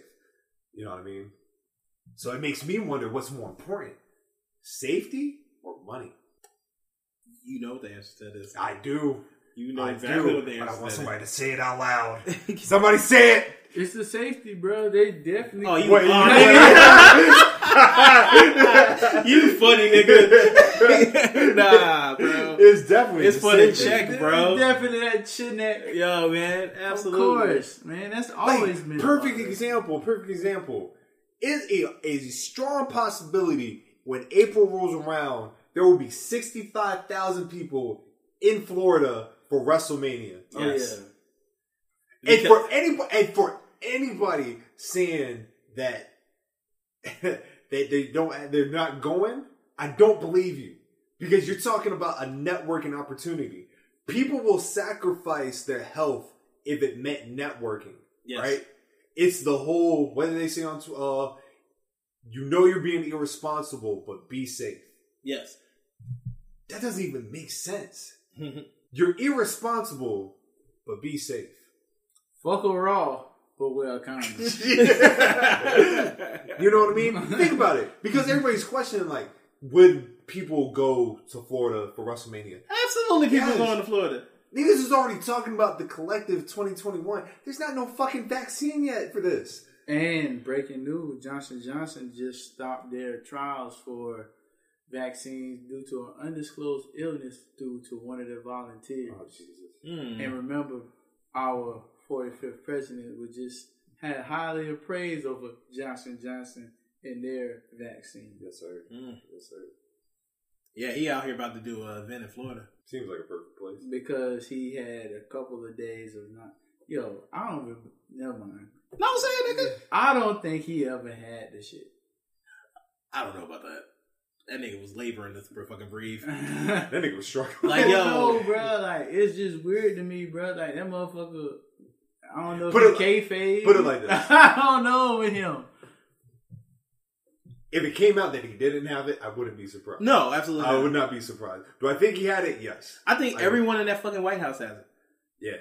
Speaker 1: You know what I mean? So it makes me wonder what's more important, safety or money.
Speaker 5: You know what the answer to that is.
Speaker 1: I do.
Speaker 5: you know
Speaker 1: I
Speaker 5: exactly
Speaker 1: do.
Speaker 5: what the
Speaker 1: But I
Speaker 5: answer
Speaker 1: want
Speaker 5: to that
Speaker 1: somebody to say it out loud.
Speaker 5: [laughs] is.
Speaker 1: Somebody say it.
Speaker 6: It's the safety, bro. They definitely.
Speaker 5: [laughs]
Speaker 6: [laughs]
Speaker 5: Oh, you,
Speaker 1: Wait,
Speaker 5: oh,
Speaker 1: wait.
Speaker 5: nigga. you funny
Speaker 1: [laughs]
Speaker 5: nigga. nah, bro.
Speaker 1: It's definitely
Speaker 5: It's
Speaker 1: the
Speaker 5: for the
Speaker 1: same thing.
Speaker 5: check, bro.
Speaker 6: Definitely that shit. in That
Speaker 5: Yo, man,
Speaker 6: Of
Speaker 5: absolutely.
Speaker 6: course, man. That's
Speaker 1: Like,
Speaker 6: always been a
Speaker 1: perfect
Speaker 6: part of it.
Speaker 1: example. Perfect example is a is a strong possibility when April rolls around there will be sixty five thousand people in Florida for WrestleMania,
Speaker 6: Oh,
Speaker 5: Yes.
Speaker 6: yeah.
Speaker 1: and
Speaker 5: Because-
Speaker 1: for anybody and for anybody saying that [laughs] that they don't they're not going, I don't believe you because you're talking about a networking opportunity. People will sacrifice their health if it meant networking,
Speaker 5: Yes.
Speaker 1: right? It's the whole whether they say on tw- uh, you know you're being irresponsible, but be safe.
Speaker 5: Yes.
Speaker 1: That doesn't even make
Speaker 5: [laughs]
Speaker 1: sense. you're irresponsible, but be safe.
Speaker 6: Fuck a raw, but wear a condom.
Speaker 1: You know what I mean?
Speaker 6: [laughs]
Speaker 1: Think about it, because everybody's questioning like, would people go to Florida for WrestleMania?
Speaker 5: Absolutely, people
Speaker 1: Yes.
Speaker 5: going to Florida.
Speaker 1: Niggas is already talking about the collective 2021. There's not no fucking vaccine yet for this.
Speaker 6: And breaking news: Johnson Johnson just stopped their trials for vaccines due to an undisclosed illness due to one of their volunteers.
Speaker 1: Oh,
Speaker 5: Hmm.
Speaker 6: And remember, our 45th president was just had highly appraised over Johnson Johnson and their vaccine.
Speaker 1: Yes, sir. Yes, sir.
Speaker 5: Yeah, he out here about to do an event in Florida.
Speaker 1: Seems like a perfect place.
Speaker 6: Because he had a couple of days of not. Yo, I don't even. Never mind.
Speaker 5: No, I'm saying, nigga.
Speaker 6: I don't think he ever had the shit. [laughs]
Speaker 5: I don't know about that. That nigga was laboring to
Speaker 6: [laughs]
Speaker 5: fucking breathe.
Speaker 1: That nigga was struggling. [laughs]
Speaker 5: Like,
Speaker 6: no,
Speaker 5: yo,
Speaker 6: bro. Like it's just weird to me, bro. Like that motherfucker. I don't know.
Speaker 1: Put it
Speaker 6: Put if it kayfabe.
Speaker 1: put it
Speaker 6: [laughs]
Speaker 1: like this.
Speaker 6: I don't know with him.
Speaker 1: If it came out that he didn't have it, I wouldn't be surprised.
Speaker 5: no, absolutely.
Speaker 1: I
Speaker 5: not.
Speaker 1: would not be surprised. Do I think he had it? Yes.
Speaker 5: I think
Speaker 1: I-
Speaker 5: everyone in that fucking White House has it.
Speaker 1: Yeah.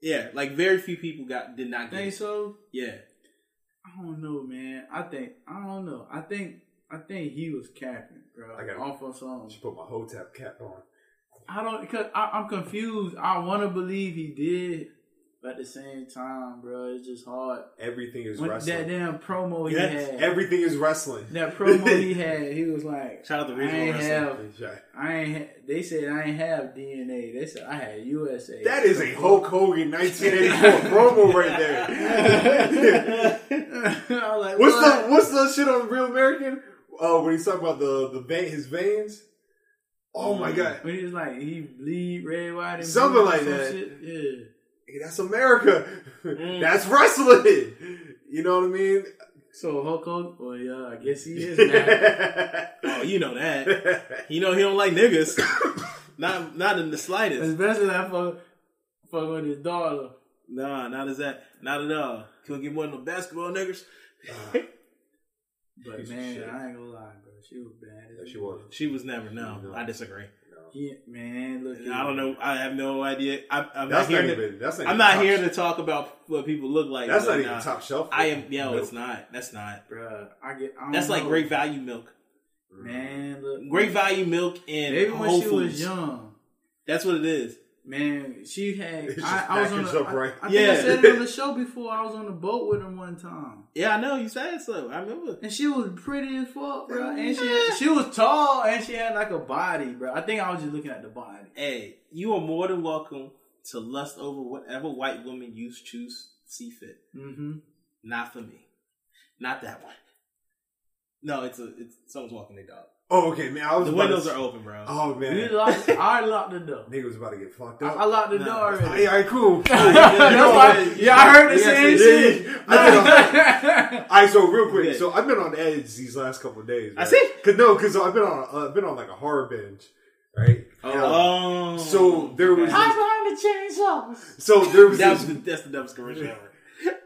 Speaker 5: Yeah, like very few people got did not get
Speaker 6: Think
Speaker 5: it.
Speaker 6: so?
Speaker 5: Yeah,
Speaker 6: I don't know, man. I think I don't know. I think I think he was capping, bro.
Speaker 1: I got it.
Speaker 6: off on some.
Speaker 1: She put my whole tap cap on.
Speaker 6: I don't because I, I'm confused. I want to believe he did, but at the same time, bro, it's just hard.
Speaker 1: Everything is
Speaker 6: When- that
Speaker 1: wrestling.
Speaker 6: damn promo he
Speaker 1: Yes,
Speaker 6: had.
Speaker 1: Everything is wrestling. [laughs]
Speaker 6: that promo he had, he was like,
Speaker 5: Shout out to
Speaker 6: I
Speaker 5: Regional
Speaker 6: ain't
Speaker 5: Wrestling.
Speaker 6: have I ain't. Ha- they said I ain't have DNA. They said I had USA.
Speaker 1: That is a Hulk Hogan
Speaker 5: [laughs]
Speaker 1: 1984 promo right there.
Speaker 6: I'm like,
Speaker 1: What's
Speaker 6: what?
Speaker 1: the what's the shit on Real American? Oh, when he's talking about the the vein, his veins. Oh
Speaker 5: Mm.
Speaker 1: my god,
Speaker 6: When he was like, he bleed red, white, and
Speaker 1: Something
Speaker 6: blue or
Speaker 1: like
Speaker 6: some
Speaker 1: that.
Speaker 6: Shit. Yeah.
Speaker 1: Hey, that's America.
Speaker 5: Mm.
Speaker 1: That's wrestling. You know what I mean?
Speaker 6: So Hulk Hogan. Well, yeah, I guess he
Speaker 1: [laughs]
Speaker 6: is. Now.
Speaker 5: Oh, you know that. you know he don't
Speaker 1: [laughs]
Speaker 5: like niggas. not not in the slightest.
Speaker 6: Especially that fuck, fuck with his daughter.
Speaker 5: Nah, not as that. Not at all. Couldn't get more than the basketball niggas.
Speaker 6: But
Speaker 1: Piece of
Speaker 6: man,
Speaker 1: shit.
Speaker 6: I ain't gonna lie, bro. She was bad. as
Speaker 1: she
Speaker 6: hell.
Speaker 1: was.
Speaker 5: She was never. No, I disagree.
Speaker 6: Yeah, man, look.
Speaker 5: I don't know. I have no idea. I, I'm
Speaker 1: That's
Speaker 5: not
Speaker 1: not
Speaker 5: here. To,
Speaker 1: even. That's not.
Speaker 5: I'm
Speaker 1: even
Speaker 5: not
Speaker 1: top
Speaker 5: here
Speaker 1: sh-
Speaker 5: to talk about what people look like.
Speaker 1: That's
Speaker 5: but
Speaker 1: not even
Speaker 5: nah.
Speaker 1: top shelf.
Speaker 5: I am. Yeah,
Speaker 1: No.
Speaker 5: it's not. That's not.
Speaker 6: bro. I get. I don't
Speaker 5: That's like
Speaker 6: know.
Speaker 5: great value milk.
Speaker 6: Man, look.
Speaker 5: Great value milk and
Speaker 6: Maybe when
Speaker 5: Whole
Speaker 6: she
Speaker 5: Foods.
Speaker 6: was young.
Speaker 5: That's what it is.
Speaker 6: Man, she
Speaker 1: [laughs]
Speaker 6: had.
Speaker 1: It's just
Speaker 6: I, I was on.
Speaker 1: packaged
Speaker 6: The,
Speaker 1: up right.
Speaker 6: I, I think
Speaker 5: Yeah.
Speaker 6: I said it on the show before. I was on the boat with her one time,
Speaker 5: Yeah, I know. You said so. I remember.
Speaker 6: and she was pretty as fuck, bro. And she had, she was tall, and she had like a body, bro. I think I was just looking at the body.
Speaker 5: Hey, you are more than welcome to lust over whatever white woman you choose see fit.
Speaker 6: Mm-hmm.
Speaker 5: Not for me. Not that one. No, it's a it's someone's walking their dog.
Speaker 1: Oh, okay, man. I was
Speaker 5: The
Speaker 1: about to-
Speaker 5: windows are open, bro.
Speaker 1: Oh man,
Speaker 6: We locked. I locked the door.
Speaker 1: nigga was about to get fucked
Speaker 6: I,
Speaker 1: up.
Speaker 6: I locked the
Speaker 5: Nah.
Speaker 6: door already.
Speaker 1: Hey, all right,
Speaker 6: [laughs]
Speaker 1: cool.
Speaker 6: That's why- yeah, I heard the
Speaker 5: Yeah,
Speaker 6: same
Speaker 5: yeah,
Speaker 6: shit.
Speaker 1: I did all-
Speaker 6: [laughs]
Speaker 1: All right, so real quick, so I've been on edge these last couple of days.
Speaker 5: I
Speaker 1: right?
Speaker 5: see.
Speaker 1: Cause no, cause I've been on, uh, I've been on like a horror binge, right? Yeah.
Speaker 5: Oh,
Speaker 1: so there was,
Speaker 5: Okay.
Speaker 6: behind the chainsaw.
Speaker 1: so there was,
Speaker 5: that
Speaker 1: this,
Speaker 5: was the, that's the dumbest commercial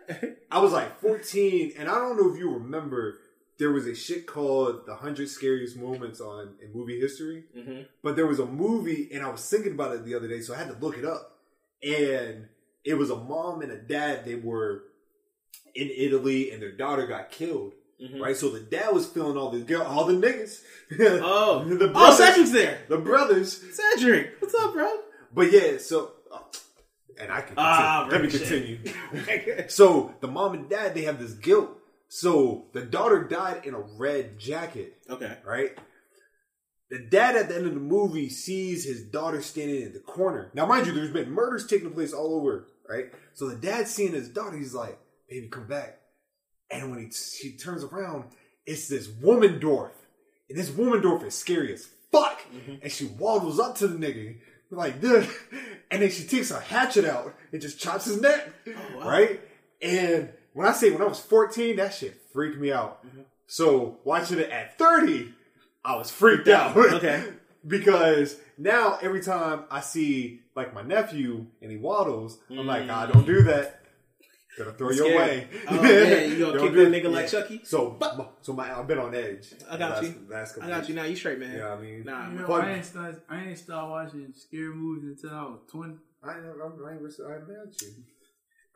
Speaker 5: ever.
Speaker 1: I was like 14, and I don't know if you remember, there was a shit called the hundred scariest moments on in movie history. But there was a movie, and I was thinking about it the other day, so I had to look it up. And it was a mom and a dad. They were in Italy, and their daughter got killed. Right, so the dad was feeling all the girl, all the niggas. [laughs]
Speaker 5: Oh,
Speaker 1: the
Speaker 5: oh,
Speaker 1: brothers,
Speaker 5: Cedric's there.
Speaker 1: the brothers.
Speaker 5: Cedric, what's up, bro?
Speaker 1: But yeah, so uh, and I can continue.
Speaker 5: Ah,
Speaker 1: let me
Speaker 5: right,
Speaker 1: continue. so the mom and dad they have this guilt. So the daughter died in a red jacket,
Speaker 5: Okay.
Speaker 1: right? The dad at the end of the movie sees his daughter standing in the corner. Now, mind you, there's been murders taking place all over, right? So the dad's seeing his daughter. He's like, "Baby, come back." And when he she turns around, it's this woman dwarf, and this woman dwarf is scary as fuck.
Speaker 5: Mm-hmm.
Speaker 1: And she waddles up to the nigga like this, and then she takes her hatchet out and just chops his neck,
Speaker 5: Oh,
Speaker 1: right? And when I say when I was fourteen, that shit
Speaker 5: Mm-hmm.
Speaker 1: freaked me out. So watching it at thirty, I was freaked out.
Speaker 5: [laughs] Okay.
Speaker 1: [laughs] because now every time I see like my nephew and he waddles, I'm like, I don't do that. Gonna throw you
Speaker 5: Mm. scared.
Speaker 1: away.
Speaker 5: Oh, yeah, you gonna
Speaker 1: Don't
Speaker 5: kick
Speaker 1: do
Speaker 5: that
Speaker 1: it.
Speaker 5: nigga like Chucky?
Speaker 1: So, so my I've been on edge.
Speaker 5: I got
Speaker 1: last,
Speaker 5: you.
Speaker 1: Last couple
Speaker 5: I got you
Speaker 1: weeks.
Speaker 5: now. You straight, man.
Speaker 1: Yeah, I mean,
Speaker 5: Nah,
Speaker 6: You know,
Speaker 1: Fuck.
Speaker 6: I ain't start I ain't start watching scary movies until I was twenty.
Speaker 1: I, I'm, I'm, I'm mad at you.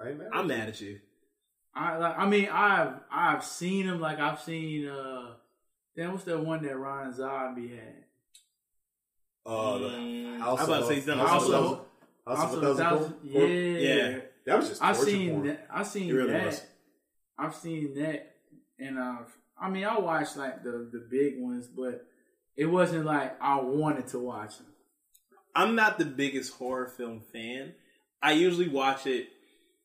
Speaker 1: I'm mad.
Speaker 5: I'm mad at you.
Speaker 6: I like I mean I've I've seen them like I've seen uh damn what's that one that Ron Zombie had
Speaker 1: Uh,
Speaker 5: Mm,
Speaker 1: the
Speaker 5: I was about to say he's done a
Speaker 1: House
Speaker 6: lot of-
Speaker 1: of a House of a Thousand
Speaker 6: Thousand-
Speaker 1: Corpses.
Speaker 6: yeah
Speaker 5: Yeah.
Speaker 1: That was just
Speaker 6: I've
Speaker 1: torture
Speaker 6: seen
Speaker 1: porn.
Speaker 6: that I've seen
Speaker 5: It really
Speaker 6: that
Speaker 5: was.
Speaker 6: I've seen that and I've I mean I watched like the the big ones but it wasn't like I wanted to watch them
Speaker 5: I'm not the biggest horror film fan. I usually watch it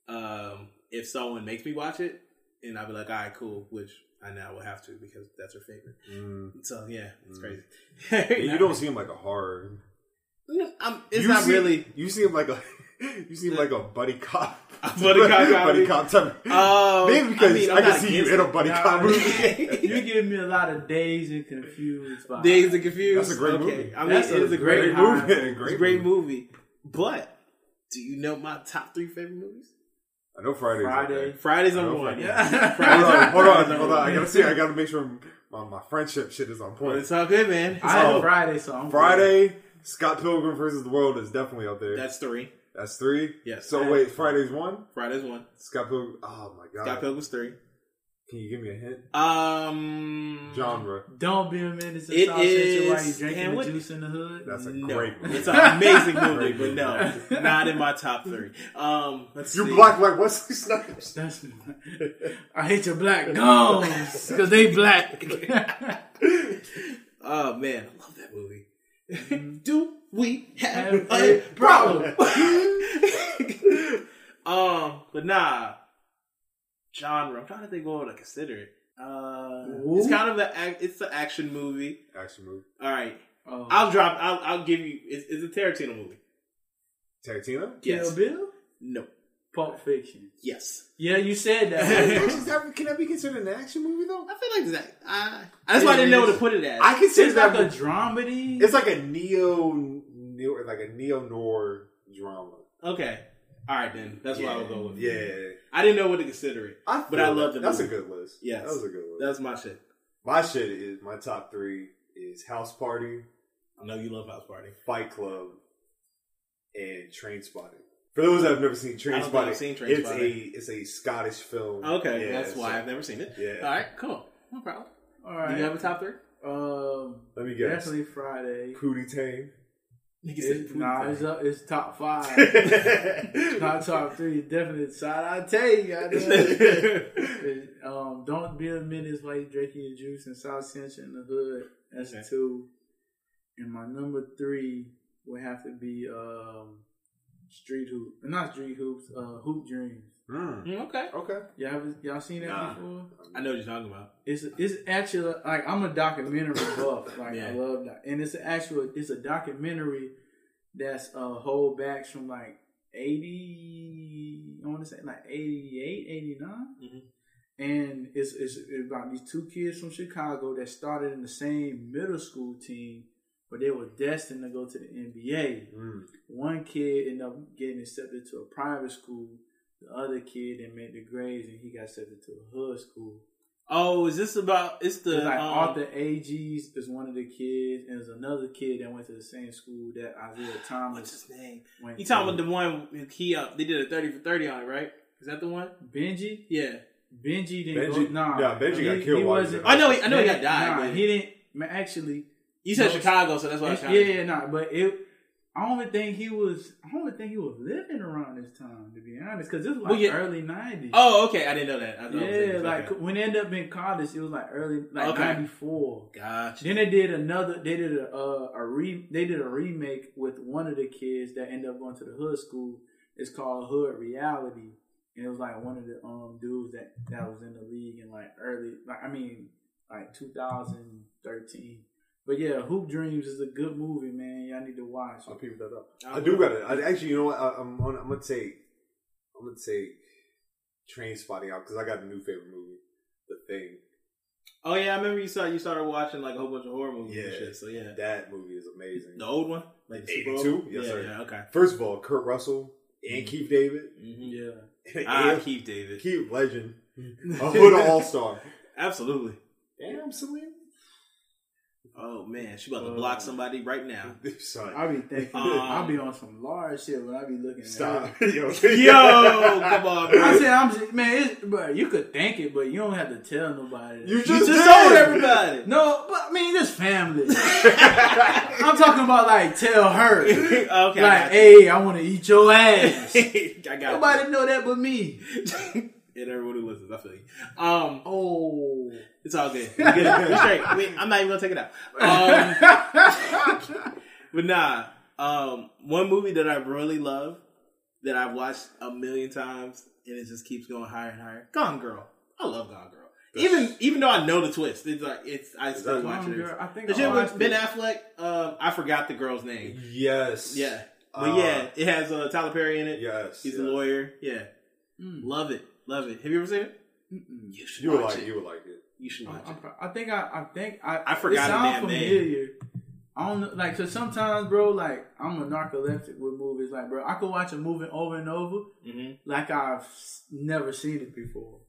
Speaker 5: um, if someone makes me watch it, and I'll be like, all right, cool, which I now will have to because that's her favorite.
Speaker 1: Mm.
Speaker 5: So, yeah, it's
Speaker 1: Yeah,
Speaker 5: [laughs] crazy.
Speaker 1: You don't seem like a horror.
Speaker 5: Mm, I'm, it's
Speaker 1: you
Speaker 5: not
Speaker 1: seem-
Speaker 5: really.
Speaker 1: You seem like a. [laughs] You seem like a buddy cop.
Speaker 5: A buddy cop
Speaker 1: [laughs]
Speaker 5: comedy?
Speaker 1: buddy cop. Type.
Speaker 5: Um,
Speaker 1: Maybe because I,
Speaker 5: mean, I'm
Speaker 1: can
Speaker 5: not
Speaker 1: see you
Speaker 5: against
Speaker 1: in a
Speaker 5: it.
Speaker 1: buddy
Speaker 6: Nah,
Speaker 1: cop
Speaker 6: I'm-
Speaker 1: movie. [laughs]
Speaker 6: you give me a lot of days and confused vibes.
Speaker 5: Days and Confused.
Speaker 1: That's a great movie.
Speaker 5: I mean,
Speaker 6: That's
Speaker 5: it
Speaker 6: a
Speaker 5: is a great,
Speaker 6: great
Speaker 5: movie.
Speaker 6: movie.
Speaker 5: It's a
Speaker 1: Great,
Speaker 5: great
Speaker 1: movie.
Speaker 5: movie. But do you know my top three favorite movies?
Speaker 1: I know Friday.
Speaker 6: Friday.
Speaker 5: Friday's
Speaker 1: I
Speaker 5: number
Speaker 1: know
Speaker 5: one.
Speaker 1: Friday.
Speaker 5: Yeah.
Speaker 1: Hold
Speaker 5: Friday's
Speaker 1: on,
Speaker 5: [laughs] number
Speaker 1: hold
Speaker 5: one.
Speaker 1: on, hold on. I gotta see. I gotta make sure my, my friendship shit is on
Speaker 5: Well,
Speaker 1: point.
Speaker 5: It's all good, man.
Speaker 6: I had
Speaker 1: Oh.
Speaker 6: Friday so I'm
Speaker 1: Friday, Scott Pilgrim versus the World is definitely up there. That's,
Speaker 5: That's three.
Speaker 1: three.
Speaker 5: Yes.
Speaker 1: So wait, Friday's one.
Speaker 5: Friday's one.
Speaker 1: Scott Pilgrim. Oh my god.
Speaker 5: Scott Pilgrim's three.
Speaker 1: Can you give me a hint?
Speaker 5: Um,
Speaker 1: Genre.
Speaker 6: Don't be a menace to
Speaker 5: It
Speaker 6: South Central while you
Speaker 5: is-
Speaker 6: drinking
Speaker 5: and
Speaker 6: the
Speaker 5: what-
Speaker 6: juice in the hood.
Speaker 1: That's a
Speaker 5: No, [laughs]
Speaker 1: great movie. [laughs]
Speaker 5: it's an amazing movie,
Speaker 1: Great
Speaker 5: but no, not in my top three. Um, let's
Speaker 1: You
Speaker 5: see.
Speaker 1: black like Wesley [laughs] Snipes.
Speaker 6: That's [laughs] I hate your black gums because
Speaker 1: [laughs]
Speaker 6: they black.
Speaker 5: Oh man, I love that movie. [laughs] Do we have
Speaker 6: Have
Speaker 5: a
Speaker 6: a
Speaker 5: problem? [laughs] um, but nah, genre. I'm trying to think what would I consider it. Uh, it's
Speaker 6: Ooh.
Speaker 5: kind of a ac- it's an action movie.
Speaker 1: Action movie.
Speaker 5: All right,
Speaker 6: oh,
Speaker 5: I'll drop. I'll, I'll give you. It's, it's a Tarantino movie.
Speaker 1: Tarantino.
Speaker 6: Kill
Speaker 5: Yes.
Speaker 6: Bill,
Speaker 5: No.
Speaker 6: Pulp Fiction.
Speaker 5: Yes.
Speaker 6: Yeah, you said [laughs] that.
Speaker 1: Is that- Can that be considered an action movie though?
Speaker 5: I feel like that. I, that's why I didn't know what to put it as.
Speaker 1: I consider
Speaker 6: it's
Speaker 1: that.
Speaker 6: like a dramedy.
Speaker 1: it's like a neo, neo like a neo
Speaker 6: [laughs]
Speaker 1: noir drama.
Speaker 5: okay. All right, then. That's what I would go with.
Speaker 1: Yeah.
Speaker 5: I didn't know what to consider it.
Speaker 1: I
Speaker 5: But I
Speaker 1: feel
Speaker 5: love
Speaker 1: that.
Speaker 5: the
Speaker 1: That's
Speaker 5: movie.
Speaker 1: a good list.
Speaker 5: Yes.
Speaker 1: That was a good list.
Speaker 5: That's my shit.
Speaker 1: my shit is my top three is House Party,
Speaker 5: I know you love House Party.
Speaker 1: Fight Club, and Train Spotting. For those that have never seen
Speaker 5: I
Speaker 1: Train
Speaker 5: don't think
Speaker 1: Spotting,
Speaker 5: I've seen Trainspotting.
Speaker 1: it's a it's a Scottish film.
Speaker 5: Okay,
Speaker 1: Yeah,
Speaker 5: that's
Speaker 1: so-
Speaker 5: why I've never seen it.
Speaker 1: Yeah.
Speaker 5: All right, cool. No problem.
Speaker 6: All
Speaker 5: Do you have
Speaker 6: right,
Speaker 5: a top three?
Speaker 6: um,
Speaker 1: Let me guess.
Speaker 6: definitely Friday.
Speaker 1: Pootie Tang.
Speaker 6: It's, nah, it's, up, it's
Speaker 1: [laughs]
Speaker 6: top five,
Speaker 1: That's
Speaker 5: [laughs]
Speaker 6: not top three. Definitely side. I tell you, I know.
Speaker 5: [laughs]
Speaker 6: um, don't be a menace while you drinking your juice in South Central in the hood. That's
Speaker 5: Okay.
Speaker 6: two. And my number three would have to be um, Street Hoop. Not Street Hoops, uh, Hoop Dreams.
Speaker 1: Mm,
Speaker 5: Mm, okay.
Speaker 1: okay.
Speaker 6: Y'all, have, y'all seen that
Speaker 5: Nah.
Speaker 6: before?
Speaker 5: I know what you're talking about.
Speaker 6: It's it's actually like I'm a documentary buff. Like
Speaker 5: Yeah.
Speaker 6: I love that, and it's an actual it's a documentary that's uh whole backs from like eighty. I want to say like 88, 89.
Speaker 5: Mhm.
Speaker 6: and it's it's about these two kids from Chicago that started in the same middle school team, but they were destined to go to the NBA.
Speaker 1: Mm.
Speaker 6: One kid ended up getting accepted to a private school. The other kid didn't make the grades, and he got accepted to a hood school.
Speaker 5: Oh, is this about? It's the
Speaker 6: It's like
Speaker 5: um,
Speaker 6: Arthur Ages is one of the kids, and there's another kid that went to the same school that Isaiah
Speaker 5: oh, What's
Speaker 6: Thomas
Speaker 5: his name?
Speaker 6: went.
Speaker 5: You
Speaker 6: to.
Speaker 5: talking about the one who he uh, they did a thirty for thirty on it, right? Is that the one?
Speaker 6: Benji?
Speaker 5: Yeah.
Speaker 6: Benji didn't.
Speaker 1: Benji-
Speaker 6: go, nah,
Speaker 1: yeah, Benji got killed while he was in
Speaker 5: I know. He, I know he got died.
Speaker 6: Nah,
Speaker 5: but
Speaker 6: he didn't. Man, actually,
Speaker 5: you said
Speaker 6: No,
Speaker 5: Chicago, so that's why I was
Speaker 6: yeah,
Speaker 5: trying. to-
Speaker 6: yeah, nah. But it, I only think he was. I only think he was living around this time, to be honest, because this was like
Speaker 5: Well, yeah.
Speaker 6: early '90s.
Speaker 5: Oh, okay. I didn't know that. I thought it was-
Speaker 6: yeah,
Speaker 5: okay.
Speaker 6: like when they ended up in college, it was like early, like
Speaker 5: Okay.
Speaker 6: '94.
Speaker 5: gotcha.
Speaker 6: Then they did another. They did a uh, a re. They did a remake with one of the kids that ended up going to the hood school. It's called Hood Reality, and it was like one of the um dudes that that was in the league in like early. Like I mean, like 2013. But yeah, Hoop Dreams is a good movie, man. Y'all need to watch.
Speaker 1: I'll
Speaker 6: it.
Speaker 1: peep that up. I do got it. I, actually, you know what? I, I'm on, I'm gonna take I'm gonna take Train Spotting out because I got a new favorite movie, The Thing.
Speaker 5: Oh yeah, I remember you started you started watching like a whole bunch of horror movies and
Speaker 1: Yeah.
Speaker 5: shit. So yeah,
Speaker 1: That movie is amazing.
Speaker 5: the old one, like the super old
Speaker 1: 82?
Speaker 5: one?
Speaker 1: Yes,
Speaker 5: yeah,
Speaker 1: sir.
Speaker 5: yeah, okay.
Speaker 1: First of all, Kurt Russell and Keith David. [laughs]
Speaker 5: Mm-hmm.
Speaker 6: Yeah.
Speaker 5: Ah, Keith Mm-hmm. David,
Speaker 1: Keith Legend. A
Speaker 5: [laughs]
Speaker 1: Huda All Star.
Speaker 5: absolutely.
Speaker 1: Damn, Celine. [laughs]
Speaker 5: Oh man, she about to
Speaker 6: Uh,
Speaker 5: block somebody right [laughs] now.
Speaker 1: Son.
Speaker 6: I be
Speaker 1: [laughs]
Speaker 6: thinking
Speaker 5: Um,
Speaker 6: I be on some large shit when I be looking. at her.
Speaker 1: Stop. Yo.
Speaker 5: Yo, come on,
Speaker 6: I
Speaker 5: bro.
Speaker 6: said I'm just man, it's, bro. You could think it, but you don't have to tell nobody.
Speaker 1: You
Speaker 5: You
Speaker 1: just, did.
Speaker 5: just told everybody.
Speaker 6: no, but I mean this family. [laughs] I'm talking about like tell
Speaker 5: [laughs]
Speaker 6: her,
Speaker 5: okay, I
Speaker 6: like
Speaker 5: got
Speaker 6: hey, I want to eat your
Speaker 5: [laughs]
Speaker 6: ass.
Speaker 5: you. I got
Speaker 6: Nobody
Speaker 5: you.
Speaker 6: know that but
Speaker 5: [laughs]
Speaker 6: me.
Speaker 5: and everyone who listens. I feel you. Um,
Speaker 6: Oh,
Speaker 5: it's all good. We
Speaker 1: [laughs]
Speaker 5: good. We straight. We- I'm not even gonna take it out. Um, but nah, um, one movie that I really love that I've watched a million times and it just keeps going higher and higher. Gone Girl. I love Gone Girl. Even even though I know the twist, it's like it's I still
Speaker 1: that Oh,
Speaker 5: watch
Speaker 6: Gone
Speaker 5: it.
Speaker 6: Girl? I think
Speaker 5: But
Speaker 6: I
Speaker 5: yeah,
Speaker 6: watched
Speaker 5: with Ben
Speaker 6: it.
Speaker 5: Affleck, um, I forgot the girl's name.
Speaker 1: Yes.
Speaker 5: Yeah, but
Speaker 1: Uh,
Speaker 5: yeah, it has uh, Tyler Perry in it.
Speaker 1: Yes.
Speaker 5: He's
Speaker 1: yes.
Speaker 5: a lawyer. Yeah,
Speaker 6: Mm.
Speaker 5: love it, love it. Have you ever seen it?
Speaker 6: Mm-mm.
Speaker 5: You should
Speaker 1: You would like
Speaker 5: it.
Speaker 1: you would like it.
Speaker 5: You should
Speaker 6: I,
Speaker 5: watch
Speaker 6: I
Speaker 5: it.
Speaker 6: pro- I think I, I think I,
Speaker 5: I
Speaker 6: It
Speaker 5: forgot the
Speaker 6: sounds
Speaker 5: damn name.
Speaker 6: familiar. I don't know, like. So sometimes, bro, like I'm a narcoleptic with movies. Like, bro, I could watch a movie over and over,
Speaker 5: Mm-hmm.
Speaker 6: like I've s- never seen it before.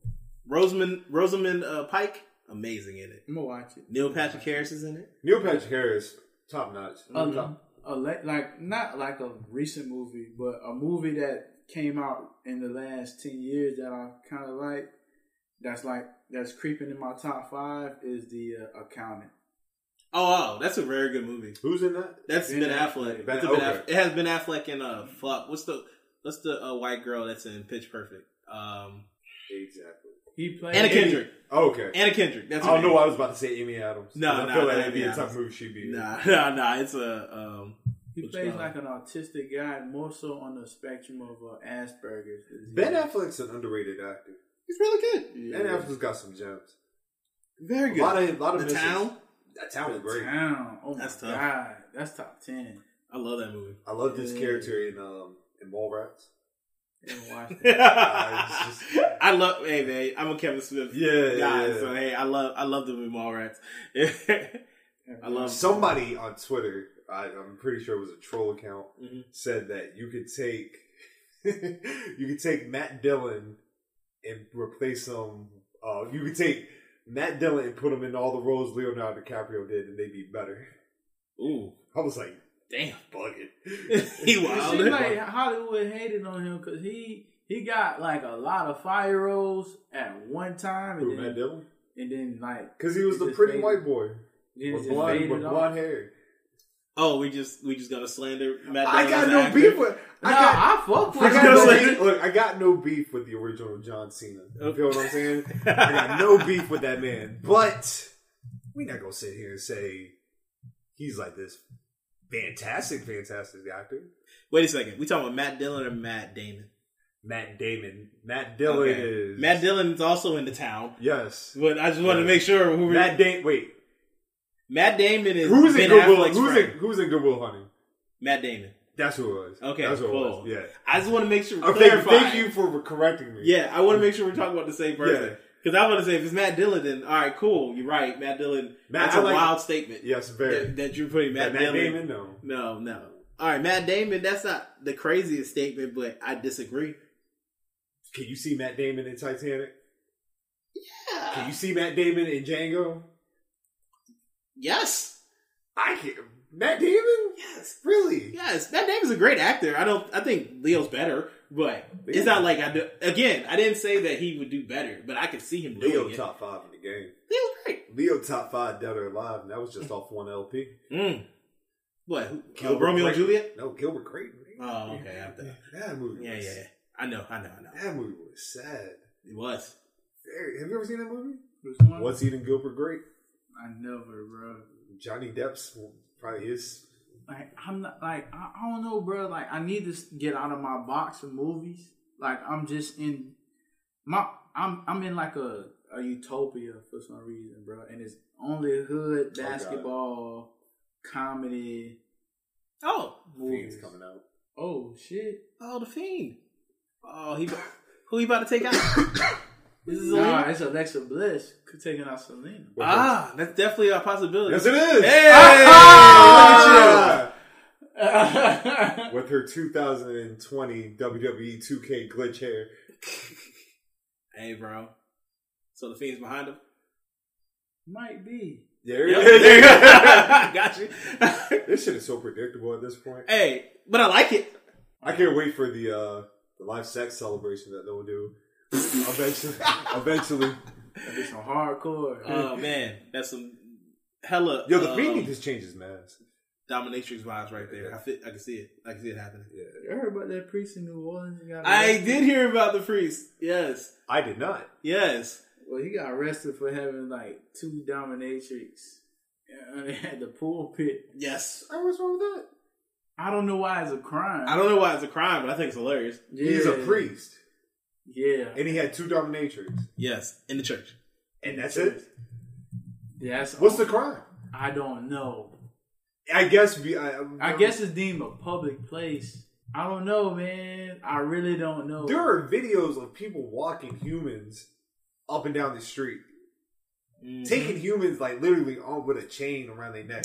Speaker 5: Rosamund Rosamund uh, Pike, amazing in it.
Speaker 6: I'm gonna watch it.
Speaker 5: Neil Patrick Harris is in it.
Speaker 1: Neil Patrick Harris, top notch.
Speaker 6: A-
Speaker 5: Mm-hmm.
Speaker 1: Top-
Speaker 6: a le- like not like a recent movie, but a movie that came out in the last ten years that I kind of like. That's like that's creeping in my top five is the uh, Accountant.
Speaker 5: Oh, oh, that's a very good movie.
Speaker 1: Who's in that?
Speaker 5: That's Ben,
Speaker 6: Ben
Speaker 5: Affleck.
Speaker 1: Ben-
Speaker 5: It's a ben
Speaker 1: okay.
Speaker 5: Aff- it has Ben Affleck and uh, fuck, what's the what's the uh, white girl that's in Pitch Perfect? Um,
Speaker 1: Exactly.
Speaker 6: He played
Speaker 5: Anna Kendrick.
Speaker 1: Okay.
Speaker 5: Anna Kendrick.
Speaker 1: I
Speaker 5: That's her
Speaker 1: don't know.
Speaker 5: name.
Speaker 1: why I was about to say Amy Adams.
Speaker 5: No,
Speaker 1: I
Speaker 5: no,
Speaker 1: feel
Speaker 5: no,
Speaker 1: like that'd be
Speaker 5: Amy
Speaker 1: a tough
Speaker 5: Adams.
Speaker 1: movie she'd be. in.
Speaker 5: Nah, [laughs] nah, nah. It's a um,
Speaker 6: He
Speaker 5: Which
Speaker 6: plays
Speaker 5: guy?
Speaker 6: like an autistic guy, more so on the spectrum of uh, Asperger's. disease.
Speaker 1: Ben Affleck's an underrated actor.
Speaker 5: he's really good.
Speaker 6: Yeah.
Speaker 1: Ben Affleck's got some gems.
Speaker 5: Very
Speaker 1: A lot of, a lot of
Speaker 5: the
Speaker 1: misses.
Speaker 5: town.
Speaker 1: That town was great.
Speaker 6: Damn. Oh my
Speaker 5: That's tough.
Speaker 6: god, that's top ten.
Speaker 5: I love that
Speaker 1: [laughs]
Speaker 5: movie.
Speaker 1: I love this
Speaker 6: Yeah.
Speaker 1: character in um in Mallrats.
Speaker 6: Didn't watch
Speaker 5: [laughs]
Speaker 6: that.
Speaker 5: I,
Speaker 1: it's just-
Speaker 5: love. Hey man, I'm a Kevin Smith
Speaker 1: Yeah, yeah,
Speaker 5: guy.
Speaker 1: yeah.
Speaker 5: So hey, I love I love the movie Mallrats. [laughs] I love
Speaker 1: uh, Somebody on Twitter, I, I'm pretty sure it was a troll account,
Speaker 5: Mhm.
Speaker 1: said that you could take [laughs] you could take Matt Dillon and replace him. Uh, you could take Matt Dillon and put him in all the roles Leonardo DiCaprio did, and they'd be better.
Speaker 5: Ooh,
Speaker 1: I was like,
Speaker 5: damn.
Speaker 6: [laughs]
Speaker 1: bugging.
Speaker 3: [laughs]
Speaker 5: He
Speaker 6: It
Speaker 5: wild.
Speaker 6: seems like Hollywood hated on him because he he got like a lot of fire rolls at one
Speaker 1: [laughs]
Speaker 6: time,
Speaker 1: Who,
Speaker 6: and
Speaker 1: Matt
Speaker 6: then,
Speaker 1: Dillon?
Speaker 6: and then like
Speaker 1: Because he was
Speaker 6: It
Speaker 1: the
Speaker 6: just
Speaker 1: pretty
Speaker 6: faded.
Speaker 1: white boy
Speaker 6: then it
Speaker 1: with
Speaker 6: just
Speaker 1: blonde,
Speaker 6: faded
Speaker 1: with
Speaker 6: off.
Speaker 1: blonde hair.
Speaker 5: Oh, we just we just gotta slander Matt.
Speaker 1: I
Speaker 5: Dillon
Speaker 1: got
Speaker 5: as
Speaker 1: no
Speaker 5: an actor?
Speaker 1: beef with.
Speaker 6: Nah,
Speaker 1: I got,
Speaker 6: I fuck
Speaker 1: I
Speaker 6: with
Speaker 1: got
Speaker 5: gonna
Speaker 1: no
Speaker 5: say-
Speaker 6: him.
Speaker 1: beef, look, I got no beef with the original John Cena. You feel what I'm saying? I [laughs] got no beef with that man. But we're not gonna sit here and say he's like this fantastic, fantastic actor.
Speaker 5: Wait a second. We talking about Matt Dillon or Matt Damon?
Speaker 1: Matt Damon. Matt Dillon
Speaker 5: Okay.
Speaker 1: is
Speaker 5: Matt Dillon's also in the town.
Speaker 1: Yes.
Speaker 5: But I just wanted to
Speaker 1: Yeah.
Speaker 5: make sure who we
Speaker 1: Matt
Speaker 5: Matt,
Speaker 1: Damon. Wait,
Speaker 5: Damon is
Speaker 1: who's in
Speaker 5: Ben
Speaker 1: Goodwill?
Speaker 5: Affleck's
Speaker 1: Who's in
Speaker 5: friend.
Speaker 1: Who's in Goodwill Hunting?
Speaker 5: Matt Damon.
Speaker 1: That's who it was.
Speaker 5: Okay,
Speaker 1: That's who
Speaker 5: cool.
Speaker 1: it was. Yeah.
Speaker 5: I just want to make sure.
Speaker 1: Okay,
Speaker 5: clarify.
Speaker 1: thank you for correcting me.
Speaker 5: Yeah, I want to make sure we're talking about the same person.
Speaker 1: Yeah.
Speaker 5: Because I want to say if it's Matt Dillon, then all right, cool. You're right, Matt Dillon.
Speaker 1: Matt,
Speaker 5: that's
Speaker 1: I
Speaker 5: a
Speaker 1: like-
Speaker 5: wild statement.
Speaker 1: Yes, very.
Speaker 5: That, that you're putting Matt,
Speaker 1: Matt, Matt
Speaker 5: Dillon.
Speaker 1: Damon, no.
Speaker 5: No, no. All right, Matt Damon. That's not the craziest statement, but I disagree.
Speaker 1: Can you see Matt Damon in Titanic? Yeah. Can you see Matt Damon in Django?
Speaker 5: Yes,
Speaker 1: I can. Matt Damon?
Speaker 5: yes,
Speaker 1: Really?
Speaker 5: yes. Matt Damon's a great actor. I don't. I think Leo's better, but
Speaker 1: Leo-
Speaker 5: it's not like I do. Again, I didn't say that he would do better, but I could see him doing
Speaker 1: Leo
Speaker 5: it.
Speaker 1: top five in the game.
Speaker 5: Leo's great.
Speaker 1: Leo top five dead or alive, and that was just off one LP.
Speaker 5: Mm. What? Who,
Speaker 1: Gilbert
Speaker 5: Romeo and
Speaker 1: Creighton.
Speaker 5: Juliet?
Speaker 1: No, Gilbert Creighton.
Speaker 5: Oh, okay. I'm done.
Speaker 1: That movie.
Speaker 5: Yeah, yeah,
Speaker 1: was,
Speaker 5: yeah. I know, I know, I know.
Speaker 1: That movie was sad.
Speaker 5: It was.
Speaker 1: Very, have you ever seen that movie?
Speaker 6: Which one?
Speaker 1: What's eating Gilbert Grape?
Speaker 6: I never, bro.
Speaker 1: Johnny Depp's probably his.
Speaker 6: like I'm not like I, I don't know, bro. Like I need to s- get out of my box of movies. Like I'm just in my I'm I'm in like a a utopia for some reason, bro. And it's only
Speaker 1: Oh,
Speaker 6: hood
Speaker 1: God.
Speaker 6: basketball comedy
Speaker 5: Oh,
Speaker 1: Fiends
Speaker 6: movies.
Speaker 1: coming out.
Speaker 6: Oh shit!
Speaker 5: [coughs] oh, the fiend. Oh, he. Who he about to take out? This is
Speaker 6: Nah,
Speaker 5: Selena?
Speaker 6: it's Alexa Bliss taking out Selena.
Speaker 5: Ah, that's definitely a possibility.
Speaker 1: Yes, it is.
Speaker 5: Hey!
Speaker 1: Ah!
Speaker 6: I
Speaker 1: With her 2020 WWE 2K E glitch hair.
Speaker 5: Hey, bro. So the fiend's behind him.
Speaker 6: Might be.
Speaker 1: There
Speaker 5: [laughs] Yep.
Speaker 1: it is. [laughs]
Speaker 5: Got you. [laughs]
Speaker 1: This shit is so predictable at this point.
Speaker 5: hey, but I
Speaker 1: [laughs]
Speaker 5: like it.
Speaker 1: I can't wait for the uh, the live sex celebration that they'll do eventually. eventually,
Speaker 6: It's some hardcore.
Speaker 5: Oh man, that's some hella
Speaker 1: yo, the
Speaker 5: um,
Speaker 1: Fiend just changes mask.
Speaker 5: dominatrix vibes right there. I feel, I can see it. I can see it happening.
Speaker 6: you heard about that priest in New Orleans? He got
Speaker 5: I
Speaker 6: arrested?
Speaker 5: did hear about the priest. Yes,
Speaker 1: I did not.
Speaker 5: yes.
Speaker 6: Well, he got arrested for having like two dominatrix [laughs] uh, at the pulpit.
Speaker 5: Yes.
Speaker 1: Hey, what's wrong with that?
Speaker 6: I don't know why it's a crime.
Speaker 5: I don't know why it's a crime, but I think it's hilarious.
Speaker 6: Yeah.
Speaker 1: He's a priest,
Speaker 6: Yeah,
Speaker 1: and he had two dominatrix,
Speaker 5: Yes, in the church.
Speaker 1: and that's it.
Speaker 6: that's
Speaker 1: What's the crime?
Speaker 6: I don't know.
Speaker 1: I guess. Be, I,
Speaker 6: I guess it's deemed a public place. I don't know, man. I really don't know.
Speaker 1: there are videos of people walking humans up and down the street, taking humans like literally on with a chain around their neck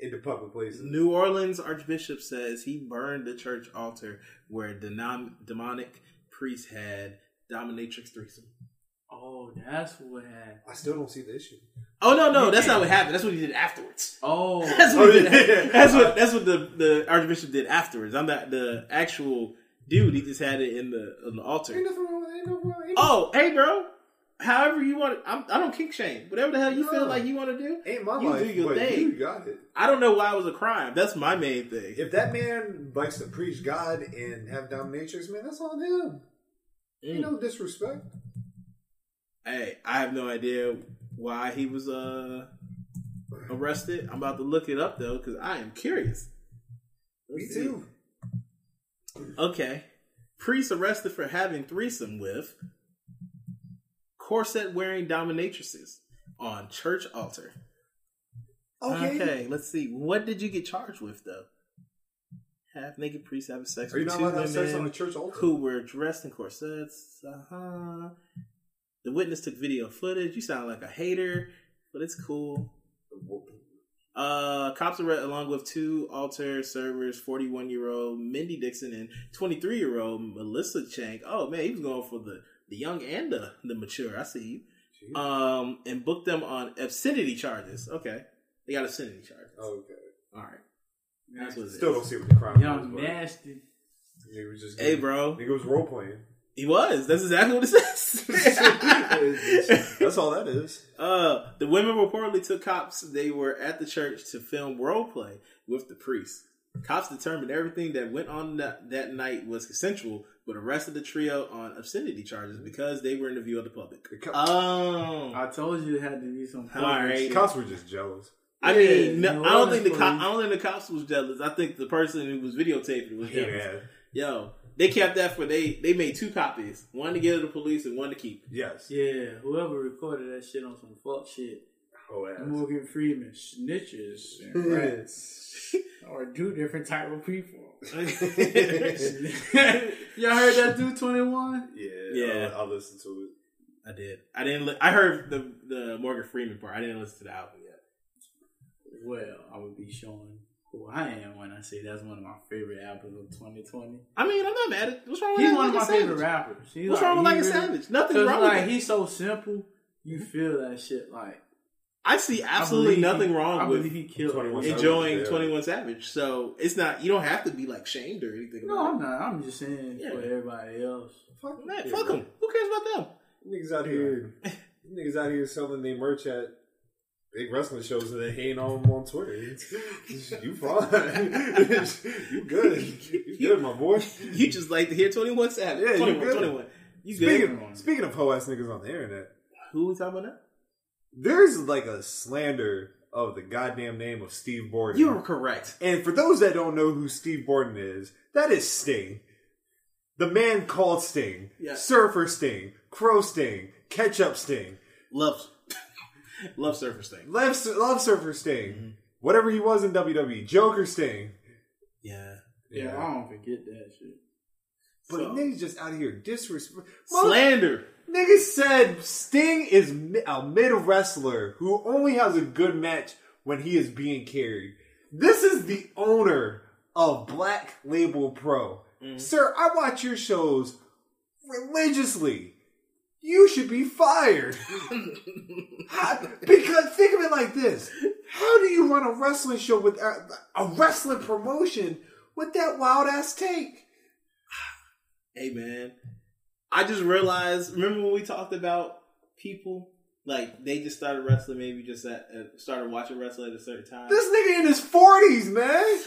Speaker 1: into public places.
Speaker 5: New Orleans Archbishop says he burned the church altar where the nom- demonic priest had dominatrix threesome.
Speaker 6: Oh, that's what happened.
Speaker 1: I still don't see the issue.
Speaker 5: Oh no, no, that's not what happened. That's what he did afterwards.
Speaker 1: [laughs]
Speaker 5: [laughs]
Speaker 6: Oh,
Speaker 5: That's what,
Speaker 1: Oh,
Speaker 5: he did-
Speaker 1: yeah. [laughs]
Speaker 5: that's what that's what the, the archbishop did afterwards. I'm not the actual dude. He just had it in the on the altar.
Speaker 1: Ain't nothing wrong with ain't nothing wrong- ain't
Speaker 5: Oh, hey, bro. However you want, I'm, I don't kink shame. Whatever the hell you feel
Speaker 1: No.
Speaker 5: like you want to do.
Speaker 1: Ain't my
Speaker 5: You
Speaker 1: life,
Speaker 5: do your
Speaker 1: but
Speaker 5: thing.
Speaker 1: you got it.
Speaker 5: I don't know why it was a crime. That's my main thing.
Speaker 1: If that man likes to preach God and have dominatrix, man, that's on him. You
Speaker 5: Mm.
Speaker 1: know, disrespect.
Speaker 5: Hey, I have no idea why he was uh arrested. I'm about to look it up though because I am curious.
Speaker 1: Me
Speaker 5: Let's see.
Speaker 1: too.
Speaker 5: Okay, priest arrested for having threesome with corset wearing dominatrices on church altar.
Speaker 1: Okay.
Speaker 5: okay, let's see. What did you get charged with though? Half naked priest having sex
Speaker 1: Are you
Speaker 5: with
Speaker 1: not
Speaker 5: two
Speaker 1: allowed to
Speaker 5: women
Speaker 1: have sex on a church altar?
Speaker 5: who were dressed in corsets. Uh huh. The witness took video footage. You sound like a hater, but it's cool. Uh, cops arrest along with two altar servers, 41 year old Mindy Dixon and 23 year old Melissa Chang. Oh man, he was going for the, the young and the, the mature. I see you. Um, and booked them on obscenity charges. Okay. They got obscenity charges.
Speaker 1: Oh, Okay.
Speaker 5: All right. That's what it is.
Speaker 1: Still don't see what the crime
Speaker 6: y'all
Speaker 1: was. but
Speaker 6: nasty.
Speaker 1: They were just
Speaker 5: Hey, bro.
Speaker 1: Nigga was role playing.
Speaker 5: He was. That's exactly what
Speaker 1: [laughs]
Speaker 5: it [laughs] says.
Speaker 1: that's all that is.
Speaker 5: Uh, the women reportedly took cops. They were at the church to film role play with the priest. Cops determined everything that went on that, that night was consensual, but arrested the trio on obscenity charges because they were in the view of the public.
Speaker 1: The cops,
Speaker 5: Oh,
Speaker 6: I told you it had to be some. public
Speaker 5: Alright.
Speaker 6: shit.
Speaker 1: cops were just jealous.
Speaker 5: I
Speaker 6: yeah,
Speaker 5: mean, no,
Speaker 6: New
Speaker 5: I don't think the
Speaker 6: Orleans
Speaker 5: cop,
Speaker 6: police.
Speaker 5: I don't think the cops was jealous. I think the person who was videotaping was
Speaker 1: Yeah.
Speaker 5: jealous. Yo, they kept that for they they made two copies, one to give to the police and one to keep.
Speaker 1: Yes.
Speaker 6: Yeah, whoever recorded that shit on some fuck shit.
Speaker 1: Oh, ass.
Speaker 6: Morgan Freeman snitches
Speaker 5: [laughs]
Speaker 6: and rats or two different type of
Speaker 5: [laughs]
Speaker 6: people. [laughs] Y'all heard that dude twenty one?
Speaker 1: Yeah.
Speaker 5: Yeah.
Speaker 1: I'll, I'll listen to it.
Speaker 5: I did. I didn't. Li- I heard the the Morgan Freeman part. I didn't listen to the album yet.
Speaker 6: Well, I would be showing who I am when I say that's one of my favorite albums of twenty twenty.
Speaker 5: I mean, I'm not mad at. What's wrong with
Speaker 6: He's
Speaker 5: that
Speaker 6: one of
Speaker 5: Like
Speaker 6: my
Speaker 5: a Savage?
Speaker 6: favorite rappers. He's
Speaker 5: What's wrong
Speaker 6: he
Speaker 5: with Like a Savage? Nothing's
Speaker 6: 'cause,
Speaker 5: wrong with
Speaker 6: Like
Speaker 5: it.
Speaker 6: he's so simple, you feel that shit. Like
Speaker 5: I see
Speaker 6: I
Speaker 5: absolutely
Speaker 6: believe
Speaker 5: nothing
Speaker 6: he- I
Speaker 5: wrong
Speaker 6: believe
Speaker 5: with
Speaker 6: he killed.
Speaker 1: 21
Speaker 6: it.
Speaker 1: Savage.
Speaker 5: enjoying
Speaker 1: Yeah.
Speaker 5: Twenty One Savage. So it's not. You don't have to be like shamed or anything.
Speaker 6: No,
Speaker 5: about
Speaker 6: I'm not. I'm just saying
Speaker 5: Yeah.
Speaker 6: for everybody else.
Speaker 5: it. Man, fuck them. Who cares about them?
Speaker 1: Niggas out here, niggas out here selling their merch at big wrestling shows and they hating on them on Twitter. you fine. [laughs] you good. You good, my boy.
Speaker 5: You just like to hear Twenty One Savage.
Speaker 1: Yeah, you
Speaker 5: 21,
Speaker 1: good.
Speaker 5: 21. You good?
Speaker 1: Speaking of, speaking of hoe ass niggas on the internet,
Speaker 5: Who we talking about now?
Speaker 1: there's like a slander of the goddamn name of Steve Borden.
Speaker 5: You are correct.
Speaker 1: And for those that don't know who Steve Borden is, that is Sting. The man called Sting,
Speaker 5: Yeah.
Speaker 1: Surfer Sting, Crow Sting, Ketchup Sting,
Speaker 5: Love, [laughs] love surface thing.
Speaker 1: Love, Love Surfer Sting, whatever he was in WWE, E. Joker Sting.
Speaker 5: Yeah.
Speaker 6: Yeah, I don't forget that shit.
Speaker 1: But
Speaker 5: So-
Speaker 1: niggas just out here disrespect.
Speaker 5: Slander.
Speaker 1: Niggas said Sting is mi- a mid wrestler who only has a good match when he is being carried. This is the owner of Black Label Pro. Sir, I watch your shows religiously. You should be fired. How- because think of it like this How do you run a wrestling show with a, a wrestling promotion with that wild ass take?
Speaker 5: Hey man, I just realized. Remember when we talked about people like they just started wrestling, maybe just at, uh, started watching wrestling at a certain time.
Speaker 1: This nigga in his 40s, man.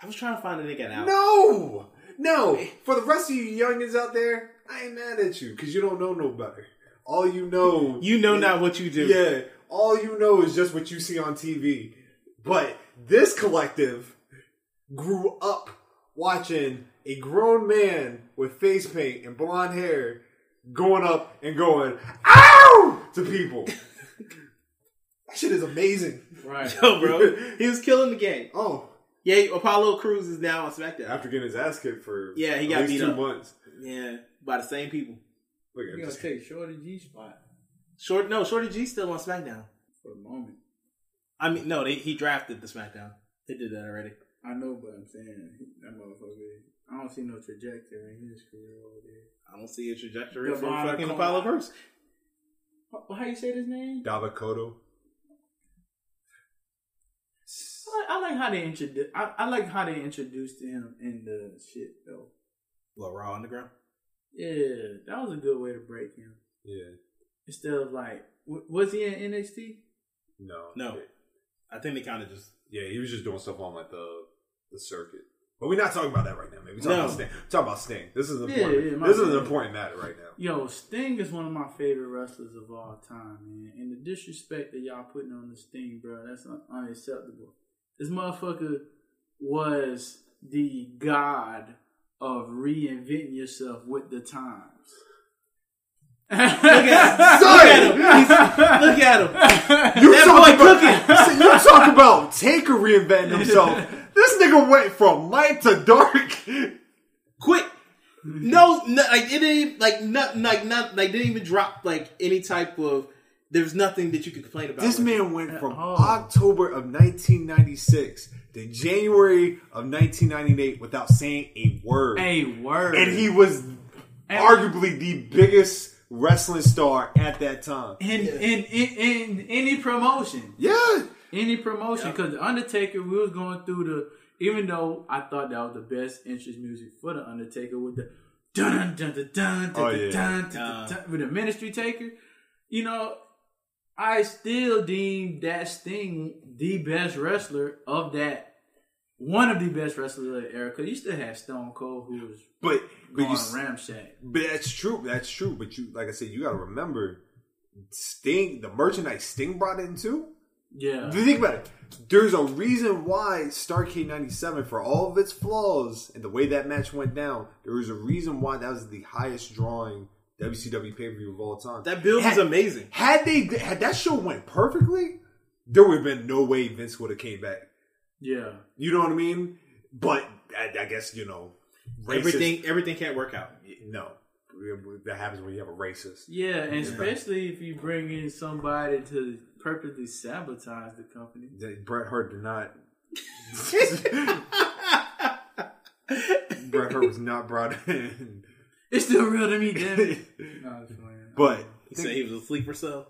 Speaker 5: I was trying to find a nigga out.
Speaker 1: No, no. For the rest of you youngins out there, I ain't mad at you because you don't know no better. All you know,
Speaker 5: [laughs] you know not what you do. [laughs]
Speaker 1: yeah, all you know is just what you see on TV. But this collective grew up watching a grown man with face paint and blonde hair going up and going ow to people. [laughs] that shit is amazing.
Speaker 6: Right.
Speaker 5: [laughs] Yo, bro, he was killing the game.
Speaker 1: Oh,
Speaker 5: Yeah, Apollo Cruz is now on SmackDown.
Speaker 1: after getting his ass kicked for
Speaker 5: Yeah, he
Speaker 1: at
Speaker 5: got
Speaker 1: least
Speaker 5: beat
Speaker 1: two
Speaker 5: up.
Speaker 1: months.
Speaker 5: Yeah, by the same people.
Speaker 1: Look, I'm
Speaker 6: You gotta
Speaker 1: just-
Speaker 6: take Shorty G spot
Speaker 5: Short no, Shorty G still on SmackDown.
Speaker 6: for the moment.
Speaker 5: I mean, no, they, he drafted the SmackDown. They did that already.
Speaker 6: I know, but I'm saying that motherfucker. I don't see no trajectory in his career over there.
Speaker 5: I don't see a trajectory
Speaker 6: Devon
Speaker 5: for fucking
Speaker 6: Cole.
Speaker 5: Apollo Cruz.
Speaker 6: How, how you say this name?
Speaker 1: Davakoto.
Speaker 6: I like, I like how they introduce. I, I like how they introduced him in the shit though.
Speaker 5: Well, Raw Underground.
Speaker 6: Yeah, that was a good way to break him.
Speaker 1: Yeah.
Speaker 6: Instead of like, w- was he in NXT?
Speaker 1: No.
Speaker 5: No, I think they kind
Speaker 1: [laughs]
Speaker 5: of just
Speaker 1: Yeah, he was just doing stuff on like the the circuit. But we're not talking about that right now, man. We're talking
Speaker 5: No.
Speaker 1: about Sting. We're talking about Sting. This is
Speaker 6: Yeah,
Speaker 1: important.
Speaker 6: yeah, my
Speaker 1: this is an
Speaker 6: bad.
Speaker 1: important matter right
Speaker 6: [laughs]
Speaker 1: now.
Speaker 6: Yo, Sting is one of my favorite wrestlers of all time, man. And the disrespect that y'all putting on the Sting, bro, that's un- unacceptable. This motherfucker was the god of reinventing yourself with the times.
Speaker 5: look at, look at him. He's- look at him.
Speaker 1: You
Speaker 5: That
Speaker 1: talk
Speaker 5: boy
Speaker 1: about See, [laughs] you talk about Taker reinventing himself. this nigga went from light to dark.
Speaker 5: Quick. No, no, like it didn't even- like not like not like didn't even drop like any type of. There's nothing that you could complain about.
Speaker 1: This
Speaker 5: with it.
Speaker 1: man went from
Speaker 6: all.
Speaker 1: October of 1996 to January of 1998 without saying a word.
Speaker 6: A word.
Speaker 1: and he was arguably the biggest wrestling star at that time.
Speaker 6: in, in, in, in any promotion.
Speaker 1: Yeah,
Speaker 6: any promotion because the Undertaker we was going through the even though I thought that was the best entrance music for the Undertaker with the dun dun dun dun dun
Speaker 1: Oh,
Speaker 6: dun,
Speaker 1: yeah.
Speaker 6: dun, dun, dun, with the Ministry Taker, you know, I still deem that Sting the best wrestler of that one of the best wrestlers of the era because you still have Stone Cold who was
Speaker 1: but but
Speaker 6: going
Speaker 1: you, s-
Speaker 6: ramshack.
Speaker 1: but that's true. That's true. But you, like I said, you got to remember Sting, the merchandise Sting brought in too.
Speaker 6: Yeah,
Speaker 1: Think about it. There's a reason why Starcade '97, for all of its flaws and the way that match went down, there was a reason why that was the highest drawing WCW pay per view of all time.
Speaker 5: That build is amazing.
Speaker 1: had they had that show went perfectly, there would have been no way Vince would have came back.
Speaker 6: yeah,
Speaker 1: You know what I mean? But I, I guess you know racist-
Speaker 5: Everything everything can't work out.
Speaker 1: No, that happens when you have a racist.
Speaker 6: yeah, and especially if you bring in somebody to purposely sabotage the company.
Speaker 1: That Bret Hart did
Speaker 5: [laughs]
Speaker 1: not. Bret Hart was not brought in,
Speaker 6: It's still real
Speaker 5: [laughs]
Speaker 6: to me, damn it. no, it's fine.
Speaker 1: but
Speaker 5: He said he was a sleeper cell.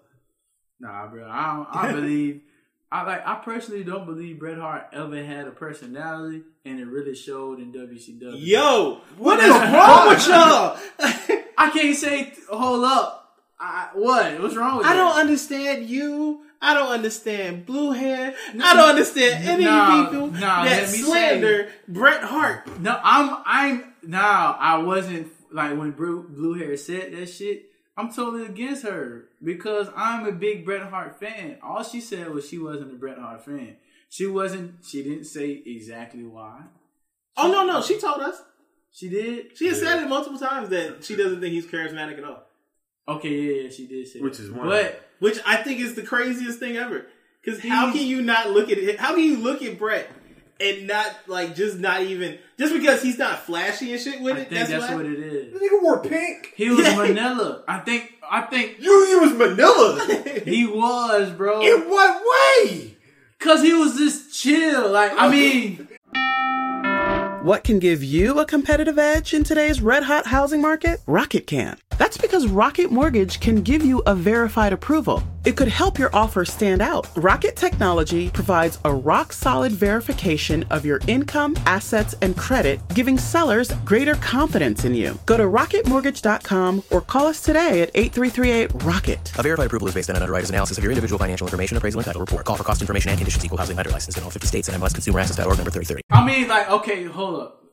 Speaker 6: Nah, bro. I don't, I believe. I like. I personally don't believe Bret Hart ever had a personality, and it really showed in WCW.
Speaker 5: Yo, what is
Speaker 1: the
Speaker 5: wrong with y'all?
Speaker 6: I can't say. Hold up. I, what? What's wrong with
Speaker 5: I
Speaker 6: that?
Speaker 5: don't understand you. I don't understand blue hair. I don't understand any
Speaker 6: Nah,
Speaker 5: people
Speaker 6: nah,
Speaker 5: that
Speaker 6: let me
Speaker 5: slander Bret Hart.
Speaker 6: No, I'm. I'm. Now I wasn't like when Blue, Blue Hair said that shit. I'm totally against her because I'm a big Bret Hart fan. All she said was she wasn't a Bret Hart fan. She wasn't. She didn't say exactly why.
Speaker 5: Oh no, no, she told us.
Speaker 6: She did.
Speaker 5: She has said it multiple times that she doesn't think he's charismatic at all,
Speaker 6: Okay, yeah, yeah, she did say.
Speaker 1: Which
Speaker 6: that.
Speaker 1: is one.
Speaker 6: But
Speaker 5: which I think is the craziest thing ever. Because how can you not look at it? How can you look at Bret
Speaker 6: and not like just not even just because he's not flashy and shit with
Speaker 5: I
Speaker 6: it.
Speaker 5: think that's,
Speaker 6: why.
Speaker 5: what it is.
Speaker 1: nigga wore pink.
Speaker 5: He was
Speaker 1: [laughs]
Speaker 6: Yeah.
Speaker 5: vanilla. I think. I think
Speaker 1: You use Manila.
Speaker 5: [laughs] he was, bro.
Speaker 1: In what way?
Speaker 5: Cause he was just chill. Like I mean,
Speaker 8: What can give you a competitive edge in today's red hot housing market? Rocket can. That's because Rocket Mortgage can give you a verified approval. It could help your offer stand out. Rocket Technology provides a rock solid verification of your income, assets, and credit, giving sellers greater confidence in you. Go to rocketmortgage.com or call us today at 8338 Rocket.
Speaker 9: A verified approval is based on an underwriter's analysis of your individual financial information, appraisal, and title report. Call for cost information and conditions. Equal housing lender license in all 50 states and MLSConsumerAccess.org number 3030.
Speaker 5: I mean, like okay, hold up.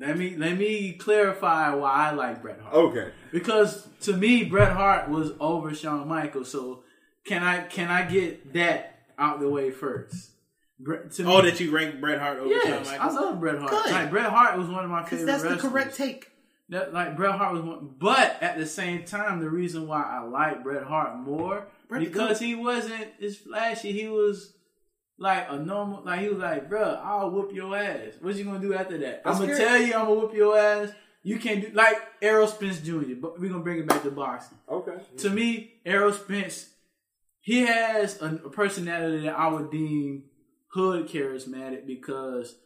Speaker 5: Let me let me clarify why I like Bret Hart.
Speaker 1: Okay.
Speaker 5: Because to me, Bret Hart was over Shawn Michaels. So can I can I get that out the way first? Bret, to
Speaker 6: Oh,
Speaker 5: me,
Speaker 6: that you rank Bret Hart over
Speaker 5: yes,
Speaker 6: Shawn
Speaker 5: I
Speaker 6: Michaels.
Speaker 5: love Bret Hart.
Speaker 6: Good.
Speaker 5: Like Bret Hart was one of my favorite.
Speaker 6: that's the
Speaker 5: wrestlers.
Speaker 6: correct take.
Speaker 5: That, like Bret Hart was one, but at the same time, the reason why I like Bret Hart more
Speaker 6: Bret's
Speaker 5: because he wasn't as flashy. He was like a normal, like he was like, bruh, I'll whoop your ass. What you gonna do after that? I'm gonna tell you, I'm gonna whoop your ass. You can't do like Errol Spence Jr. But we're gonna bring it back to boxing.
Speaker 1: Okay.
Speaker 5: To me, Errol Spence, he has a, a personality that I would deem hood charismatic because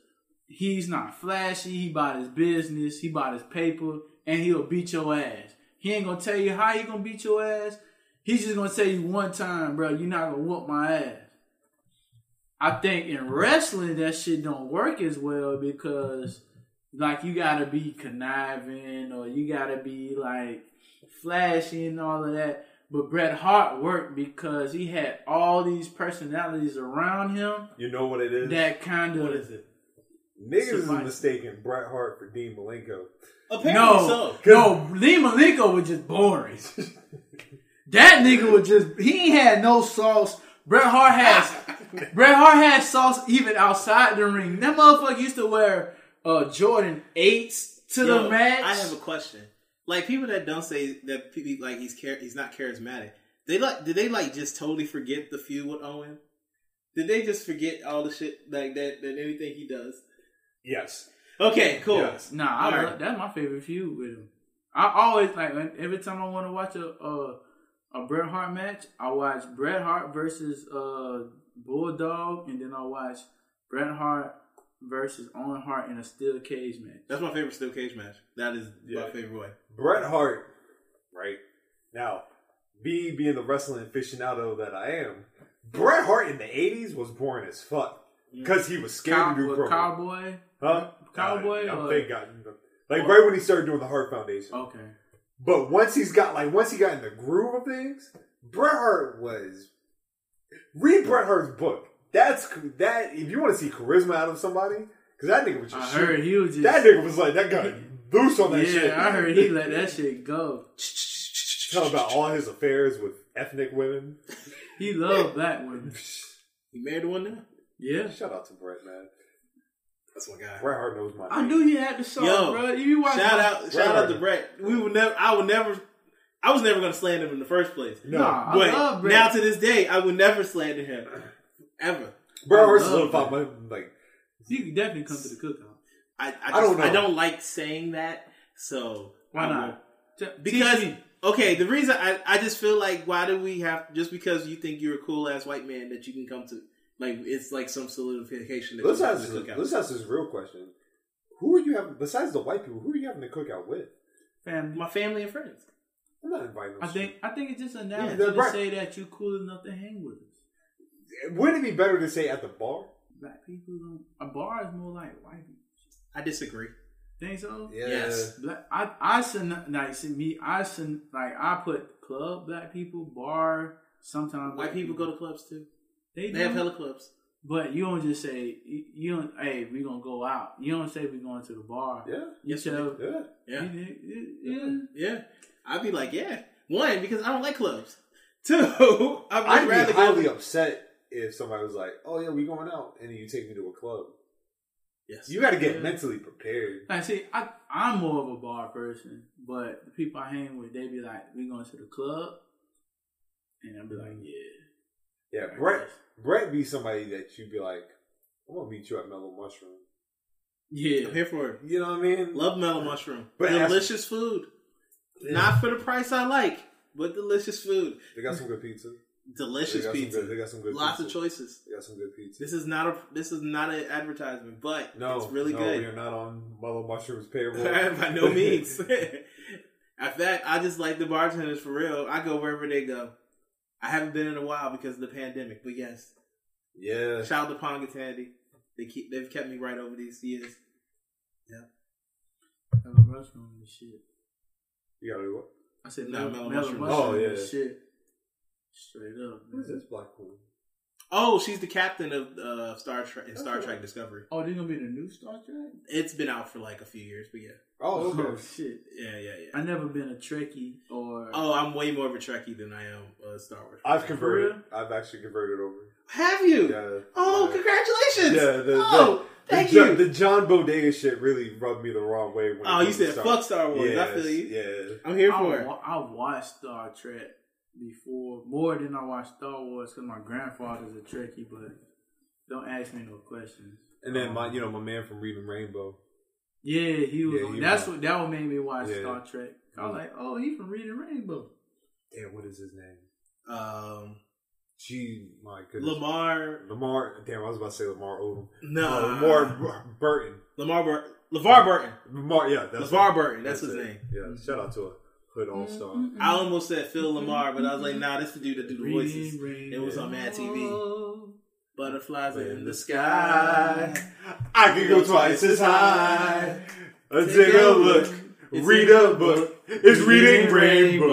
Speaker 5: he's not flashy. He about his business. He about his paper, and he'll beat your ass. He ain't gonna tell you how he gonna beat your ass. He's just gonna tell you one time, bro. You're not gonna whoop my ass. I think in wrestling that shit don't work as well because like you gotta be conniving or you gotta be like flashy and all of that. But Bret Hart worked because he had all these personalities around him
Speaker 1: You know what it is?
Speaker 5: that kind of
Speaker 6: What is it?
Speaker 1: Niggas is
Speaker 5: Survive.
Speaker 1: mistaking Bret Hart for Dean Malenko.
Speaker 6: Apparently
Speaker 5: No,
Speaker 6: so.
Speaker 5: no, Lee Malenko was
Speaker 1: [laughs]
Speaker 5: just boring. that nigga was just he ain't had no sauce. Bret
Speaker 1: [laughs]
Speaker 5: Hart has Bret Hart had sauce even outside the ring. That motherfucker used to wear uh, Jordan eights to
Speaker 6: Yo,
Speaker 5: the match.
Speaker 6: I have a question. Like people that don't say that people like he's char- he's not charismatic. They like did they like just totally forget the feud with Owen? Did they just forget all the shit like that that anything he does?
Speaker 1: Yes.
Speaker 6: Okay, cool.
Speaker 1: Yes.
Speaker 5: nah, I
Speaker 6: All
Speaker 5: love,
Speaker 6: right.
Speaker 5: that's my favorite feud with him. I always like when- every time I want to watch a uh, a Bret Hart match, I watch Bret Hart versus uh, Bulldog, and then I watch Bret Hart versus Owen Hart in a steel cage match.
Speaker 6: That's my favorite steel cage match. That is
Speaker 1: Yeah.
Speaker 6: my favorite way.
Speaker 1: Bret Hart, right? Now, me being the wrestling aficionado that I am, Bret Hart in the 80s was boring as fuck. Because he was scared
Speaker 5: Mm. Cow-
Speaker 1: to do
Speaker 5: what,
Speaker 1: promo.
Speaker 5: cowboy.
Speaker 1: huh?
Speaker 5: Cowboy
Speaker 1: Uh,
Speaker 5: or-
Speaker 1: thank God. Like right when he started doing the Hart Foundation.
Speaker 5: Okay.
Speaker 1: But once he's got like once he got in the groove of things, Bret Hart was read Bret Hart's book. That's that if you want to see charisma [laughs] out of somebody, because that nigga was
Speaker 5: I
Speaker 1: just
Speaker 5: heard
Speaker 1: shooting.
Speaker 5: he was just.
Speaker 1: that nigga was like that guy loose on that
Speaker 5: yeah,
Speaker 1: shit.
Speaker 5: I heard he let that shit go.
Speaker 1: tell about all his affairs with ethnic women.
Speaker 5: He loved black women.
Speaker 6: You married to one now?
Speaker 5: Yeah.
Speaker 1: Shout out to Bret, man.
Speaker 6: That's my guy.
Speaker 1: Bret Hart knows my.
Speaker 5: I
Speaker 1: name.
Speaker 5: knew he had the song,
Speaker 6: Yo,
Speaker 5: bro. You watch
Speaker 6: Shout out, shout out to
Speaker 1: Hart.
Speaker 6: Brett. We would never. I would never. I was never going to slander him in the first place.
Speaker 1: No,
Speaker 5: Nah, I
Speaker 6: But
Speaker 5: love Brett.
Speaker 6: now to this day, I would never slander him ever.
Speaker 1: Bret Hart
Speaker 5: I love
Speaker 1: solidified my like.
Speaker 5: you can definitely come to the cookout.
Speaker 6: I, I, just,
Speaker 1: I
Speaker 6: I
Speaker 1: don't
Speaker 6: don't
Speaker 1: know.
Speaker 6: like saying that. So
Speaker 5: Why
Speaker 6: I
Speaker 5: not?
Speaker 6: won't.
Speaker 5: T-
Speaker 6: Because
Speaker 5: teach me.
Speaker 6: okay, the reason I, I just feel like why do we have just because you think you're a cool ass white man that you can come to like it's like some solidification. That
Speaker 1: Let's
Speaker 6: you can
Speaker 1: ask,
Speaker 6: cook
Speaker 1: this,
Speaker 6: out.
Speaker 1: let's ask this real question: Who are you having besides the white people? Who are you having the cookout with?
Speaker 5: family.
Speaker 6: my family and friends.
Speaker 1: I'm not inviting. no
Speaker 5: I think I think it's just an analogy
Speaker 1: that's
Speaker 5: to
Speaker 1: right.
Speaker 5: say that you're cool enough to hang with us.
Speaker 1: shit. Wouldn't it be better to say at the bar?
Speaker 5: Black people don't. A bar is more like white people.
Speaker 6: I disagree.
Speaker 5: Think so?
Speaker 6: Yes.
Speaker 5: Black, I I syn- like see me I syn- like I put club black people bar sometimes
Speaker 6: White people go to clubs too.
Speaker 5: they,
Speaker 6: They have
Speaker 5: do.
Speaker 6: hella clubs.
Speaker 5: But you don't just say you you don't. Hey, we gonna go out. You don't say we going to the bar.
Speaker 1: Yeah.
Speaker 5: You
Speaker 6: Yes,
Speaker 5: tell.
Speaker 1: Yeah.
Speaker 6: Yeah,
Speaker 5: you- you- you-
Speaker 6: yeah. I'd be like, yeah. One because I don't like clubs. Two, I'd, much
Speaker 1: I'd
Speaker 6: rather
Speaker 1: be
Speaker 6: go-
Speaker 1: highly upset if somebody was like, "Oh yeah, we going out," and then you take me to a club.
Speaker 6: Yes.
Speaker 1: You got to get
Speaker 5: Yeah.
Speaker 1: mentally prepared.
Speaker 5: Like, see, I I'm more of a bar person, but the people I hang with, they be like, we going to the club, and I'll be like, yeah.
Speaker 1: Yeah, Brett. Brett be somebody that you'd be like,
Speaker 3: I'm gonna meet you at Mellow Mushroom.
Speaker 8: I'm here for it.
Speaker 3: You know what I mean?
Speaker 8: Love mellow mushroom.
Speaker 3: But ask-
Speaker 8: delicious food. Not for the price I like, but delicious food.
Speaker 3: They got some good pizza. They
Speaker 8: Delicious
Speaker 3: got some
Speaker 8: pizza.
Speaker 3: good- they got some good
Speaker 8: Lots of
Speaker 3: pizza.
Speaker 8: choices.
Speaker 3: They got some good pizza.
Speaker 8: This is not a this is not an advertisement, but
Speaker 3: no,
Speaker 8: it's really
Speaker 3: no,
Speaker 8: good.
Speaker 3: We are not on Mellow Mushroom's payroll.
Speaker 8: [laughs] By no
Speaker 1: [laughs]
Speaker 3: [laughs]
Speaker 8: means. [laughs] In fact, I just like the bartenders for real. I go wherever they go. I haven't been in a while because of the pandemic, but yes.
Speaker 3: yeah.
Speaker 8: Shout out to Pongatandy. They keep they've kept me right over these years.
Speaker 5: Mellow mushroom and shit.
Speaker 3: You gotta do what?
Speaker 5: I said
Speaker 8: Nah,
Speaker 5: mellow,
Speaker 8: mellow
Speaker 5: mellow,
Speaker 8: mushroom.
Speaker 5: mushroom.
Speaker 3: Oh, yeah.
Speaker 5: and shit. Straight up.
Speaker 3: Who is
Speaker 5: man.
Speaker 3: this black woman?
Speaker 8: Oh, she's the captain of uh, Star Trek in Star Trek Discovery.
Speaker 5: Oh, they gonna be the new Star Trek?
Speaker 8: It's been out for like a few years, but yeah,
Speaker 3: Oh,
Speaker 5: Oh
Speaker 3: okay.
Speaker 5: shit!
Speaker 8: yeah, yeah, yeah.
Speaker 5: I never been a Trekkie or
Speaker 8: Oh, I'm way more of a Trekkie than I am a Star Wars.
Speaker 3: I've
Speaker 8: fan.
Speaker 3: converted. I've actually converted over.
Speaker 8: Have you?
Speaker 3: Yeah.
Speaker 8: Oh,
Speaker 3: Yeah.
Speaker 8: congratulations!
Speaker 3: Yeah, the, the,
Speaker 8: oh,
Speaker 3: the
Speaker 8: thank
Speaker 3: Jo-
Speaker 8: you.
Speaker 3: The John Bodega shit really rubbed me the wrong way. When it
Speaker 8: oh, you
Speaker 3: comes to
Speaker 8: said fuck Star Wars. I feel you. Oh,
Speaker 3: Yes,
Speaker 8: I'm here
Speaker 5: I,
Speaker 8: for it.
Speaker 5: wa- I watched Star Trek before more than I watched Star Wars because my grandfather's a Trekkie, but don't ask me no questions. Um,
Speaker 3: Yeah. And then my, you know, my man from Reading Rainbow.
Speaker 5: Yeah, he was.
Speaker 3: Yeah,
Speaker 5: on,
Speaker 3: he
Speaker 5: that's
Speaker 3: was.
Speaker 5: what that what made me watch
Speaker 3: Yeah.
Speaker 5: Star Trek. I was like, oh, he from Reading Rainbow.
Speaker 3: Damn, what is his name?
Speaker 8: Um,
Speaker 3: Gee, my goodness.
Speaker 8: Lamar.
Speaker 3: Lamar. Damn, I was about to say Lamar Odom.
Speaker 8: No,
Speaker 3: Uh, Lamar Bur- Burton.
Speaker 8: Lamar Burton. LeVar Burton.
Speaker 3: Lamar, yeah, that's
Speaker 8: LeVar
Speaker 3: it.
Speaker 8: Burton, that's his
Speaker 3: it.
Speaker 8: name. Mm-hmm.
Speaker 3: Yeah, shout out to a hood all star.
Speaker 8: I almost said Phil Lamar, but I was like, nah, that's the dude that do the voices.
Speaker 5: Reading Rainbow.
Speaker 8: It was on Mad TV. Butterflies are in the
Speaker 3: sky,
Speaker 8: sky.
Speaker 3: I could go twice as high. Uh, Take a look, read a book. It's reading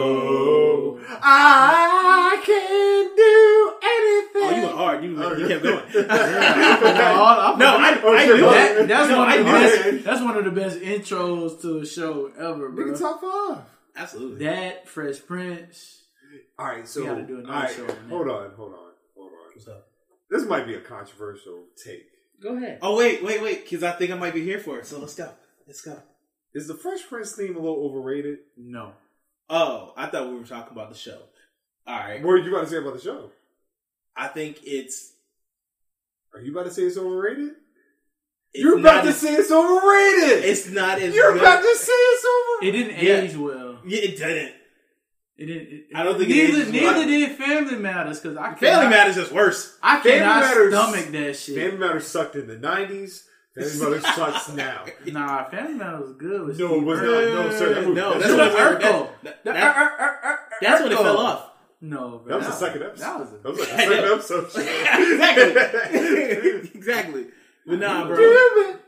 Speaker 3: rainbow. I can do
Speaker 8: Oh, you
Speaker 3: anything.
Speaker 8: went hard. You,
Speaker 3: Oh, [laughs]
Speaker 8: you
Speaker 3: yeah. Oh,
Speaker 8: kept going.
Speaker 5: no,
Speaker 8: [laughs] No, I, I
Speaker 3: shit.
Speaker 8: knew that.
Speaker 5: that, that's
Speaker 8: No,
Speaker 5: one
Speaker 8: I
Speaker 5: of the
Speaker 8: knew
Speaker 3: that.
Speaker 5: best, that's one of the best intros to a show ever,
Speaker 3: Make
Speaker 5: bro.
Speaker 3: it top five.
Speaker 8: Absolutely.
Speaker 5: That Fresh Prince.
Speaker 3: All right, so
Speaker 5: We gotta do another
Speaker 3: all right,
Speaker 5: show on that.
Speaker 3: hold on, hold on, hold on.
Speaker 8: What's up?
Speaker 3: This might be a controversial take.
Speaker 5: Go ahead.
Speaker 8: Oh, wait, wait, wait, because I think I might be here for it. So let's go. Let's go.
Speaker 3: Is the Fresh Prince theme a little overrated?
Speaker 5: No.
Speaker 8: Oh, I thought we were talking about the show. All right.
Speaker 3: What are you about to say about the show?
Speaker 8: I think it's.
Speaker 3: Are you about to say it's overrated?
Speaker 8: it's
Speaker 3: You're about
Speaker 8: not
Speaker 3: to
Speaker 8: as-
Speaker 3: say it's overrated.
Speaker 8: It's not as.
Speaker 3: You're
Speaker 8: good.
Speaker 3: about to say it's overrated.
Speaker 5: It didn't
Speaker 8: Yeah.
Speaker 5: age well.
Speaker 8: Yeah, it didn't.
Speaker 5: It didn't. It,
Speaker 8: I don't think it
Speaker 5: neither
Speaker 8: ages well.
Speaker 5: neither did Family Matters because I
Speaker 8: Family
Speaker 5: cannot-
Speaker 8: Matters is worse.
Speaker 5: I
Speaker 3: Family
Speaker 5: cannot
Speaker 3: Matters-
Speaker 5: stomach that shit.
Speaker 3: Family Matters sucked in the '90s.
Speaker 8: [laughs]
Speaker 3: Family Matters sucks now.
Speaker 5: nah, Family Matters was good. With
Speaker 3: No, it
Speaker 5: Steve
Speaker 3: was
Speaker 5: Urkel.
Speaker 3: not. No, sir. That movie-
Speaker 8: No,
Speaker 3: that
Speaker 8: that's
Speaker 3: show
Speaker 8: what
Speaker 5: The
Speaker 8: it
Speaker 3: was-
Speaker 8: was.
Speaker 5: Urkel.
Speaker 8: That-
Speaker 5: The
Speaker 8: that-
Speaker 5: Ur- Ur- Ur- Ur-
Speaker 8: That's when it
Speaker 5: Urkel.
Speaker 8: fell off.
Speaker 5: No, bro.
Speaker 3: That was the
Speaker 5: that
Speaker 3: second episode.
Speaker 5: That was a
Speaker 3: That was like the second episode.
Speaker 8: [laughs] exactly. exactly. But nah, bro.
Speaker 3: Damn it.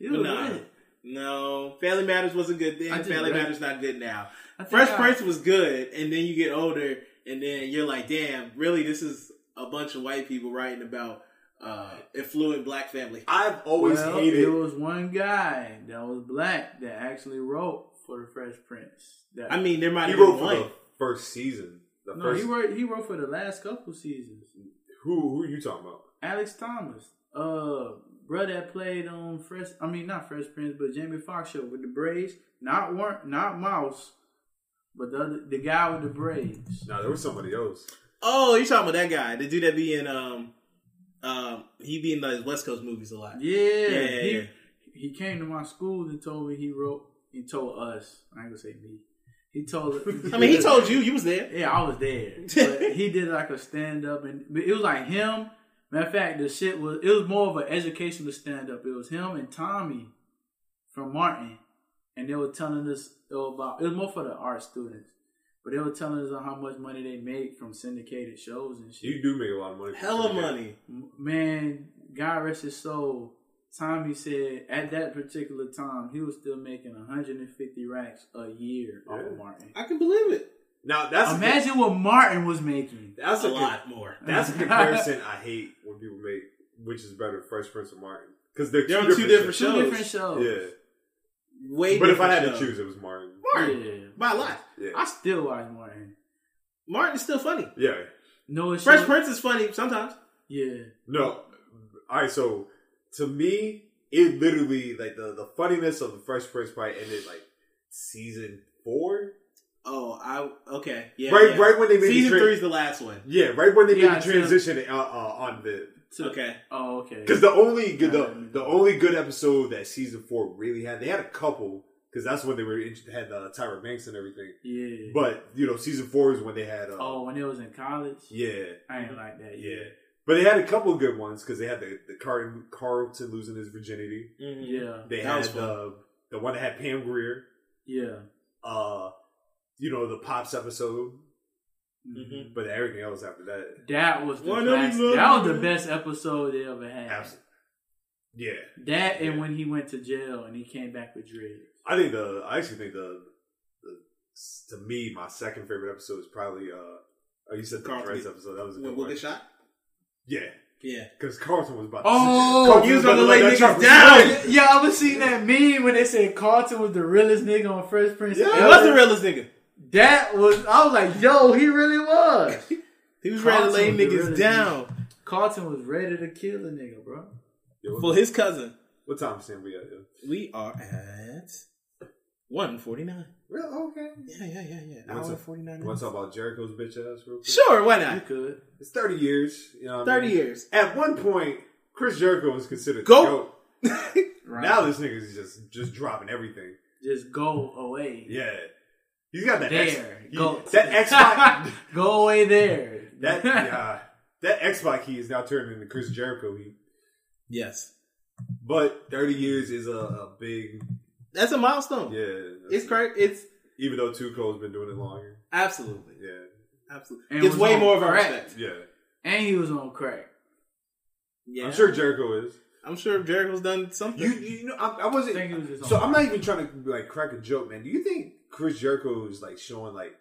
Speaker 5: it
Speaker 8: But
Speaker 5: was
Speaker 8: nah.
Speaker 5: good.
Speaker 8: No, Family Matters was a good thing.
Speaker 5: I just
Speaker 8: Family
Speaker 5: read-
Speaker 8: Matters not good now.
Speaker 5: I think
Speaker 8: Fresh
Speaker 5: I-
Speaker 8: Prince was good, and then you get older, and then you're like, damn, really, this is a bunch of white people writing about uh, affluent black family.
Speaker 3: I've always
Speaker 5: well,
Speaker 3: hated.
Speaker 5: There was one guy that was black that actually wrote for the Fresh Prince. That,
Speaker 8: I mean, there might
Speaker 3: He
Speaker 8: have
Speaker 3: wrote
Speaker 8: been
Speaker 3: for
Speaker 8: one.
Speaker 3: the first season. The
Speaker 5: no,
Speaker 3: first.
Speaker 5: he wrote he wrote for the last couple seasons.
Speaker 3: who who are you talking about?
Speaker 5: Alex Thomas, uh, bro that played on Fresh. I mean, not Fresh Prince, but Jamie Foxx show with the braids. Not one, not Mouse, but the other, the guy with the braids.
Speaker 3: No, there was somebody else.
Speaker 8: Oh, you're talking about that guy, the dude that be in um, um, he be in those West Coast movies a lot.
Speaker 5: Yeah,
Speaker 8: yeah,
Speaker 5: he,
Speaker 8: yeah.
Speaker 5: he came to my school and told me he wrote. He told us. I ain't gonna say me. He told.
Speaker 8: [laughs] I mean, he told Oh, you, you was there.
Speaker 5: Yeah, I was
Speaker 8: [laughs]
Speaker 5: there. But he did like a stand up, and but it was like him. Matter of fact, the shit was it was more of an educational stand up. It was him and Tommy from Martin, and they were telling us about it was more for the art students, but they were telling us on how much money they make from syndicated shows and shit.
Speaker 3: You do make a lot of money.
Speaker 8: Hella money.
Speaker 5: Man, God rest his soul. Tommy said at that particular time he was still making 150 racks a year off
Speaker 3: Yeah.
Speaker 5: of Martin.
Speaker 8: I can believe it.
Speaker 3: Now that's a,
Speaker 5: Imagine what Martin was making.
Speaker 3: that's a,
Speaker 8: a lot more.
Speaker 3: That's
Speaker 5: [laughs]
Speaker 3: a comparison I hate when people make which is better, Fresh Prince or Martin, because they're,
Speaker 8: They're on
Speaker 3: two
Speaker 8: two
Speaker 3: different,
Speaker 5: Two
Speaker 8: Shows.
Speaker 5: different shows.
Speaker 3: shows.
Speaker 8: Way
Speaker 3: Yeah, but if I
Speaker 8: different
Speaker 3: had to
Speaker 8: show.
Speaker 3: choose, it was Martin.
Speaker 8: Martin
Speaker 5: Yeah.
Speaker 8: by a lot.
Speaker 3: Yeah,
Speaker 5: I still watch Martin.
Speaker 8: Martin's still funny.
Speaker 3: yeah.
Speaker 5: No, it's
Speaker 8: Fresh
Speaker 5: not-
Speaker 8: Prince is funny sometimes.
Speaker 5: Yeah,
Speaker 3: No, all right. So to me, it literally like the the funniness of the Fresh Prince probably ended like season four.
Speaker 8: Oh, I okay. Yeah.
Speaker 3: Right-
Speaker 8: yeah.
Speaker 3: right when they made the
Speaker 8: season
Speaker 3: tra-
Speaker 8: three's the last one.
Speaker 3: Yeah, right when they
Speaker 5: Yeah,
Speaker 3: made the
Speaker 5: so-
Speaker 3: transition uh, uh, on the
Speaker 5: To-
Speaker 3: Okay.
Speaker 5: Oh, okay.
Speaker 1: Because the only good, the, the only good episode that season four really had, they had a couple. Because that's when they were in, had uh, Tyra Banks and everything.
Speaker 5: Yeah.
Speaker 1: But you know, season four is when they had. Uh,
Speaker 5: oh, when it was in college,
Speaker 1: Yeah,
Speaker 5: I ain't like that.
Speaker 1: yeah. But they had a couple of good ones because they had the, the Car- Carlton losing his virginity.
Speaker 5: Yeah.
Speaker 1: They
Speaker 3: That was
Speaker 1: had
Speaker 3: fun.
Speaker 1: uh, the one that had Pam Greer.
Speaker 5: Yeah.
Speaker 1: Uh, you know the Pops episode,
Speaker 5: Mm-hmm.
Speaker 8: Mm-hmm.
Speaker 3: Mhm.
Speaker 1: but everything else after that.
Speaker 5: That was the
Speaker 3: Why don't
Speaker 5: class-
Speaker 3: you love
Speaker 5: that was
Speaker 3: me?
Speaker 5: the best episode they ever had.
Speaker 1: Absolutely. Yeah,
Speaker 5: That and when he went to jail and he came back with dread.
Speaker 1: I think the I actually think the, the to me my second favorite episode is probably uh oh you said the
Speaker 3: Carlton.
Speaker 1: Threads episode that was a
Speaker 3: When
Speaker 1: good
Speaker 3: we'll
Speaker 1: one
Speaker 3: get shot.
Speaker 1: yeah
Speaker 3: Yeah.
Speaker 1: because Carlton was about to
Speaker 5: Oh,
Speaker 1: Carlton
Speaker 3: he was
Speaker 1: about
Speaker 3: gonna
Speaker 1: to
Speaker 3: lay
Speaker 1: let that
Speaker 3: niggas
Speaker 1: truck
Speaker 3: down.
Speaker 1: slide.
Speaker 5: Yeah, I was seeing that meme when they said Carlton was the realest nigga on Fresh Prince.
Speaker 1: Yeah.
Speaker 5: ever.
Speaker 3: He was the realest nigga.
Speaker 5: That was I was like, yo, he
Speaker 1: [laughs]
Speaker 5: really was.
Speaker 3: He was ready to lay
Speaker 5: Carlton was the
Speaker 3: niggas
Speaker 5: realest
Speaker 3: down
Speaker 5: Carlton was ready to kill a nigga, bro.
Speaker 1: Yo,
Speaker 3: for
Speaker 1: what,
Speaker 3: his cousin.
Speaker 1: what time stamp we at yo?
Speaker 3: We are at one forty nine.
Speaker 1: Really? Okay.
Speaker 3: Yeah, yeah, yeah, yeah.
Speaker 1: What's
Speaker 3: Hour
Speaker 1: up?
Speaker 3: forty nine.
Speaker 1: You want to talk about Jericho's bitch ass real quick?
Speaker 3: Sure, why
Speaker 5: You
Speaker 3: not?
Speaker 5: could.
Speaker 1: It's 30 years. You know what I
Speaker 3: 30
Speaker 1: mean?
Speaker 3: years.
Speaker 1: At one point, Chris Jericho was considered
Speaker 3: Go-
Speaker 1: the GOAT. Now this nigga's just just dropping everything.
Speaker 5: Just go away.
Speaker 1: Yeah. He's got that
Speaker 5: There.
Speaker 1: X, he-
Speaker 5: go.
Speaker 1: that X
Speaker 5: [laughs]
Speaker 1: Pac
Speaker 5: go away there. [laughs]
Speaker 1: that yeah, that X Pac key is now turning into Chris Jericho heat.
Speaker 3: Yes.
Speaker 1: But 30 years is a, a big
Speaker 3: That's a milestone.
Speaker 1: yeah.
Speaker 3: It's correct. It's
Speaker 1: even though Two Cole's been doing it longer.
Speaker 3: absolutely.
Speaker 1: Yeah.
Speaker 3: Absolutely.
Speaker 5: And
Speaker 3: It's
Speaker 5: was
Speaker 3: way
Speaker 5: on
Speaker 3: more of our
Speaker 5: crack.
Speaker 3: respect.
Speaker 1: Yeah.
Speaker 5: And he was on crack.
Speaker 3: Yeah.
Speaker 1: I'm sure Jericho is.
Speaker 3: I'm sure Jericho's done something.
Speaker 1: You you know I, I wasn't
Speaker 5: I think he was just on
Speaker 1: So I'm not even trying to like crack a joke, man. Do you think Chris Jericho is like showing like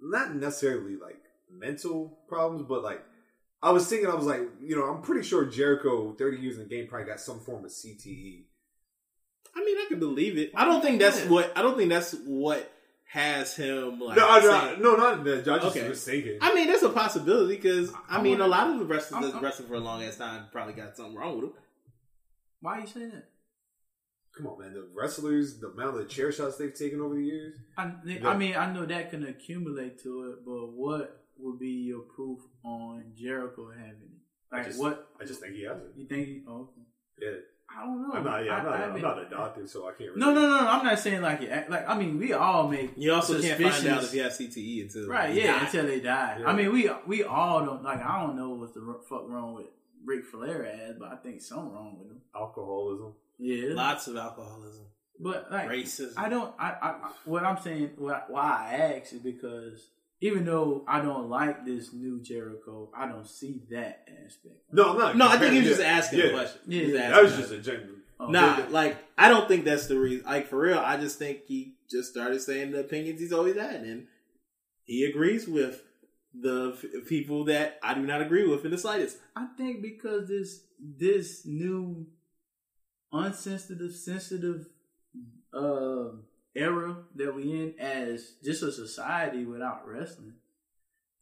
Speaker 1: not necessarily like mental problems, but like I was thinking, I was like, you know, I'm pretty sure Jericho, 30 years in the game, probably got some form of E. CTE.
Speaker 3: I mean, I can believe it. I don't think that's what. I don't think that's what has him like.
Speaker 1: No, I- no,
Speaker 3: saying-
Speaker 1: no, not that. I just
Speaker 3: Okay.
Speaker 1: was thinking.
Speaker 3: I mean, that's a possibility because I,
Speaker 5: I
Speaker 3: mean,
Speaker 5: wanna-
Speaker 3: a lot of the wrestlers
Speaker 5: I'm-
Speaker 3: that's
Speaker 5: I'm-
Speaker 3: wrestled for a long ass time probably got something wrong with them.
Speaker 5: Why you saying that?
Speaker 1: Come on, man. The wrestlers, the amount of chair shots they've taken over the years.
Speaker 5: I,
Speaker 1: Yeah.
Speaker 5: I mean, I know that can accumulate to it, but what would be your proof on Jericho having it?
Speaker 1: I
Speaker 5: Like
Speaker 1: just,
Speaker 5: what?
Speaker 1: I just think he has it.
Speaker 5: You think? he- Oh, okay.
Speaker 1: Yeah.
Speaker 5: I don't know.
Speaker 1: I'm not, yeah, I'm not,
Speaker 5: I- I
Speaker 1: I'm
Speaker 5: mean-
Speaker 1: not a doctor, so I can't really.
Speaker 5: No, no, no, no. I'm not saying like it. act- Like I mean, we all make
Speaker 3: You also can't
Speaker 5: suspicious-
Speaker 3: find out if you have CTE E until
Speaker 5: right.
Speaker 3: you
Speaker 5: Yeah,
Speaker 3: die.
Speaker 5: until they die.
Speaker 1: Yeah.
Speaker 5: I mean, we we all don't like. I don't know what the ru- fuck wrong with Ric Flair ass, but I think something wrong with him.
Speaker 1: Alcoholism.
Speaker 5: Yeah,
Speaker 3: lots of alcoholism,
Speaker 5: but like
Speaker 3: racism.
Speaker 5: I don't. I, I what I'm saying. What, why I ask is because even though I don't like this new Jericho, I don't see that aspect.
Speaker 1: No, I'm not.
Speaker 3: no, I think he was
Speaker 1: Yeah.
Speaker 3: just asking
Speaker 1: yeah.
Speaker 3: a question.
Speaker 5: Yeah,
Speaker 3: He
Speaker 5: yeah.
Speaker 1: That was
Speaker 3: asking
Speaker 1: just a genuine.
Speaker 5: Oh,
Speaker 3: Nah, like I don't think that's the reason. Like for real, I just think he just started saying the opinions he's always had, and he agrees with the f- people that I do not agree with in the slightest.
Speaker 5: I think because this this new unsensitive sensitive um era that we in as just a society without wrestling,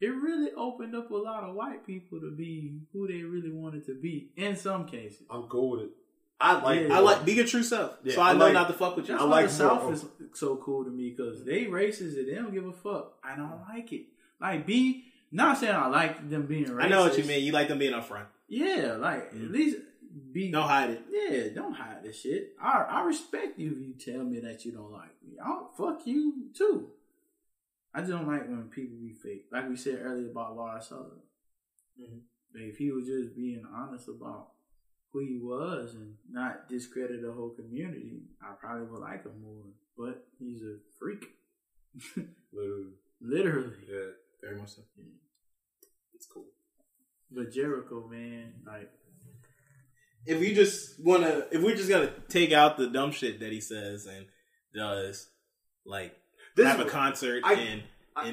Speaker 5: it really opened up a lot of white people to be who they really wanted to be in some cases.
Speaker 1: I'm cool with it. I like.
Speaker 5: Yeah.
Speaker 3: I like be your true self,
Speaker 1: Yeah,
Speaker 3: so I,
Speaker 1: I
Speaker 3: know
Speaker 1: like-
Speaker 3: not to fuck with you.
Speaker 5: That's
Speaker 1: I
Speaker 5: why
Speaker 1: like
Speaker 5: the South
Speaker 1: more-
Speaker 5: is so cool to me because they racist and they don't give a fuck. I don't like it. Like be not saying I like them being racist.
Speaker 3: I know what you mean. You like them being upfront. Mm-hmm.
Speaker 5: Yeah, like at least be
Speaker 3: Don't hide it.
Speaker 5: Yeah, don't hide this shit. I I respect you if you tell me that you don't like me. I'll fuck you too. I just don't like when people be fake. Like we said earlier about Laura Sullivan.
Speaker 3: Mm-hmm.
Speaker 5: Like if he was just being honest about who he was and not discredit the whole community, I probably would like him more. But he's a freak. [laughs]
Speaker 1: Literally.
Speaker 5: Literally.
Speaker 1: Yeah.
Speaker 3: Very much so. It's cool.
Speaker 5: But Jericho, man, like
Speaker 3: If you just wanna, if we're just gonna take out the dumb shit that he says and does, like
Speaker 1: This
Speaker 3: have
Speaker 1: is
Speaker 3: a
Speaker 1: what-
Speaker 3: concert
Speaker 1: I-
Speaker 3: in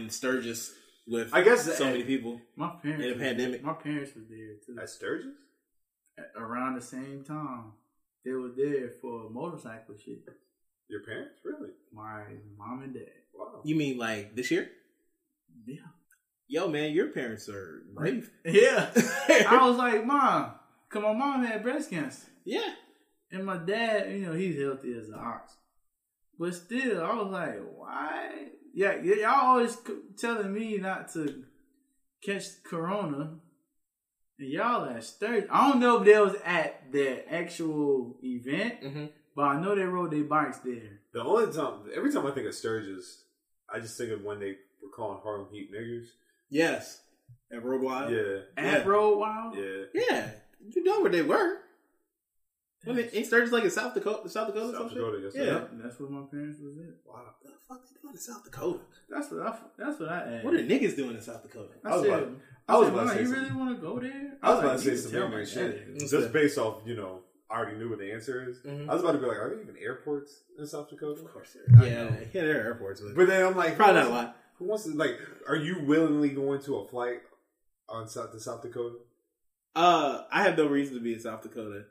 Speaker 3: in Sturgis with
Speaker 1: I guess that-
Speaker 3: so many people.
Speaker 5: my parents
Speaker 3: In a pandemic.
Speaker 5: My parents were there too.
Speaker 1: At Sturgis?
Speaker 5: at- around the same time they were there for motorcycle shit.
Speaker 1: Your parents? Really?
Speaker 5: My mom and dad.
Speaker 1: Wow.
Speaker 3: You mean like this year?
Speaker 5: Yeah.
Speaker 3: Yo, man, your parents are brave.
Speaker 5: [laughs]
Speaker 3: [laughs]
Speaker 5: Yeah. I was like, Mom, cause my mom had breast cancer.
Speaker 3: yeah,
Speaker 5: And my dad, you know, he's healthy as an ox. But still, I was like, why? Yeah, y- y'all always c- telling me not to catch corona.
Speaker 6: And y'all at sturdy. I don't know if they was at the actual event,
Speaker 1: Mm-hmm.
Speaker 6: but I know they rode their bikes there.
Speaker 1: The only time, every time I think of Sturgis, I just think of when they were calling Harlem Heat niggers.
Speaker 5: Yes. At Road Wild.
Speaker 1: Yeah,
Speaker 6: At
Speaker 5: Yeah.
Speaker 6: Road Wild.
Speaker 1: yeah.
Speaker 5: Yeah. You know where they were. Well, it- ain't Sturgis like in South Dakota, South Dakota, or
Speaker 1: South
Speaker 5: something.
Speaker 1: Dakota, yes,
Speaker 5: yeah.
Speaker 1: sir.
Speaker 6: That's where my parents was at.
Speaker 5: Wow. What the fuck they doing in South Dakota?
Speaker 6: That's what I. That's what I asked.
Speaker 5: What are niggas doing in South Dakota?
Speaker 6: I,
Speaker 1: I was
Speaker 6: said,
Speaker 1: about- I was
Speaker 6: said,
Speaker 1: about to
Speaker 6: "Wow,
Speaker 1: say
Speaker 6: you
Speaker 1: something.
Speaker 6: really want to go there?
Speaker 1: I was about
Speaker 6: like,
Speaker 1: to say
Speaker 6: you
Speaker 1: some
Speaker 6: can
Speaker 5: Oh,
Speaker 6: tell
Speaker 1: ignorant
Speaker 6: my dad.
Speaker 1: shit. Just based off, you know, I already knew what the answer is.
Speaker 5: Mhm.
Speaker 1: I was about to be like, are there even airports in South Dakota?
Speaker 5: Of course there are. Yeah, yeah, there are airports. But,
Speaker 1: But then I'm like,
Speaker 5: probably not
Speaker 1: who
Speaker 5: a
Speaker 1: wants-
Speaker 5: lot.
Speaker 1: Who wants to like? Are you willingly going to a flight on South to South Dakota?
Speaker 5: Uh, I have no reason to be in South Dakota.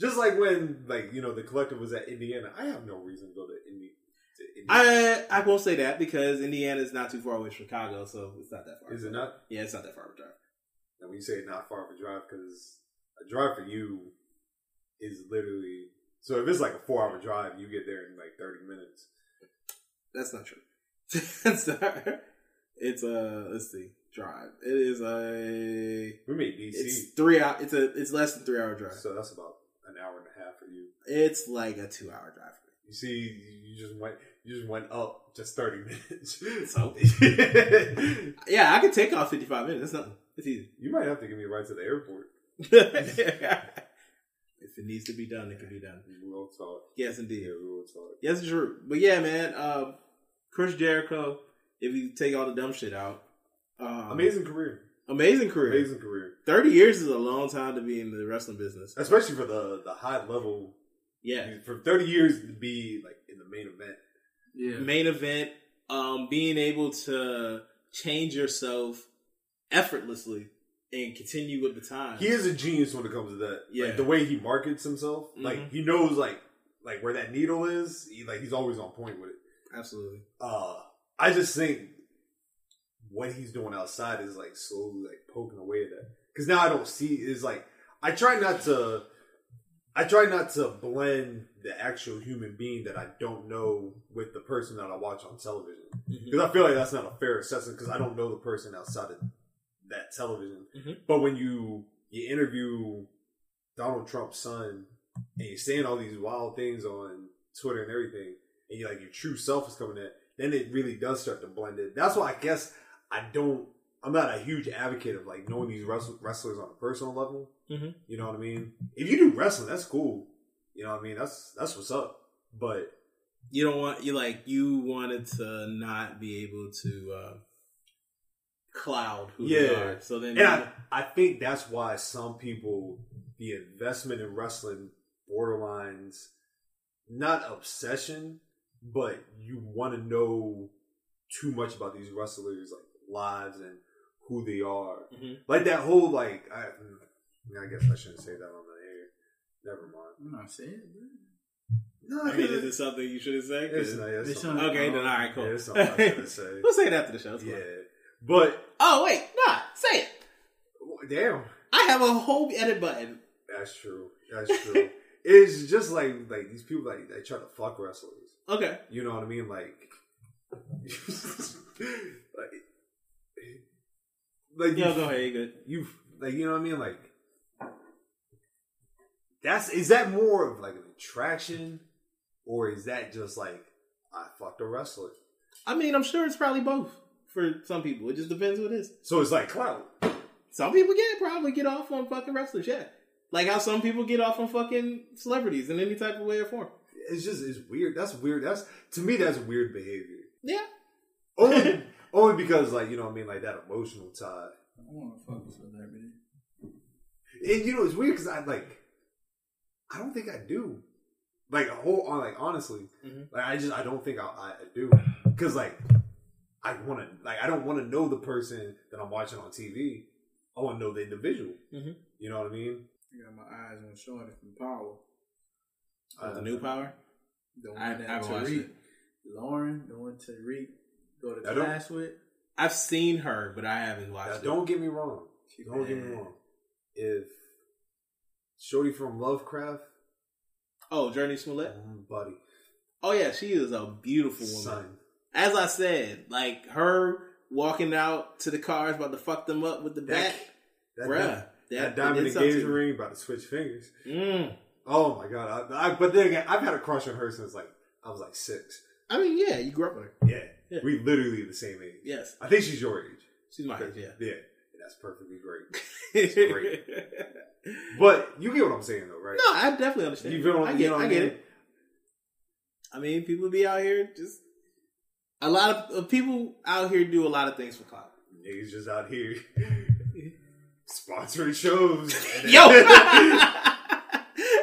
Speaker 1: Just like when, like you know, the collective was at Indiana. I have no reason to go to Indi- to Indiana.
Speaker 5: I I won't say that because Indiana is not too far away from Chicago, so it's not that far.
Speaker 1: Is it not?
Speaker 5: Yeah, it's not that far of a drive.
Speaker 1: And when you say not far of a drive, because a drive for you is literally. So if it's like a four-hour drive, you get there in like thirty minutes.
Speaker 5: That's not true. [laughs] That's not. It's a let's see, drive. It is a.
Speaker 1: We made DC,
Speaker 5: It's three hour. It's a. It's less than three hour drive.
Speaker 1: so that's about an hour and a half for you.
Speaker 5: It's like a two hour drive.
Speaker 1: You see, you just went, you just went up just thirty [laughs] minutes.
Speaker 5: So?
Speaker 1: you
Speaker 5: Yeah, I could take off fifty five minutes. That's nothing. It's easy.
Speaker 1: might have to give me a ride to the airport.
Speaker 5: [laughs] if it needs to be done, it can be done.
Speaker 1: We'll talk.
Speaker 5: Yes, indeed.
Speaker 1: Yeah, we'll talk.
Speaker 5: Yes, true. But yeah, man. Um, Chris Jericho. If you take all the dumb shit out, um,
Speaker 1: Amazing career.
Speaker 5: amazing career.
Speaker 1: Amazing career.
Speaker 5: Thirty years is a long time to be in the wrestling business.
Speaker 1: Especially for the the high level.
Speaker 5: Yeah,
Speaker 1: For 30 years to be like in the main event.
Speaker 6: Yeah.
Speaker 5: main event. Um, being able to change yourself effortlessly and continue with the time.
Speaker 1: He is a genius when it comes to that.
Speaker 5: Yeah.
Speaker 1: Like the way he markets himself.
Speaker 5: Mhm.
Speaker 1: Like he knows like like where that needle is. He, like he's always on point with it.
Speaker 5: Mm-hmm. Absolutely.
Speaker 1: Uh I just think what he's doing outside is like slowly like poking away at that. Cause now I don't see is like I try not to I try not to blend the actual human being that I don't know with the person that I watch on television. Because I feel like that's not a fair assessment because I don't know the person outside of that television.
Speaker 5: Mhm.
Speaker 1: But when you you interview Donald Trump's son and you're saying all these wild things on Twitter and everything, and you like your true self is coming in, then it really does start to blend in. That's why I guess I don't. I'm not a huge advocate of like knowing these wrestl- wrestlers on a personal level.
Speaker 5: Mhm.
Speaker 1: You know what I mean? If you do wrestling, that's cool. You know what I mean? That's that's what's up. But
Speaker 5: You don't want you like you wanted to not be able to uh, cloud who they
Speaker 1: Yeah.
Speaker 5: are. So then,
Speaker 1: And I, I think that's why some people, the investment in wrestling borderlines, not obsession, but you want to know too much about these wrestlers' like lives and who they are.
Speaker 5: Mhm.
Speaker 1: Like that whole like, I, I guess I shouldn't say that on the air. Never mind.
Speaker 6: I'm not saying it, bro.
Speaker 1: No,
Speaker 5: I mean, is it something you should have said?
Speaker 1: it's not. It's
Speaker 6: It's
Speaker 1: something-
Speaker 6: not-
Speaker 5: Okay, then all right, cool.
Speaker 1: Uh-huh. yeah, it's something I should
Speaker 5: [laughs]
Speaker 1: have said.
Speaker 5: we'll say it after the show. it's fine.
Speaker 1: Yeah, but
Speaker 5: Oh wait, nah, say it.
Speaker 1: damn.
Speaker 5: I have a whole edit button.
Speaker 1: That's true. That's true. [laughs] it's just like like these people like they try to fuck wrestlers.
Speaker 5: Okay.
Speaker 1: You know what I mean? Like, [laughs] like, like
Speaker 5: Yeah,
Speaker 1: you,
Speaker 5: go ahead. You good?
Speaker 1: you like you know what I mean? Like that's is that more of like an attraction or is that just like I fucked a wrestler?
Speaker 5: I mean, I'm sure it's probably both for some people. It just depends who it is.
Speaker 1: So it's like clout.
Speaker 5: Some people get probably get off on fucking wrestlers. Yeah, like how some people get off on fucking celebrities in any type of way or form.
Speaker 1: It's just it's weird. That's weird. That's to me that's weird behavior.
Speaker 5: Yeah.
Speaker 1: Only only because like you know what I mean like that emotional tie.
Speaker 6: I want to fuck with celebrity.
Speaker 1: And you know, it's weird because I like, I don't think I do. Like a whole, on like honestly, like I just I don't think I, I, I do because like I want to like I don't want to know the person that I'm watching on TV. I want to know the individual.
Speaker 5: Mhm.
Speaker 1: You know what I mean?
Speaker 6: I got my eyes on Shorty from Power.
Speaker 5: the new power.
Speaker 6: The one
Speaker 5: I- I
Speaker 6: that
Speaker 5: haven't watched
Speaker 6: Tariq,
Speaker 5: it.
Speaker 6: Lauren, the one Tariq go to
Speaker 1: I don't-
Speaker 6: class with.
Speaker 5: I've seen her, but I haven't watched
Speaker 1: Now,
Speaker 5: it.
Speaker 1: don't get me wrong. Don't get me
Speaker 6: Yeah.
Speaker 1: wrong. If Shorty from Lovecraft,
Speaker 5: Oh, Journey Smollett.
Speaker 1: buddy,
Speaker 5: Oh yeah, she is a beautiful woman.
Speaker 1: son,
Speaker 5: As I said, like her walking out to the cars about to fuck them up with the
Speaker 1: That-
Speaker 5: bat,
Speaker 1: that,
Speaker 5: bruh.
Speaker 1: that,
Speaker 5: That,
Speaker 1: that
Speaker 5: That-
Speaker 1: diamond
Speaker 5: it did something to
Speaker 1: engagement
Speaker 5: me.
Speaker 1: ring about to switch fingers.
Speaker 5: Mm.
Speaker 1: Oh my god! I, I, but then again, I've had a crush on her since like I was like six.
Speaker 5: I mean, yeah, you grew up with her.
Speaker 1: Yeah, we literally the same age.
Speaker 5: Yes,
Speaker 1: I think she's your age.
Speaker 5: she's my age. Yeah,
Speaker 1: Yeah, that's perfectly great.
Speaker 5: [laughs]
Speaker 1: great. But you get what I'm saying, though, right?
Speaker 5: no, I definitely understand.
Speaker 1: You feel what
Speaker 5: I
Speaker 1: I'm-
Speaker 5: get,
Speaker 1: you know what
Speaker 5: I
Speaker 1: I
Speaker 5: get
Speaker 1: mean?
Speaker 5: it. I mean, people be out here just a lot of, of people out here do a lot of things for clout.
Speaker 1: Niggas just out here [laughs] sponsoring shows. [laughs] and then-
Speaker 5: [laughs] Yo,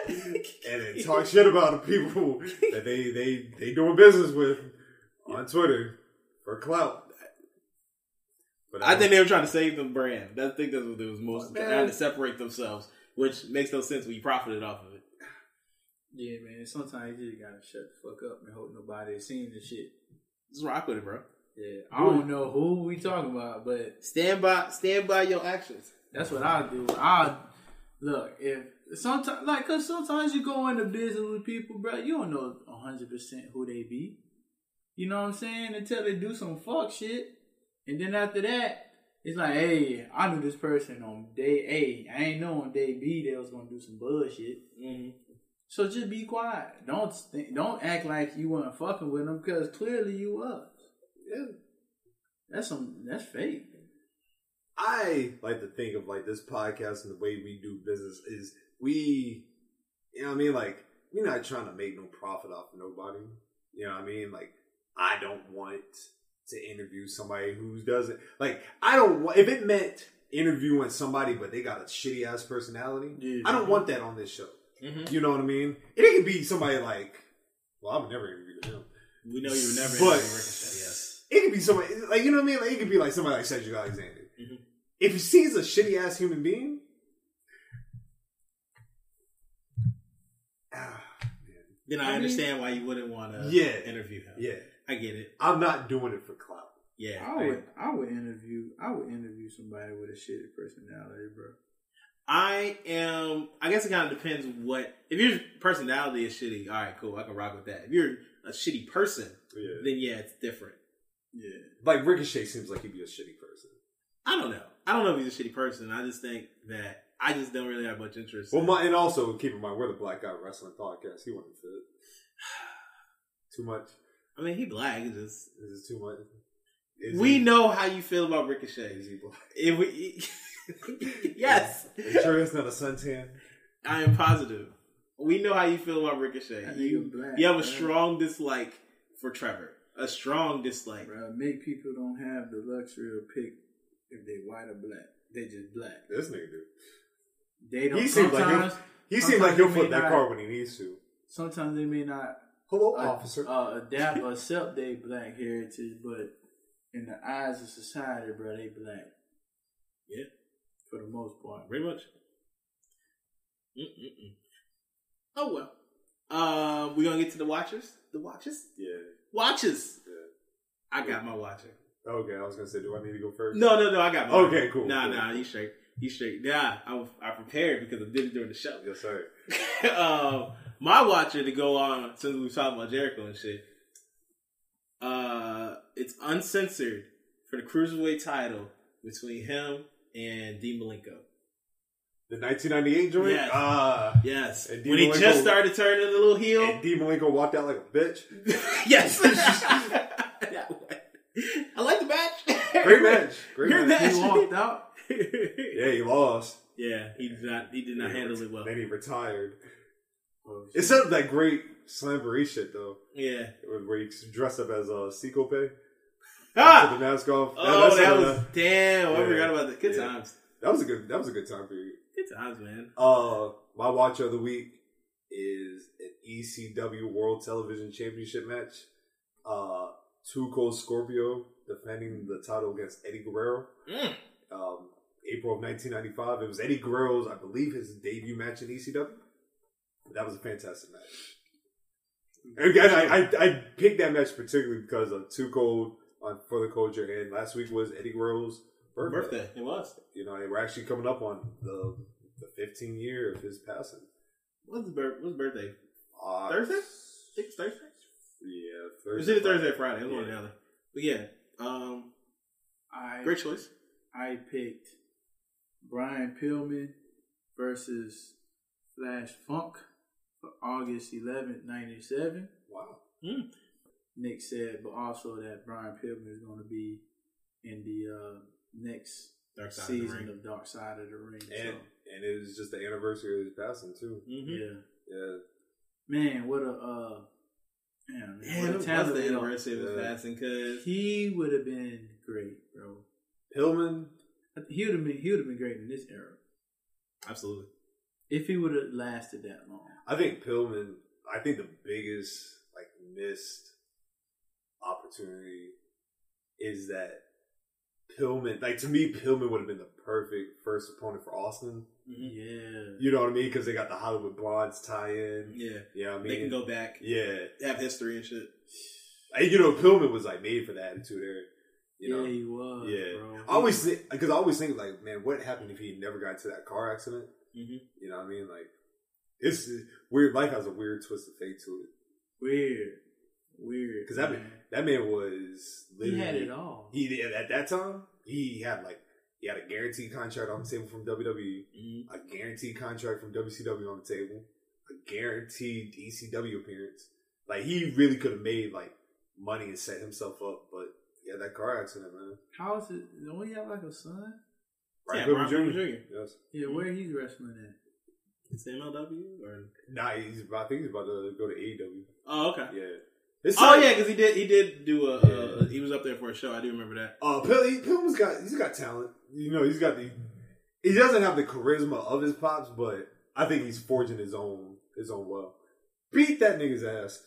Speaker 5: [laughs]
Speaker 1: and then talk shit about the people that they they they doing business with on Twitter for clout. But
Speaker 5: I think they were trying to save the brand. I think that's what they was most
Speaker 1: Man.
Speaker 5: trying to separate themselves, which makes no sense when you profited off of it.
Speaker 6: Yeah, man. Sometimes you just gotta shut the fuck up and hope nobody has seen this shit.
Speaker 5: Just rock with it, bro.
Speaker 6: Yeah, I don't know who we talking about, but
Speaker 5: Stand by, stand by your actions.
Speaker 6: That's what I do. I look if sometimes like cause sometimes you go into business with people, bro. You don't know hundred percent who they be. You know what I'm saying? Until they do some fuck shit, and then after that, it's like, hey, I knew this person on day A. I ain't know on day B they was gonna do some bullshit.
Speaker 5: Mm-hmm.
Speaker 6: So just be quiet. Don't think, don't act like you weren't fucking with them because clearly you was. Yeah, that's some that's fake.
Speaker 1: I like to think of like this podcast and the way we do business is we, you know, what I mean, like we're not trying to make no profit off of nobody. You know, what I mean, like I don't want to interview somebody who doesn't like. I don't want if it meant interviewing somebody, but they got a shitty ass personality.
Speaker 6: Yeah.
Speaker 1: I don't want that on this show. You know what I mean? And it could be somebody like, well, I would never interview him.
Speaker 5: We know you were never.
Speaker 1: But-
Speaker 5: in the Ricochet, yes.
Speaker 1: It could be somebody like you know what I mean. Like it could be like somebody like Cedric Alexander.
Speaker 5: Mhm.
Speaker 1: If he sees a shitty ass human being, ah,
Speaker 5: Then I, understand why you wouldn't want to
Speaker 1: Yeah.
Speaker 5: interview him.
Speaker 1: yeah,
Speaker 5: I get it.
Speaker 1: I'm not doing it for clout.
Speaker 5: Yeah,
Speaker 6: I would, I would interview, I would interview somebody with a shitty personality, bro.
Speaker 5: I am. I guess it kind of depends what. If your
Speaker 1: [laughs]
Speaker 5: personality is shitty, all right, cool. I can rock with that. If you're a shitty person,
Speaker 1: Yeah.
Speaker 5: then yeah, it's different.
Speaker 6: Yeah,
Speaker 1: Like Ricochet seems like he'd be a shitty person.
Speaker 5: I don't know. I don't know if he's a shitty person. I just think that I just don't really have much interest.
Speaker 1: Well,
Speaker 5: in-
Speaker 1: my, and also keep in mind we're the Black Guy Wrestling podcast. He wouldn't fit. [sighs] Too much.
Speaker 5: I mean, he black. it's Just
Speaker 1: Is it too much? Is
Speaker 5: we
Speaker 1: he-
Speaker 5: know how you feel about
Speaker 1: Is
Speaker 5: Ricochet.
Speaker 1: he black?
Speaker 5: If we, [laughs] yes,
Speaker 1: Are you sure it's not a suntan?
Speaker 5: I am positive. We know how you feel about Ricochet.
Speaker 6: That
Speaker 5: You,
Speaker 6: nigga black,
Speaker 5: you have a
Speaker 6: man.
Speaker 5: strong dislike for Trevor. A strong dislike.
Speaker 6: bro. Uh, Make people don't have the luxury of pick if they white or black. They just black.
Speaker 1: This nigga. do.
Speaker 6: They don't.
Speaker 1: He seems like
Speaker 6: sometimes,
Speaker 1: he'll, he seems like
Speaker 6: sometimes
Speaker 1: he'll
Speaker 6: they
Speaker 1: flip
Speaker 6: may
Speaker 1: that
Speaker 6: not-
Speaker 1: car when he needs to.
Speaker 6: sometimes they may not
Speaker 1: Hello,
Speaker 6: uh,
Speaker 1: officer.
Speaker 6: uh, adapt or accept their black heritage, but in the eyes of society, bro, they black
Speaker 5: Yeah,
Speaker 6: for the most part.
Speaker 5: pretty much. Mm-mm-mm. Oh well. Uh, we gonna get to the watchers. The watchers.
Speaker 1: yeah.
Speaker 5: Watches. I got my watcher.
Speaker 1: Okay, I was gonna say, do I need to go first?
Speaker 5: No, no, no. I got mine.
Speaker 1: Okay, cool,
Speaker 5: Nah,
Speaker 1: cool.
Speaker 5: nah. You straight. You straight. Nah, I, was- I prepared because I did it during the show.
Speaker 1: Yes, sir.
Speaker 5: [laughs] um, my watcher to go on since we were talking about Jericho and shit. Uh, it's uncensored for the cruiserweight title between him and Dean Malenko.
Speaker 1: The 1998 joint.
Speaker 5: Yes.
Speaker 1: Ah.
Speaker 5: Yes,
Speaker 1: And Dean
Speaker 5: when he
Speaker 1: Malenko-
Speaker 5: just started turning the little heel.
Speaker 1: And D. Malenko walked out like a bitch.
Speaker 5: [laughs]
Speaker 1: [laughs]
Speaker 5: yes, That one. I like the match.
Speaker 1: Great match. Great
Speaker 5: Great
Speaker 1: match.
Speaker 5: match.
Speaker 6: He walked out.
Speaker 1: Yeah, he lost.
Speaker 5: [laughs] yeah, he did not. He did not handle it well.
Speaker 1: Then he retired.
Speaker 6: Oh, shit.
Speaker 1: It sounded that great slamboree shit though,
Speaker 5: Yeah.
Speaker 1: where he dressed up as a uh, Secope.
Speaker 5: Ah.
Speaker 1: Took the mask off.
Speaker 5: Oh,
Speaker 1: that's
Speaker 5: that
Speaker 1: a-
Speaker 5: was damn. I
Speaker 1: Yeah.
Speaker 5: forgot about that. Good
Speaker 1: Yeah.
Speaker 5: times.
Speaker 1: that was a good that was a good time period.
Speaker 5: Good times, man.
Speaker 1: Uh, my watch of the week is an ECW World Television Championship match. Uh, Two Cold Scorpio defending the title against Eddie Guerrero.
Speaker 5: Mm.
Speaker 1: Um, April of 1995. It was Eddie Guerrero's, I believe, his debut match in ECW. That was a fantastic match. And Again, I, I, I picked that match particularly because of Two Cold on For the Culture, and last week was Eddie Guerrero's birthday
Speaker 5: Birthday. It was.
Speaker 1: you know, we're actually coming up on the the 15 year of his passing.
Speaker 5: What's his, bir- what's his birthday?
Speaker 1: Uh,
Speaker 5: Thursday? I think it's Thursday.
Speaker 1: Yeah,
Speaker 5: It
Speaker 1: Thursday.
Speaker 5: was either Thursday or Friday. It was one or the
Speaker 1: Yeah.
Speaker 5: other. But yeah, um,
Speaker 6: I
Speaker 5: great choice.
Speaker 6: I picked
Speaker 5: Brian Pillman versus Flash Funk for August 11th, 97.
Speaker 1: Wow.
Speaker 5: Nick said, but also that Brian Pillman is going to be in the uh, next
Speaker 1: Dark Side of the
Speaker 5: season
Speaker 1: Ring.
Speaker 5: of, Dark Side of the Ring.
Speaker 1: And
Speaker 5: so,
Speaker 1: and
Speaker 5: Mm-hmm.
Speaker 1: it was just the anniversary of his passing too.
Speaker 5: yeah.
Speaker 1: Yeah.
Speaker 5: Man, what a uh, man,
Speaker 6: Yeah,
Speaker 5: what
Speaker 6: it
Speaker 5: a
Speaker 6: was
Speaker 5: talent.
Speaker 6: the
Speaker 5: yo.
Speaker 6: anniversary of
Speaker 1: Yeah.
Speaker 6: passing because
Speaker 5: He would have been great, bro.
Speaker 1: Pillman.
Speaker 5: He would have been he would have been great in this era
Speaker 6: absolutely
Speaker 5: if he would have lasted that long.
Speaker 1: I think Pillman. I think the biggest like missed opportunity is that Pillman. Like to me, Pillman would have been the perfect first opponent for Austin.
Speaker 5: Yeah,
Speaker 1: You know what I mean? Because they got the Hollywood Blondes tie-in.
Speaker 6: Mm-hmm. yeah,
Speaker 1: You know what I mean?
Speaker 6: they can go back,
Speaker 1: Yeah.
Speaker 6: have history and shit.
Speaker 1: And, you know, Pillman was like made for that attitude era. You know.
Speaker 5: yeah, he was.
Speaker 1: Yeah.
Speaker 5: bro.
Speaker 1: I always think because I always think like, man, what happened if he never got into that car accident?
Speaker 6: Mhm.
Speaker 1: You know what I mean? Like, it's weird. Life has a weird twist of fate to it
Speaker 5: weird, weird.
Speaker 1: because that man,
Speaker 5: man.
Speaker 1: that man was
Speaker 5: he
Speaker 1: literally-
Speaker 5: had it all.
Speaker 1: He did- at that time he had like he had a guaranteed contract on the table from WWE,
Speaker 6: Mm-hmm.
Speaker 1: a guaranteed contract from WCW on the table, a guaranteed ECW appearance. Like he really could have made like money and set himself up, but yeah, that car accident, man.
Speaker 5: How is it? Don't he have like a son?
Speaker 6: Yeah,
Speaker 1: Pippen
Speaker 6: Brian Pippen
Speaker 1: Yes.
Speaker 5: Yeah, where he's wrestling at?
Speaker 6: It's MLW or
Speaker 1: Nah, he's. I think he's about to go to AEW.
Speaker 6: oh okay.
Speaker 1: Yeah. It's
Speaker 6: Oh
Speaker 1: like-
Speaker 6: yeah, because he did he did do a uh, he was up there for a show. I do remember that.
Speaker 1: Uh, Pill, he, has got he's got talent. You know, he's got the. He doesn't have the charisma of his pops, but I think he's forging his own his own well. Beat that nigga's ass.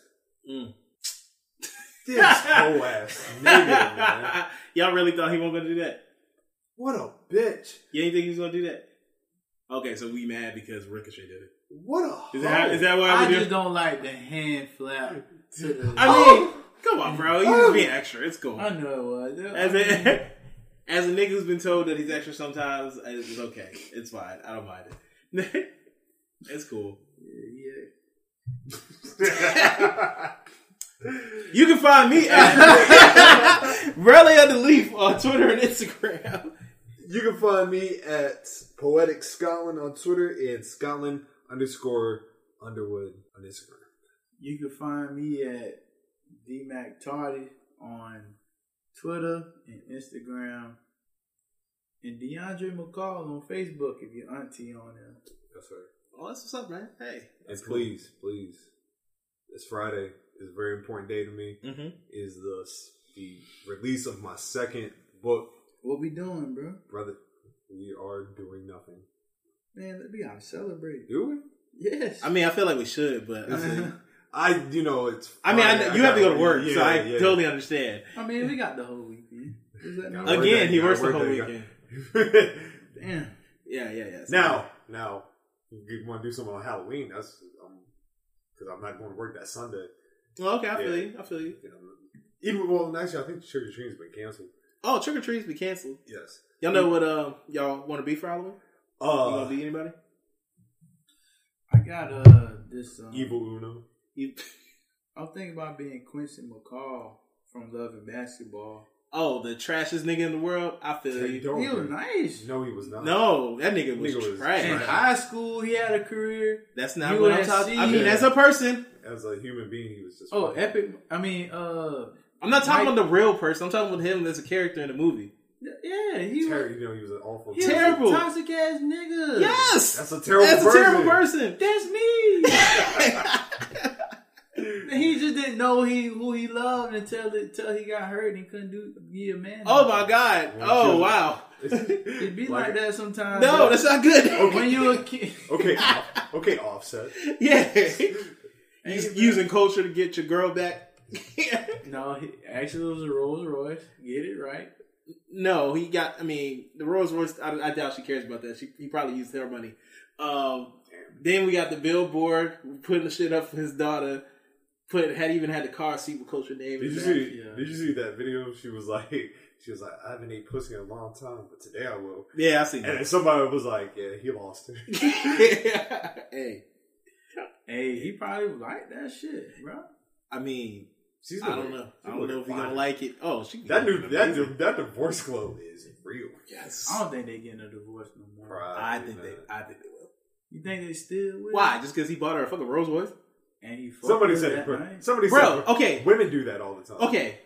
Speaker 6: Mm.
Speaker 1: This whole ass nigga,
Speaker 5: [laughs]
Speaker 1: man.
Speaker 6: Y'all really thought he wasn't gonna do that?
Speaker 1: What a bitch.
Speaker 6: You didn't think he was gonna do that? Okay, so we mad because Ricochet did it.
Speaker 1: What a.
Speaker 6: Is that
Speaker 1: hoe.
Speaker 6: is that what I
Speaker 5: I
Speaker 6: would
Speaker 5: just
Speaker 6: do?
Speaker 5: don't like the hand flap. To the,
Speaker 6: I mean, Oh, come on, bro. You just being extra. It's cool.
Speaker 5: I know it was. It-
Speaker 6: As
Speaker 5: I mean,
Speaker 6: a [laughs] as a nigga who's been told that he's extra sometimes, it's okay. It's fine. I don't mind it. [laughs] it's cool. You can find me
Speaker 5: [laughs]
Speaker 6: at Rally Under Leaf on Twitter and Instagram.
Speaker 1: You can find me at Poetic Scotland on Twitter and Scotland underscore Underwood on Instagram.
Speaker 5: You can find me at DMAC Tardy on Twitter and Instagram. And DeAndre McCall on Facebook if your auntie on there.
Speaker 1: That's right.
Speaker 6: Oh, that's what's up, man. Hey.
Speaker 1: And please, please, this Friday is a very important day to me.
Speaker 6: Mm-hmm.
Speaker 1: Is the the release of my second book,
Speaker 5: What we doing, bro?
Speaker 1: brother? We are doing nothing.
Speaker 5: Man, we gotta celebrate.
Speaker 1: Do we?
Speaker 5: Yes.
Speaker 6: I mean, I feel like we should, but I mean,
Speaker 1: I, you know, it's.
Speaker 6: I, mean, I,
Speaker 1: Friday.
Speaker 6: you have to go
Speaker 1: gotta
Speaker 6: to work,
Speaker 1: yeah,
Speaker 6: so I
Speaker 1: yeah.
Speaker 6: totally understand.
Speaker 5: I mean, we got the whole weekend. Is that
Speaker 1: Gotta
Speaker 5: not-
Speaker 1: work
Speaker 6: Again,
Speaker 1: that-
Speaker 6: he
Speaker 1: gotta
Speaker 6: works the
Speaker 1: work
Speaker 6: whole
Speaker 1: that-
Speaker 6: weekend.
Speaker 5: Damn.
Speaker 6: Yeah, yeah, yeah. So-
Speaker 1: now, now, you want to do something on Halloween? That's because I'm not going to work that Sunday.
Speaker 6: Well, okay, I feel
Speaker 1: Yeah.
Speaker 6: you. I feel you.
Speaker 1: You know, even well, actually, I think trick or treating's been canceled.
Speaker 6: Oh, trick or treats be canceled.
Speaker 1: Yes.
Speaker 6: Y'all know what? Um, y'all want to be for Halloween? you
Speaker 1: Uh,
Speaker 6: gonna be anybody?
Speaker 5: I got uh this um,
Speaker 1: evil Uno.
Speaker 6: You? [laughs]
Speaker 5: I'm thinking about being Quincy McCall from Love and Basketball.
Speaker 6: Oh, the trashiest nigga in the world. I feel
Speaker 1: Hey,
Speaker 6: you.
Speaker 1: don't
Speaker 5: He was
Speaker 1: do it.
Speaker 5: nice.
Speaker 1: No, he was not.
Speaker 6: No, Oh, that nigga was
Speaker 1: Nigga was
Speaker 6: trash.
Speaker 5: In
Speaker 1: Right.
Speaker 5: high school, he had a career.
Speaker 6: That's not
Speaker 5: You
Speaker 6: what I'm
Speaker 5: would've
Speaker 6: talking. I
Speaker 5: seen-
Speaker 6: mean, as a person,
Speaker 1: As a human being, he was just.
Speaker 5: Oh,
Speaker 1: fucking-
Speaker 5: epic! I mean, uh,
Speaker 6: I'm not talking
Speaker 5: Mike-
Speaker 6: about the real person. I'm talking about him as a character in the movie.
Speaker 5: yeah, he was,
Speaker 1: Ter- you know, he was an awful.
Speaker 5: he was
Speaker 1: person.
Speaker 6: Terrible.
Speaker 5: a toxic ass nigga.
Speaker 6: Yes,
Speaker 1: That's a terrible.
Speaker 6: That's a
Speaker 1: person.
Speaker 6: terrible person.
Speaker 5: that's me. [laughs] he just didn't know he who he loved until until he got hurt and couldn't do be a man.
Speaker 6: Oh my god. Oh wow.
Speaker 5: It'd be like, that sometimes.
Speaker 6: No,
Speaker 5: bro.
Speaker 6: that's not good.
Speaker 5: when you a kid.
Speaker 1: [laughs] okay, off- okay, offset.
Speaker 6: yeah. [laughs] Us- using culture to get your girl back.
Speaker 5: No, he, actually, it was a Rolls Royce. Get it right.
Speaker 6: no, he got. I mean, the Rolls Royce. I, I doubt she cares about that. She he probably used her money. Um, then we got the billboard putting the shit up for his daughter. Put had even had the car seat with culture name.
Speaker 1: Did
Speaker 6: in
Speaker 1: you
Speaker 6: the back.
Speaker 1: see?
Speaker 5: Yeah.
Speaker 1: Did you see that video? She was like, she was like, I haven't ate pussy in a long time, but today I will.
Speaker 6: Yeah, I see
Speaker 1: And then somebody was like, Yeah, he lost her.
Speaker 6: that. [laughs] hey,
Speaker 5: Hey, he probably liked that shit, bro.
Speaker 6: I mean,
Speaker 1: She's
Speaker 6: I don't
Speaker 1: looking-
Speaker 6: know.
Speaker 1: she's
Speaker 6: I don't
Speaker 1: looking
Speaker 6: know if we gonna
Speaker 1: fine.
Speaker 6: like it. Oh, she
Speaker 1: That new that di- that divorce glow is real.
Speaker 6: Yes,
Speaker 5: I don't think they getting a divorce no more.
Speaker 6: I think they. I think they will.
Speaker 5: You think they still will?
Speaker 6: Why? Just because he bought her a fucking Rolls Royce?
Speaker 5: And he fucked
Speaker 1: Somebody
Speaker 5: her
Speaker 1: said
Speaker 5: that
Speaker 1: it. Bro.
Speaker 5: night?
Speaker 1: Somebody
Speaker 6: Bro,
Speaker 1: said
Speaker 6: okay.
Speaker 1: Women do that all the
Speaker 5: Oh.
Speaker 1: time.
Speaker 6: Okay,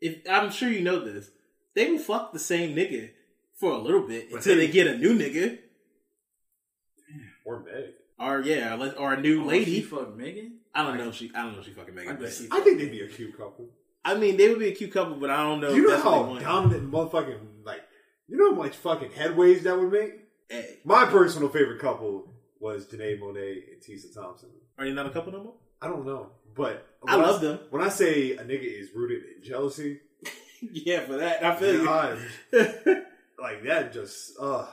Speaker 6: if I'm sure you know this, they will fuck the same nigga for a little bit
Speaker 1: But
Speaker 6: until
Speaker 1: they-
Speaker 6: they get a new nigga
Speaker 1: Or Meg.
Speaker 6: or yeah, unless- or a new
Speaker 5: Oh,
Speaker 6: lady.
Speaker 5: she fucked Megan.
Speaker 6: I don't know. If she I don't know. If she fucking
Speaker 5: I
Speaker 6: Megan.
Speaker 5: guess she
Speaker 1: I think they'd be a cute couple.
Speaker 6: I mean, they would be a cute couple, but I don't know.
Speaker 1: you
Speaker 6: if
Speaker 1: know
Speaker 6: that's what they
Speaker 1: how
Speaker 6: want.
Speaker 1: dominant motherfucking like you know how much fucking headways that would make?
Speaker 6: Hey,
Speaker 1: My personal favorite couple was Janae Monet and Tisa Thompson.
Speaker 6: are you not a couple no more?
Speaker 1: I don't know. But
Speaker 6: I
Speaker 1: when
Speaker 6: love them.
Speaker 1: When I say a nigga is rooted in jealousy,
Speaker 6: [laughs] yeah, for that, I feel [laughs]
Speaker 1: I'm,
Speaker 6: you.
Speaker 1: like that just uh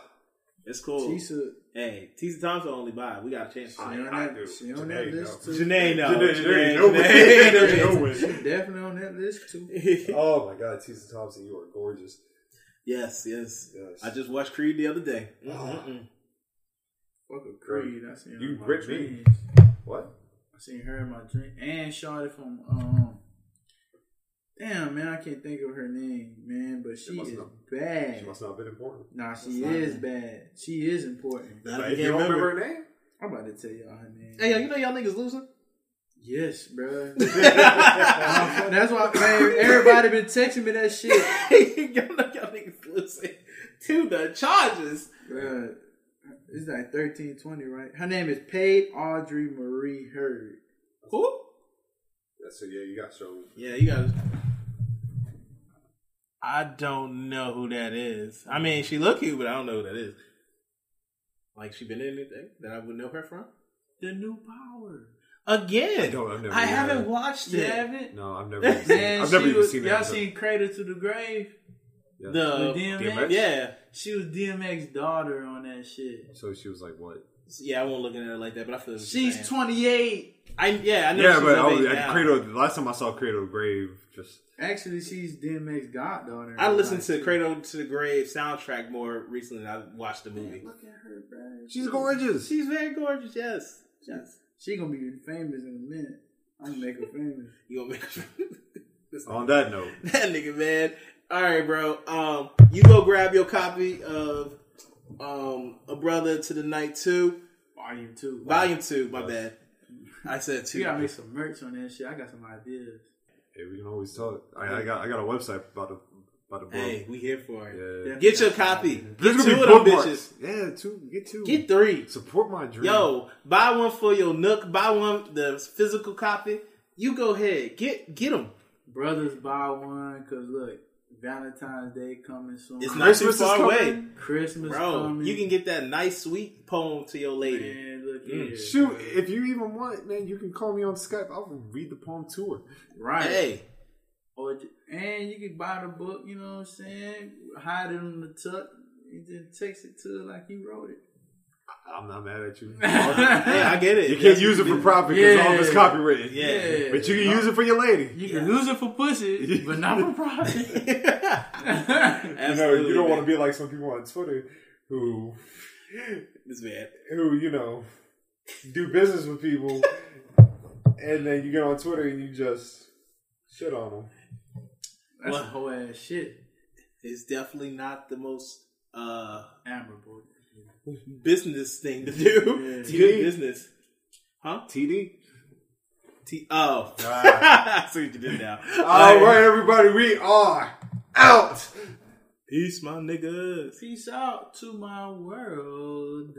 Speaker 6: it's cool.
Speaker 5: Tisa,
Speaker 6: Hey, Tisa Thompson only buy. We got a chance.
Speaker 5: she on
Speaker 1: I
Speaker 5: that,
Speaker 1: do.
Speaker 5: She on
Speaker 1: Janae,
Speaker 5: that list
Speaker 1: no.
Speaker 5: too.
Speaker 6: Janae, no.
Speaker 1: Janae, there
Speaker 6: Oh, Janae,
Speaker 1: you go. [laughs] There you go.
Speaker 6: Janae.
Speaker 5: She definitely on that list
Speaker 1: [laughs]
Speaker 5: too.
Speaker 1: Oh my god, Tisa Thompson, you are gorgeous.
Speaker 6: yes, yes.
Speaker 1: Yes.
Speaker 6: I just watched Creed the other day.
Speaker 1: Oh.
Speaker 6: Mm-mm-mm.
Speaker 5: Fuck a Creed. I seen her
Speaker 1: You
Speaker 5: in my
Speaker 1: ripped me.
Speaker 5: dreams.
Speaker 1: What?
Speaker 5: I seen her in my dream and Charlotte from um. Damn man, I can't think of her name, man. But she
Speaker 1: must
Speaker 5: is
Speaker 1: not-
Speaker 5: bad.
Speaker 1: She must not have been important.
Speaker 5: nah,
Speaker 6: must
Speaker 5: she
Speaker 6: not
Speaker 5: is
Speaker 6: be.
Speaker 5: bad. She is important.
Speaker 6: Nah, I
Speaker 1: Like,
Speaker 6: can't
Speaker 1: if you don't
Speaker 6: remember.
Speaker 1: remember her name?
Speaker 5: I'm about to tell y'all her name.
Speaker 6: Hey, yo, you know y'all niggas losing? [laughs]
Speaker 5: Yes, bro. [laughs] That's why man, everybody been texting me that shit.
Speaker 6: [laughs] y'all know y'all niggas losing to the charges.
Speaker 5: Bruh, it's like thirteen twenty, right? Her name is Paige Audrey Marie Heard.
Speaker 6: Who?
Speaker 1: That's so yeah, you got shown.
Speaker 6: Yeah, you got. I don't know who that is. I mean, she look cute, but I don't know who that is. Like, she been in anything that I would know her from?
Speaker 5: The new power.
Speaker 6: Again,
Speaker 1: I don't- I've never
Speaker 6: I
Speaker 1: even
Speaker 6: haven't
Speaker 1: heard.
Speaker 6: watched
Speaker 5: You
Speaker 6: it.
Speaker 5: haven't?
Speaker 1: No, I've
Speaker 6: [laughs]
Speaker 1: never
Speaker 6: Man,
Speaker 1: even seen
Speaker 5: Man,
Speaker 1: I've
Speaker 5: she
Speaker 1: never even
Speaker 5: was,
Speaker 1: seen
Speaker 5: y'all
Speaker 1: that.
Speaker 5: seen Cradle to the Grave?
Speaker 1: Yeah.
Speaker 6: The
Speaker 5: With DMX?
Speaker 1: DMX?
Speaker 6: Uh, yeah,
Speaker 5: She was DMX's daughter on that shit.
Speaker 1: So she was like what?
Speaker 6: yeah. I won't look at her like that, but I feel
Speaker 5: She's
Speaker 6: twenty.
Speaker 5: twenty eight.
Speaker 6: I yeah, I know.
Speaker 1: Yeah,
Speaker 6: she's
Speaker 1: but
Speaker 6: of
Speaker 1: I was
Speaker 6: age
Speaker 1: at
Speaker 6: now.
Speaker 1: Cradle. The last time I saw Cradle Grave, just
Speaker 5: Actually, she's DMX's goddaughter.
Speaker 6: I listened
Speaker 5: Like,
Speaker 6: to Cradle to the Grave soundtrack more recently. than I watched the movie.
Speaker 5: Look at her, bro.
Speaker 1: she's gorgeous.
Speaker 6: She's very gorgeous. Yes, yes.
Speaker 5: She gonna be famous in a minute. I'm gonna make her famous.
Speaker 6: You gonna make this
Speaker 1: On that note,
Speaker 6: that nigga, man. All right, bro. Um, [laughs] you go grab your copy of um a brother to the night two,
Speaker 5: Volume two.
Speaker 6: volume two. My bad. I said two.
Speaker 5: We gotta make some merch on that shit. I got some ideas.
Speaker 1: hey, we can always talk. I, I got I got a website about the about the book.
Speaker 6: Hey, we here for it.
Speaker 1: yeah.
Speaker 6: Get your copy. Get
Speaker 1: There's gonna
Speaker 6: two
Speaker 1: be
Speaker 6: of them
Speaker 1: bookmarks.
Speaker 6: bitches.
Speaker 1: Yeah, two. Get two.
Speaker 6: Get three.
Speaker 1: Support my dream.
Speaker 6: Yo, buy one for your Nook. Buy one the physical copy. You go ahead. Get get them.
Speaker 5: Brothers buy one, cause look, Valentine's Day coming soon.
Speaker 6: It's not too
Speaker 1: Christmas
Speaker 6: far
Speaker 1: is
Speaker 6: away,
Speaker 1: coming.
Speaker 5: Christmas
Speaker 6: bro.
Speaker 5: coming.
Speaker 6: You can get that nice sweet poem to your lady.
Speaker 5: Man, look
Speaker 6: Mm.
Speaker 5: here.
Speaker 1: Shoot, if you even want, man, you can call me on Skype. I'll read the poem to her.
Speaker 5: Right.
Speaker 6: Hey,
Speaker 5: Or, ju- and you can buy the book, you know what I'm saying? Hide it in the tuck and then text it to her like you wrote it.
Speaker 1: I'm not mad at
Speaker 6: [laughs]
Speaker 1: you.
Speaker 6: hey, Oh, I get it.
Speaker 1: You can't
Speaker 6: Yes,
Speaker 1: use it for profit because all this
Speaker 5: Yeah.
Speaker 1: copyrighted.
Speaker 6: Yeah.
Speaker 1: But you can use it for your lady.
Speaker 5: [laughs] You can use it for
Speaker 6: [laughs]
Speaker 5: pussy, but not for profit.
Speaker 1: You know, you don't
Speaker 6: man.
Speaker 1: want to be like some people on Twitter who,
Speaker 6: This man.
Speaker 1: who you know, do business with people, and then you get on Twitter and you just shit on them.
Speaker 5: That's
Speaker 6: Well-
Speaker 5: some whole ass shit.
Speaker 6: eh, It's definitely not the most uh
Speaker 5: Amber boy.
Speaker 6: business thing to [laughs] do.
Speaker 5: Yeah.
Speaker 6: to do business. Huh?
Speaker 1: TD.
Speaker 6: T- oh. [laughs] I see what you did now.
Speaker 1: All right, everybody, we are out.
Speaker 6: Peace, my niggas.
Speaker 5: Peace out to my world.